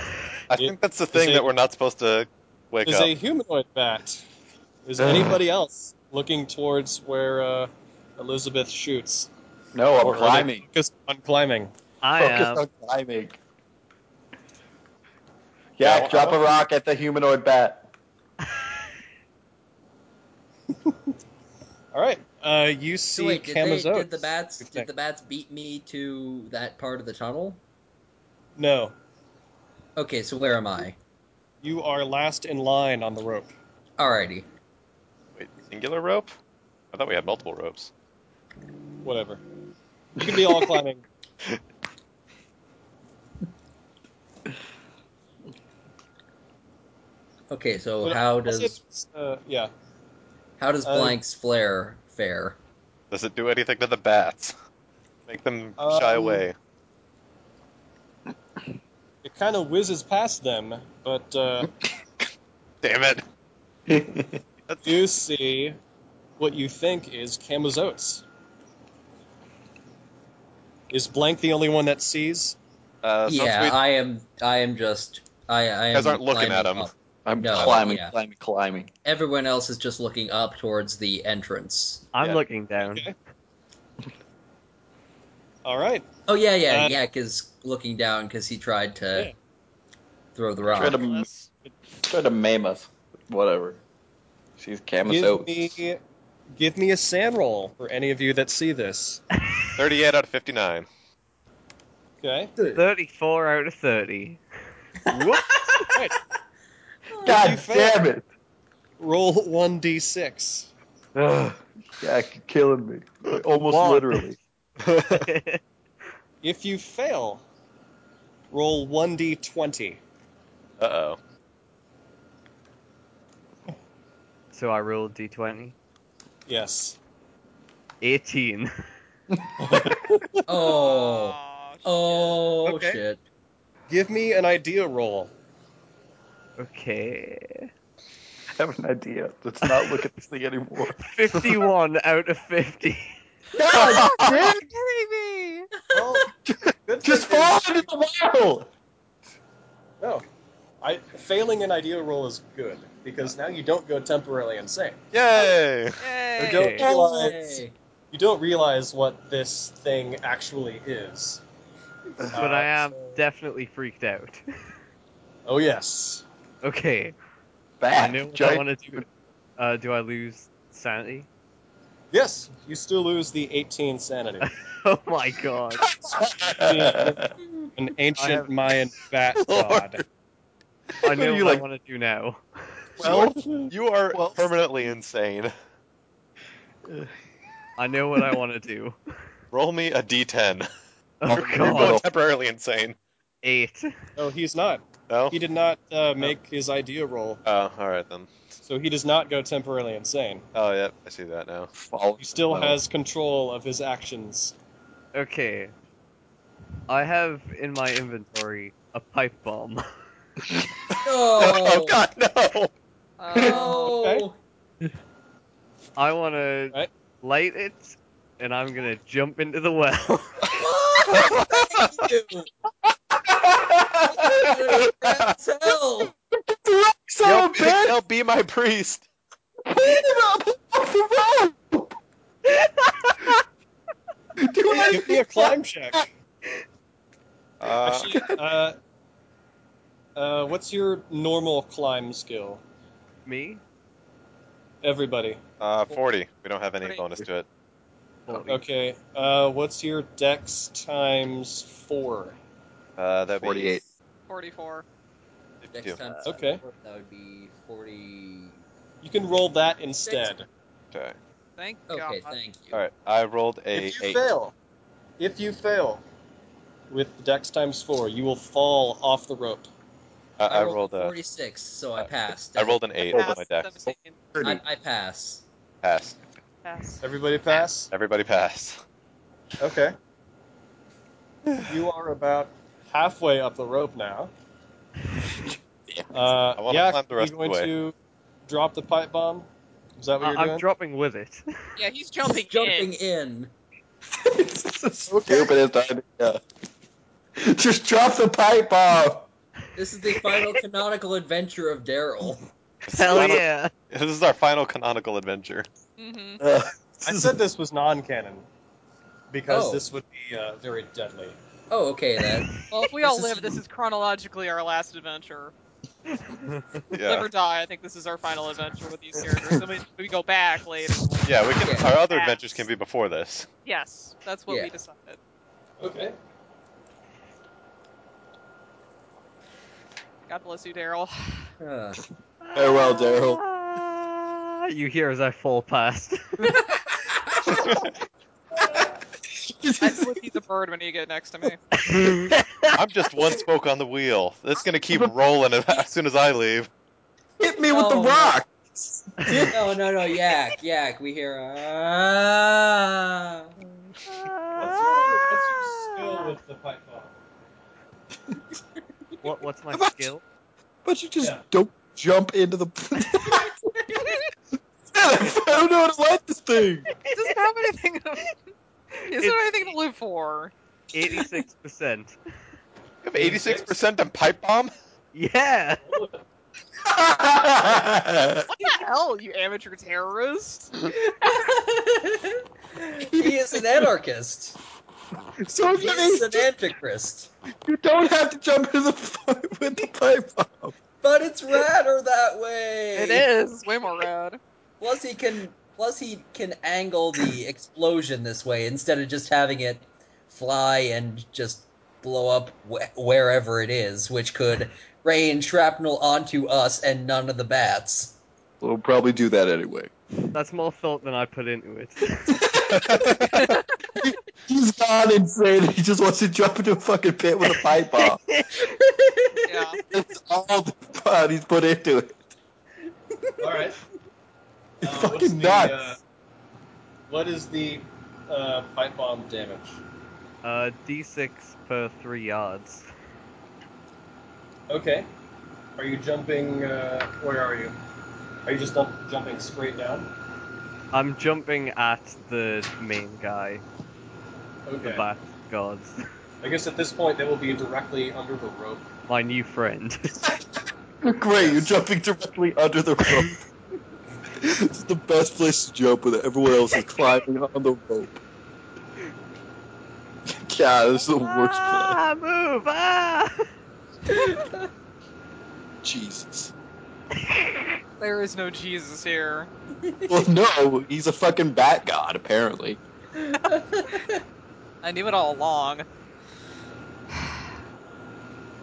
C: It
A: think that's the
C: is
A: thing
C: a-
A: that we're not supposed to wake
C: is
A: up.
C: a humanoid bat. Is anybody else looking towards where uh, Elizabeth shoots?
D: No,
C: Or
D: I'm
C: are they
D: climbing.
C: focused on climbing.
F: I uh, am.
D: Focus on climbing. Yak,
A: Yeah, I-
D: drop
A: I-
D: a rock at the humanoid bat.
C: All right. Uh, you
B: So
C: see
B: wait, did, they,
C: Kamazotes.
B: did the bats?
C: Good
B: Did
C: thing.
B: the bats beat me to that part of the tunnel?
C: No,
B: Okay, so where am I?
C: you are last in line on the rope.
B: Alrighty.
A: Wait, singular rope? I thought we had multiple ropes.
C: Whatever. You can be all climbing.
B: Okay, so
C: But
B: how
C: I'll say
B: does
C: it's, Uh, yeah.
B: how does
C: uh,
B: Blank's flare fare?
A: Does it do anything to the bats? Make them shy
C: Um,
A: away.
C: It kind of whizzes past them, but uh,
A: Damn it.
C: you see what you think is Kamazotes. Is Blank the only one that sees?
A: Uh, sounds
B: yeah,
A: weird.
B: I am. I am just. I. I am
A: guys aren't looking
B: climbing
A: at 'em.
B: up.
G: I'm
B: No,
G: climbing,
B: yeah.
G: climbing, climbing.
B: Everyone else is just looking up towards the entrance.
F: I'm
A: Yeah.
F: looking down.
C: Okay. All right.
B: Oh yeah, yeah,
C: Uh,
B: Yak is looking down because he tried to
C: Yeah.
B: throw the rock.
G: Try to, try to maim us. Whatever. She's
C: Give
G: Camazotes.
C: me, give me a sand roll for any of you that see this.
A: 38 out of 59.
C: Okay.
F: 34 out of 30.
C: Whoop. Right. You
G: God
C: failed.
G: damn it!
C: Roll one d six.
G: Ugh, Jack, you're killing me. Like, Almost
F: One.
G: literally.
C: If you fail, roll 1d20.
A: Uh oh.
F: so I rolled d20.
C: Yes.
F: 18.
B: Oh, oh
C: Okay.
B: shit!
C: Give me an idea roll.
F: Okay.
G: I have an idea. Let's not look at this thing anymore.
F: 51 out of 50.
G: God damn it!
E: kidding me?
G: Just fall into the well!
C: No. I, failing an idea roll is good because now you don't go temporarily insane.
A: Yay!
C: You
E: Yay.
C: don't
B: Oh,
C: realize
B: Yay.
C: you don't realize what this thing actually is.
F: but I am definitely freaked out.
C: Oh yes.
F: Okay. I know
G: Back.
F: what I
G: Giant
F: want to do. Uh, do I lose sanity?
C: Yes, you still lose the 18 sanity.
F: Oh my god.
C: An
F: I have- Oh.
C: ancient Mayan bat god.
F: I
G: Are
F: know what
G: you
F: I
G: like-
F: want to do now.
A: Well, you are
G: Well-
A: permanently insane.
F: I know what I want to do.
A: Roll me a d10.
F: Oh
G: You're
A: You're going
F: god.
G: both-
A: temporarily insane.
F: 8.
C: No, he's not.
A: No?
C: He did not
F: Oh.
C: uh, make his idea roll,
A: Oh, alright then.
C: so he does not go temporarily insane.
A: Oh, yeah, I see that now.
G: fall.
C: He still
F: Oh.
G: Well,
C: has control of his actions.
F: Okay. I have in my inventory a pipe bomb.
B: No,
A: Oh, God, no!
E: Oh.
B: no.
C: Okay.
F: I want to
C: Right.
F: light it, and I'm going to jump into the well.
B: What? Thank you. That's hell.
G: So
A: Yell-
G: bad.
A: yell, be my priest!
C: Give me a climb check.
A: Uh,
C: Actually, uh, uh, what's your normal climb skill?
F: Me?
C: Everybody.
A: uh, 40. We don't have any
E: Forty.
A: bonus to it.
F: Forty.
C: Okay. Uh, what's your dex times four?
A: Uh, that'd
G: 48.
E: 44.
A: be 52.
B: Next time,
C: Okay.
B: That would be forty.
C: You can roll that instead.
A: Okay.
E: Thank
B: Okay,
E: God.
B: thank you.
A: Alright, I rolled a
C: If you
A: 8.
C: fail, if you fail with the dex times four, you will fall off the rope.
A: I, I
B: I rolled
A: rolled a,
B: Oh, forty-six, so I
A: I-
B: passed.
A: I rolled an 8 on
E: Pass,
A: my dex.
E: 17.
B: I, I pass.
A: Pass.
E: Pass.
C: Everybody pass.
A: Everybody pass.
C: Okay. You are about halfway up the rope now. Uh,
A: I wanna
C: yeah,
A: climb the rest
C: you
A: of the
C: going
A: way.
C: to drop the pipe bomb? Is that what
F: I-
C: you're
F: Uh, I'm
C: doing?
F: dropping with it.
E: Yeah, he's jumping,
B: Jumping in.
G: This is the stupidest idea. Just drop the pipe bomb.
B: This is the final canonical adventure of Daryl.
F: Hell
A: Final-
F: yeah.
A: This is our final canonical adventure.
E: Mm-hmm.
G: Uh,
C: I said this was non-canon because
B: Oh.
C: this would be uh, very deadly.
B: Oh, okay then.
E: Well, if we
B: This
E: all
B: is-
E: live, this is chronologically our last adventure.
A: Yeah.
E: Live or die. I think this is our final adventure with these characters. I mean, we go back later.
A: Yeah, we can.
B: Yeah.
A: Our other adventures can be before this.
E: Yes, that's what
B: Yeah.
E: we decided.
C: Okay.
E: God bless you, Daryl.
B: Uh,
D: Farewell, Daryl.
F: Ah, you hear as I fall past.
E: I flip you the bird when you get next to me.
A: I'm just one spoke on the wheel. It's gonna keep rolling as soon as I leave.
D: Hit me with
B: No.
D: the rock.
B: no, no, no, yak, yak. We hear ah.
C: What's your, what's your skill with the pipe bomb?
F: what, what's my
D: How much?
F: skill?
D: But you just
C: Yeah.
D: don't jump into the. I don't know how to light this thing.
E: It doesn't have anything. To, it doesn't have anything to live for.
F: 86%.
A: You have 86% on pipe bomb.
F: Yeah!
E: What the hell, you amateur terrorist?
B: he is an anarchist.
D: so if
B: He
D: you,
B: is an antichrist.
D: you don't have to jump into the fire with the pipe bomb.
B: But it's radder that way.
E: It is way more rad.
B: Plus he can plus he can angle the explosion this way instead of just having it fly and just blow up wh- wherever it is, which could rain shrapnel onto us and none of the bats.
D: We'll probably do that anyway.
F: That's more thought than I put into it.
D: He's not insane. He just wants to jump into a fucking pit with a pipe bomb.
E: Yeah.
D: That's all the thought he's put into it.
C: All right. Uh,
D: It's
C: what's
D: fucking
C: the,
D: nuts.
C: uh, what is the uh, pipe bomb damage?
F: Uh, D6 per three yards.
C: Okay. Are you jumping? Uh, where are you? Are you just dump- jumping straight down?
F: I'm jumping at the main guy, the
C: Okay.
F: bat gods,
C: I guess at this point they will be directly under the rope.
F: my new friend.
D: Great, you're jumping directly under the rope. it's the best place to jump with everyone else is climbing on the rope. God, this is the worst plan.
F: ah, move! Ah!
D: Jesus.
E: There is no Jesus here.
D: Well, no, he's a fucking bat god, apparently.
E: I knew it all along.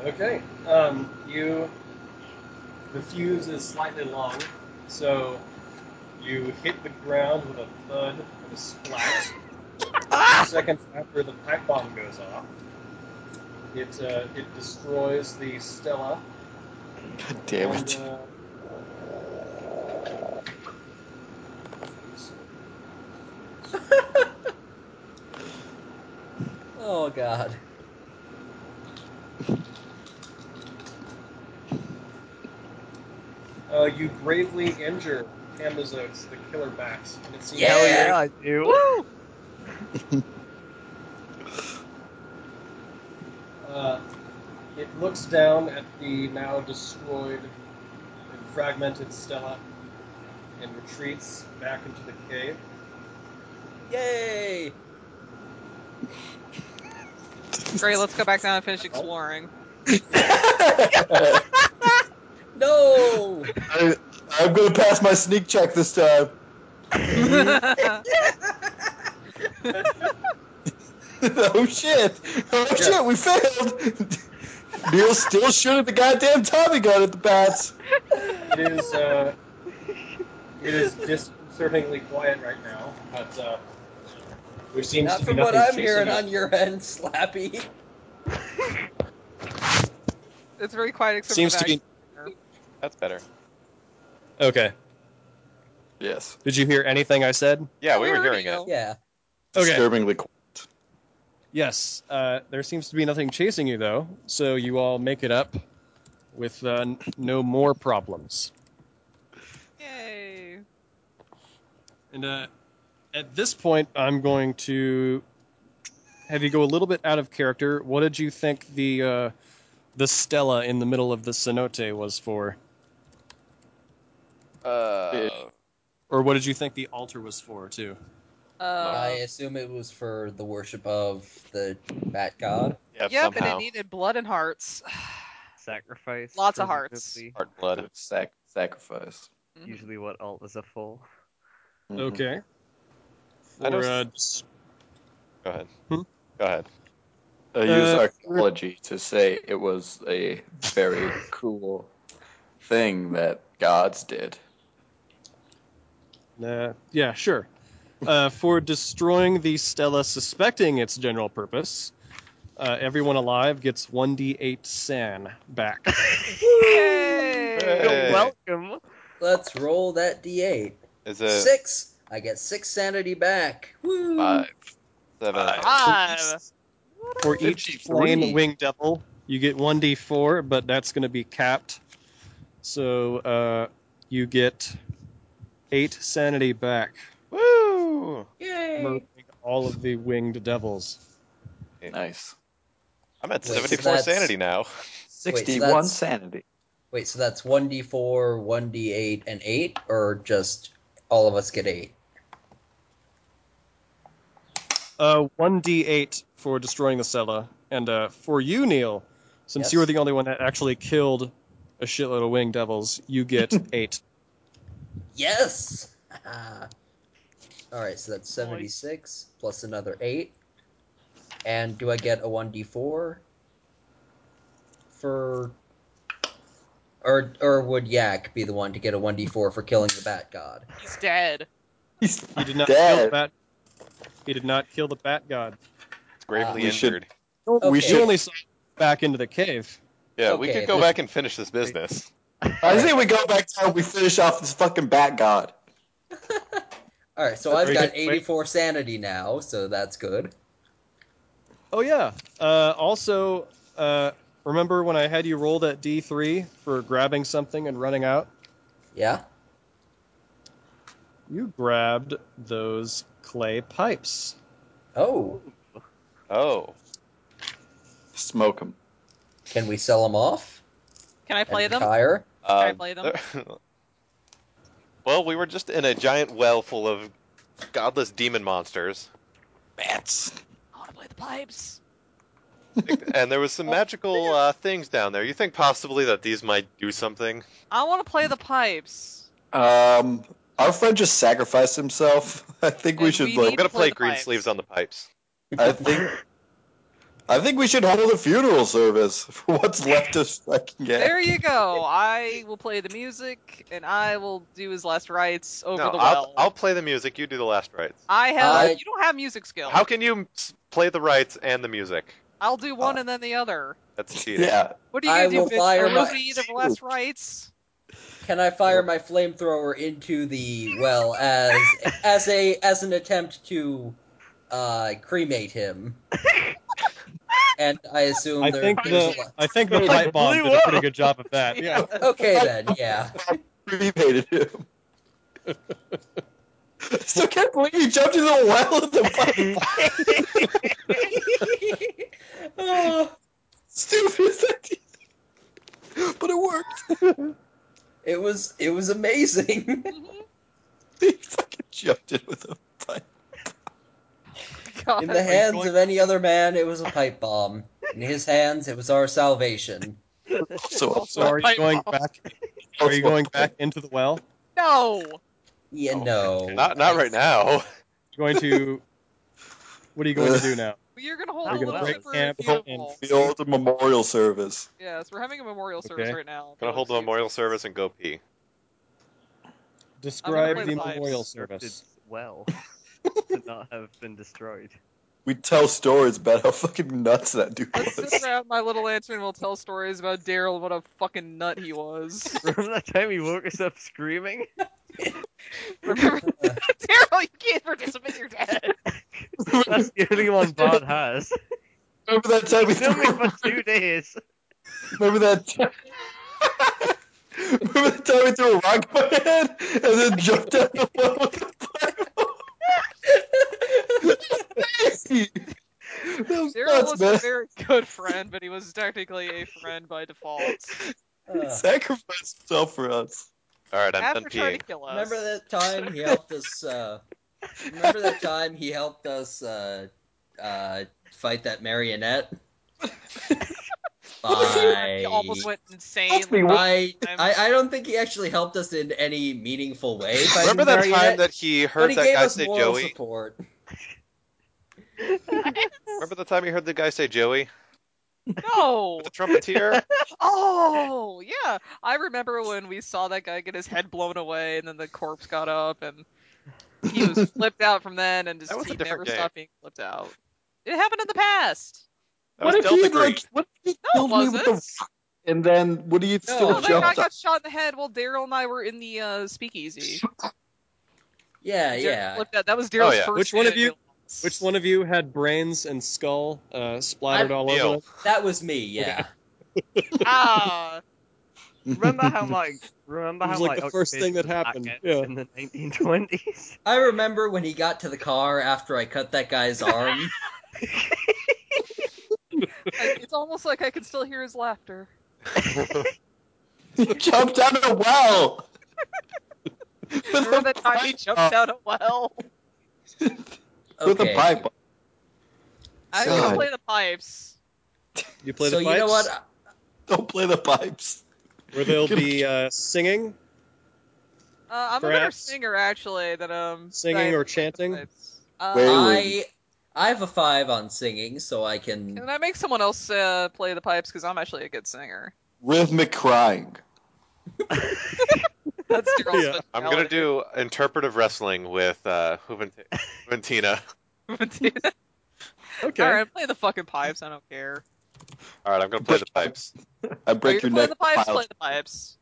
C: Okay. Um, you. The fuse is slightly long, so you hit the ground with a thud and a splat.
D: Ah!
C: Seconds after the pipe bomb goes off, it uh, it destroys the Stella.
D: God damn
C: and,
D: it.
C: uh,
B: oh god.
C: Uh, you gravely injure Amazotes, the killer bats, and it seems
F: Hell
B: Yeah.
F: yeah, I do.
C: uh, it looks down at the now destroyed and fragmented Stella and retreats back into the cave.
B: Yay!
E: Great, let's go back down and finish exploring.
B: No!
D: I, I'm gonna pass my sneak check this time. oh shit! Oh shit, we failed! Neil still shooting the goddamn Tommy gun at the bats.
C: It is uh, it is disconcertingly quiet right now, but uh, there seems
B: Not
C: to be
B: from
C: nothing
B: what I'm
C: chasing
B: hearing
C: us.
B: on your end, Slappy.
E: it's very quiet except
C: Seems
E: for
C: to
E: that.
C: be
A: That's better.
C: okay.
D: Yes.
C: Did you hear anything I said?
A: Yeah, we were hearing it.
E: you.
B: Yeah.
D: Disturbingly quiet.
C: Yes, uh, there seems to be nothing chasing you though, so you all make it up with uh, n- no more problems.
E: Yay.
C: And uh, at this point, I'm going to have you go a little bit out of character. What did you think the uh, the Stella in the middle of the cenote was for,
A: Uh,
C: or what did you think the altar was for too?
B: I
E: Uh,
B: assume it was for the worship of the bat god.
A: yeah,
E: yeah, but
A: somehow.
E: it needed blood and hearts.
F: Sacrifice.
E: Lots of hearts.
F: presumably,
D: Heart
A: blood.
D: Sac- sacrifice.
E: Mhm.
F: Usually what alt is a full.
D: Mhm.
C: Okay.
A: I
C: For,
A: don't-
C: uh, just-
A: Go ahead.
C: Hmm?
A: Go ahead.
D: I use
C: Uh,
D: archaeology to say it was a very cool thing that gods did.
C: uh, yeah, sure. Uh, for destroying the stela suspecting its general purpose, uh, everyone alive gets 1d8 san back.
E: Yay!
A: Hey.
F: You're welcome.
B: Let's roll that d8.
A: Is it
B: Six. I get six sanity back. Woo!
D: Five.
A: seven?
D: Five.
E: Five.
C: For each
D: 53.
C: flame wing devil, you get 1d4, but that's going to be capped. So uh, you get 8 sanity back.
A: Woo!
B: Yay!
C: Murdering all of the winged devils.
D: Nice.
A: I'm at
B: Wait, so
A: 74
B: that's-
A: sanity now.
D: Sixty-one
B: that's-
D: sanity.
B: Wait, so that's 1d4, 1d8, and 8? Or just all of us get 8?
C: Uh, 1d8 for destroying the Sella. And uh, for you, Neil, since
B: Yes.
C: you were the only one that actually killed a shitload of winged devils, you get 8.
B: Yes! Alright, so that's 76 plus another 8. And do I get a 1d4 for. Or, or would Yak be the one to get a 1d4 for killing the Bat God?
E: He's dead.
D: He's
C: He did not kill the
D: dead.
C: bat. He did not kill the bat god.
A: Gravely
D: we should-
A: injured.
D: We
B: Okay.
C: You
D: should.
C: only saw him back into the cave.
A: Yeah, we
B: Okay,
A: could go
B: this-
A: back and finish this business.
D: I think we go back to how we finish off this fucking bat god.
B: Alright, so I've
C: Wait,
B: got
C: wait.
B: 84 sanity now, so that's good.
C: Oh yeah. Uh, also, uh, remember when I had you roll that D three for grabbing something and running out?
B: Yeah?
C: You grabbed those clay pipes.
B: Oh,
A: Oh,
D: Smoke him.
B: can we sell them off?
E: Can I play
B: and
E: them?
B: Retire?
A: uh,
E: I play them?
A: well, we were just in a giant well full of godless demon monsters,
D: Bats.
E: I want to play the pipes.
A: and there was some
E: Oh,
A: magical uh, things down there. You think possibly that these might do something?
E: I want to play the pipes.
D: Um, our friend just sacrificed himself. I think we
E: And
D: should
E: we
A: I'm
D: like.
E: need-
A: gonna
E: Play
A: play,
E: the
A: green
E: pipes.
A: sleeves on the pipes.
D: I think. I think we should hold a funeral service for what's left of fucking gas.
E: There you go. I will play the music, and I will do his last rites over
A: no,
E: the well.
A: I'll, I'll play the music. You do the last rites.
E: I have.
B: I-
E: you don't have music skill.
A: How can you s- play the rites and the music?
E: I'll do one and then the other.
A: That's cheating.
D: Yeah.
E: What are you
B: Uh, I
E: gonna
B: will
E: do, bitch?
B: fire
E: Are we
B: my-
E: gonna eat the last rites?
B: Can I fire my flamethrower into the well as as a as an attempt to uh, cremate him? And I assume
C: I
B: there-
C: think
B: there's a
C: the
B: lot-
C: I think the
F: It
C: pipe bomb
F: blew
C: did a pretty
F: up.
C: good job of that. Yeah.
B: Okay then, yeah.
D: cremated him. so can't believe you jumped into the well of the pipe.
B: Oh,
D: Stupid idea. But it worked.
B: it was it was amazing.
D: He fucking jumped in with a pipe.
E: God.
B: In the hands of any other man, it was a pipe bomb. In his hands, it was our salvation.
D: Also,
C: So are you going back? Are you going back into the well?
E: No.
B: You
A: Oh,
B: know,
A: Not not right now.
C: You're going to. What are you going to do now?
E: You're gonna hold
F: We're
E: a
F: gonna
E: little
F: break
E: super
C: camp
E: beautiful.
D: The old memorial service.
E: Yes, we're having a memorial service
C: Okay.
E: right now.
A: Gonna hold the
E: Excuse-
A: memorial service and go pee.
C: Describe
E: play
C: the
E: the pipes.
C: memorial service.
F: It's well to not have been destroyed.
D: We tell stories about how fucking nuts that dude
E: Let's
D: was.
E: sit around my little lantern and we'll tell stories about Daryl and what a fucking nut he was.
F: Remember that time he woke us up screaming?
E: Remember, Daryl, you can't participate. You're dead.
F: That's the only one Bard has.
D: Remember that time we
F: He's known me
D: threw,
F: for two days.
D: remember that time, remember that time we threw a rock at my head and then jumped out the well with a pipe. Nasty. That was
E: Daryl
D: nuts,
E: was
D: man.
E: a very good friend, but he was technically a friend by default.
D: He
B: Uh,
D: sacrificed himself for us.
A: All right, I'm done
E: After trying
A: peeing.
E: to kill us.
B: remember that time he helped us. Uh, remember that time he helped us uh, uh, fight that marionette. Bye.
E: He almost went insane.
G: Must be
E: like,
B: I,
E: I'm-
B: I I don't think he actually helped us in any meaningful way. by
A: Remember that
B: marionette,
A: time that he
B: but
A: heard
B: he
A: that
B: gave
A: guy
B: us
A: say
B: moral
A: Joey?
B: support.
A: Remember the time he heard the guy say Joey?
E: no.
A: With the trumpeter?
E: Oh yeah, I remember when we saw that guy get his head blown away, and then the corpse got up, and he was flipped out from then, and just
A: That was a
E: he
A: different
E: never
A: game.
E: stopped being flipped out. It happened in the past.
A: That
G: what
A: was
G: if he
A: Delta
G: had, like
A: Creek.
G: what if he
E: No, it
G: killed me with the
E: wasn't.
G: rock and then would he have
B: No,
G: still
E: Oh,
B: it
E: that guy
G: jumped up?
E: got shot in the head while Daryl and I were in the uh, speakeasy.
B: Yeah,
E: Daryl
B: yeah.
E: flipped out. That was Daryl's
A: Oh, yeah.
E: first.
C: Which one of
E: video.
C: you- Which one of you had brains and skull uh, splattered
B: I-
C: all
A: Neil.
C: over them?
B: That was me. Yeah.
E: Ah,
F: Remember how like remember
C: It was
F: how
C: like
F: like,
C: the first thing that
F: occupation was
C: happened,
F: back
C: yeah.
F: in the 1920s.
B: I remember when he got to the car after I cut that guy's arm.
E: I- it's almost like I can still hear his laughter.
G: He jumped out of a well. With
E: Remember
G: a
E: that time he
G: pipe
E: jumped
G: up-
E: out a well?
G: With
B: Okay.
G: a pipe. up.
E: I don't wanna
G: God.
E: play the pipes.
C: You play
B: So
C: the
B: you
C: pipes,
B: know what?
G: Don't play the pipes.
C: where they'll be uh, singing,
E: Uh, I'm a better
C: Perhaps.
E: singer actually than um
C: singing
E: than-
C: or chanting.
E: Uh,
G: Wait.
B: I I have a five on singing, so I
E: Can
B: can.
E: I make someone else uh, play the pipes? Because I'm actually a good singer.
G: Rhythmic crying.
E: That's Daryl's
C: Yeah.
A: I'm gonna do interpretive wrestling with uh, Juvent- Juventina.
E: speciality.
C: Okay.
E: All right, play the fucking pipes. I don't care.
A: All right, I'm gonna play the pipes.
G: I
E: Are you
G: break your
E: playing
G: neck.
E: the pipes?
G: pile.
E: Play the pipes.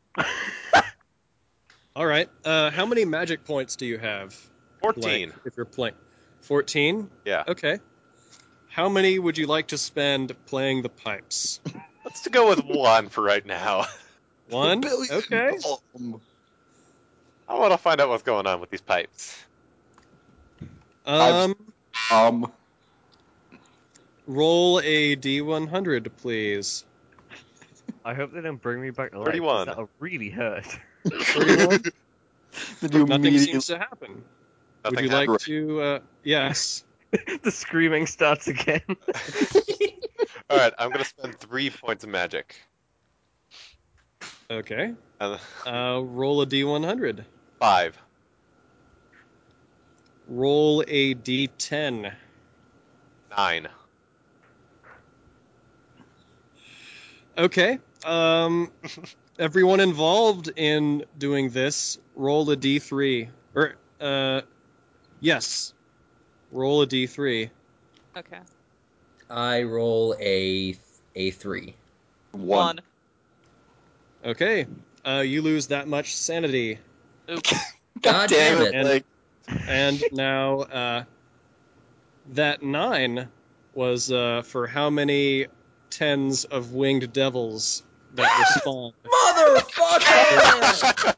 C: All right. Uh, how many magic points do you have?
A: Fourteen.
C: Blank, if you're playing, fourteen.
A: Yeah.
C: Okay. How many would you like to spend playing the pipes?
A: Let's go with one for right now.
C: One.
G: Billion
C: Okay.
A: Oh,
G: of
D: Um,
G: 'em.
A: I want to find out what's going on with these pipes.
C: Um,
G: Um,
C: roll a d100, please.
F: I hope they don't bring me back to life.
A: 31.
F: 'cause That'll really hurt.
G: did you
C: Nothing
G: immediately
C: seems to happen.
A: Nothing
C: Would you
A: happened.
C: like to? Uh, yes.
F: the screaming starts again.
A: All right, I'm gonna spend three points of magic.
C: Okay.
A: Uh,
C: Uh, roll a d100.
A: five.
C: Roll a d10.
A: Nine.
C: Okay. Um, everyone involved in doing this, roll a d3. Or, uh, yes. Roll a d3.
E: Okay.
B: I roll a a three.
G: one?
C: Okay. Uh, you lose that much sanity.
E: Oops.
G: God,
B: God
G: damn,
B: damn
G: it!
C: it.
G: Like,
C: And now, uh, that nine was uh, for how many tens of winged devils that respond?
B: Motherfucker!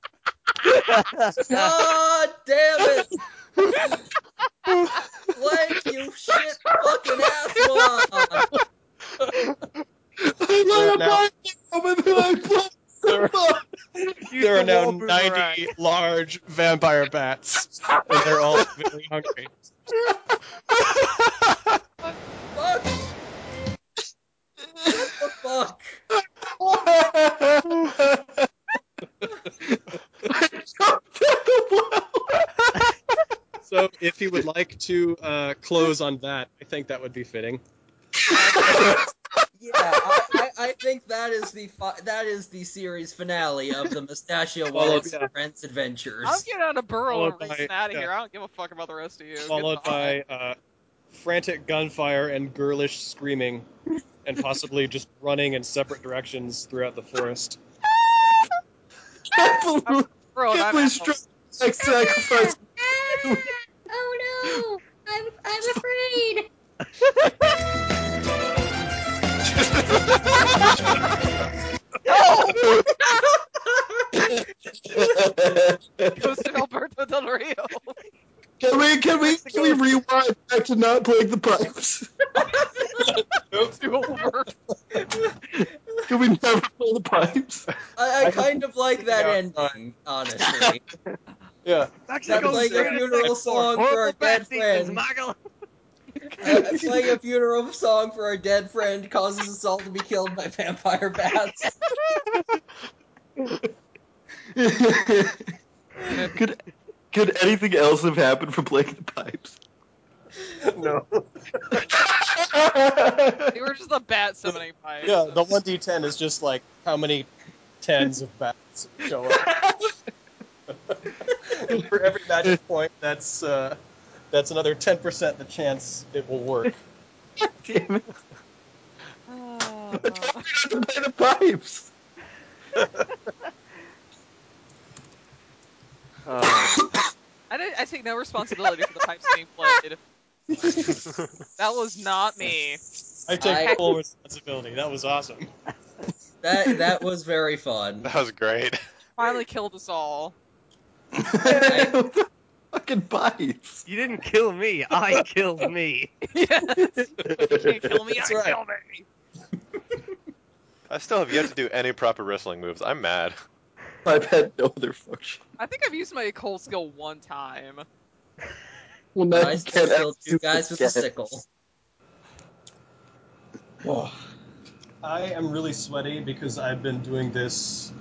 B: God damn it! Blank, you shit fucking asshole!
C: There are now, there are
F: the
C: now
F: wall boomerang.
C: 90 large vampire bats, and they're all very hungry.
B: Fuck! What the fuck?
C: So, if you would like to uh, close on that, I think that would be fitting.
B: Yeah, I, I, I think that is the fi- that is the series finale of the Mustachio Wallace and Friends Adventures.
E: I'm getting out of burrow and
C: Followed by-
E: racing out of
C: yeah.
E: here. I don't give a fuck about the rest of you.
C: followed by
E: Goodbye.
C: uh, frantic gunfire and girlish screaming, and possibly just running in separate directions throughout the forest.
E: Burrow, and I'm
G: Kipling's
E: out.
G: drunk. like sacrifice.
I: Oh no! I'm I'm afraid.
E: Ghost of Alberto Del Rio.
G: Can we can we can we rewind back to not playing the pipes?
E: Do over.
G: Can we never play the pipes?
B: I, I kind of like that
C: Yeah.
B: ending, honestly.
C: Yeah.
F: That's
B: That's like a funeral song for our
F: Horrible
B: dead
F: bad seasons,
B: friend.
F: Michael.
B: Playing a funeral song for our dead friend causes us all to be killed by vampire bats.
G: could could anything else have happened from playing the pipes?
C: no.
E: They were just the bat summoning pipes.
C: Yeah, the one d ten is just like how many tens of bats show up. For every magic point, that's uh, that's another ten percent the chance it will work.
G: Damn it!
E: Oh.
G: I have to play the pipes.
F: Uh,
E: I, did, I take no responsibility for the pipes being played. that was not me.
C: I take
B: I-
C: full responsibility. That was awesome.
B: That that was very fun.
A: That was great.
E: Finally killed us all.
G: Fucking pipes.
F: you didn't kill me. I killed me.
E: Yes. You can't kill me.
C: That's
E: I
C: right.
E: kill me.
A: I still have yet to do any proper wrestling moves. I'm mad.
G: Pipe had no other function.
E: I think I've used my cold skill one time.
G: Well, now
B: I
G: you
B: still
G: can't
B: killed two
G: actually
B: guys with a
G: get it.
B: sickle.
G: Oh.
C: I am really sweaty because I've been doing this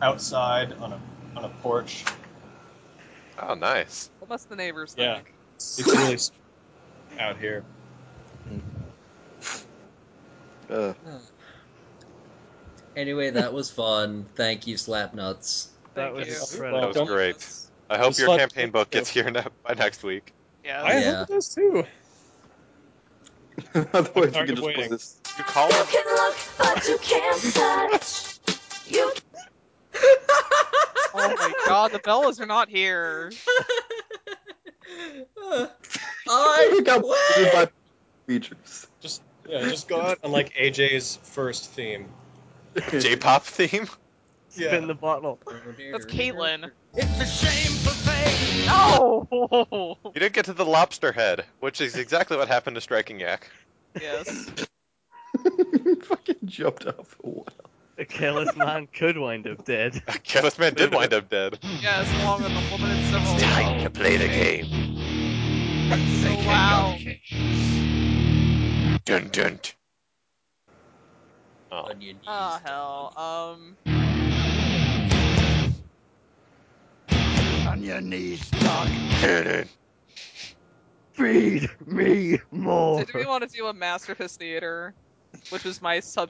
C: outside on a on a porch.
A: Oh, nice.
E: What must the neighbors
C: Yeah.
E: think?
C: It's really s- out here.
G: Uh,
B: Anyway, that was fun. Thank you, Slapnuts.
F: That
E: Thank
F: was
E: you.
F: incredible.
A: That was
C: Don't-
A: great. I hope
C: Just
A: your
C: like-
A: campaign book gets here ne- by next week.
E: Yeah.
C: I
B: Yeah.
C: hope it does too.
G: otherwise, you
C: tired
G: can
C: of
G: just play
C: waiting.
G: this.
A: You call
I: You
A: him?
I: can look, but you can't touch. You
E: Oh my god, the Bellas are not here.
G: I got
B: I
G: by features.
C: Just yeah, just go out on like AJ's first theme.
A: J-pop theme?
F: Spin the bottle.
E: That's Caitlin.
J: It's a shameful thing.
E: No!
A: You didn't get to the lobster head, which is exactly what happened to Striking Yak.
E: yes.
G: Fucking jumped up. What?
F: A careless man could wind up dead.
A: Careless Man did wind up dead.
E: Yes, along with the woman in civil.
J: to play the game.
E: Oh, wow.
J: Dun dun.
A: Oh.
B: On your knees.
E: Ah, hell. Um.
J: On your knees, dog.
F: Feed me more.
E: So do we want to do a masterpiece theater, which was my sub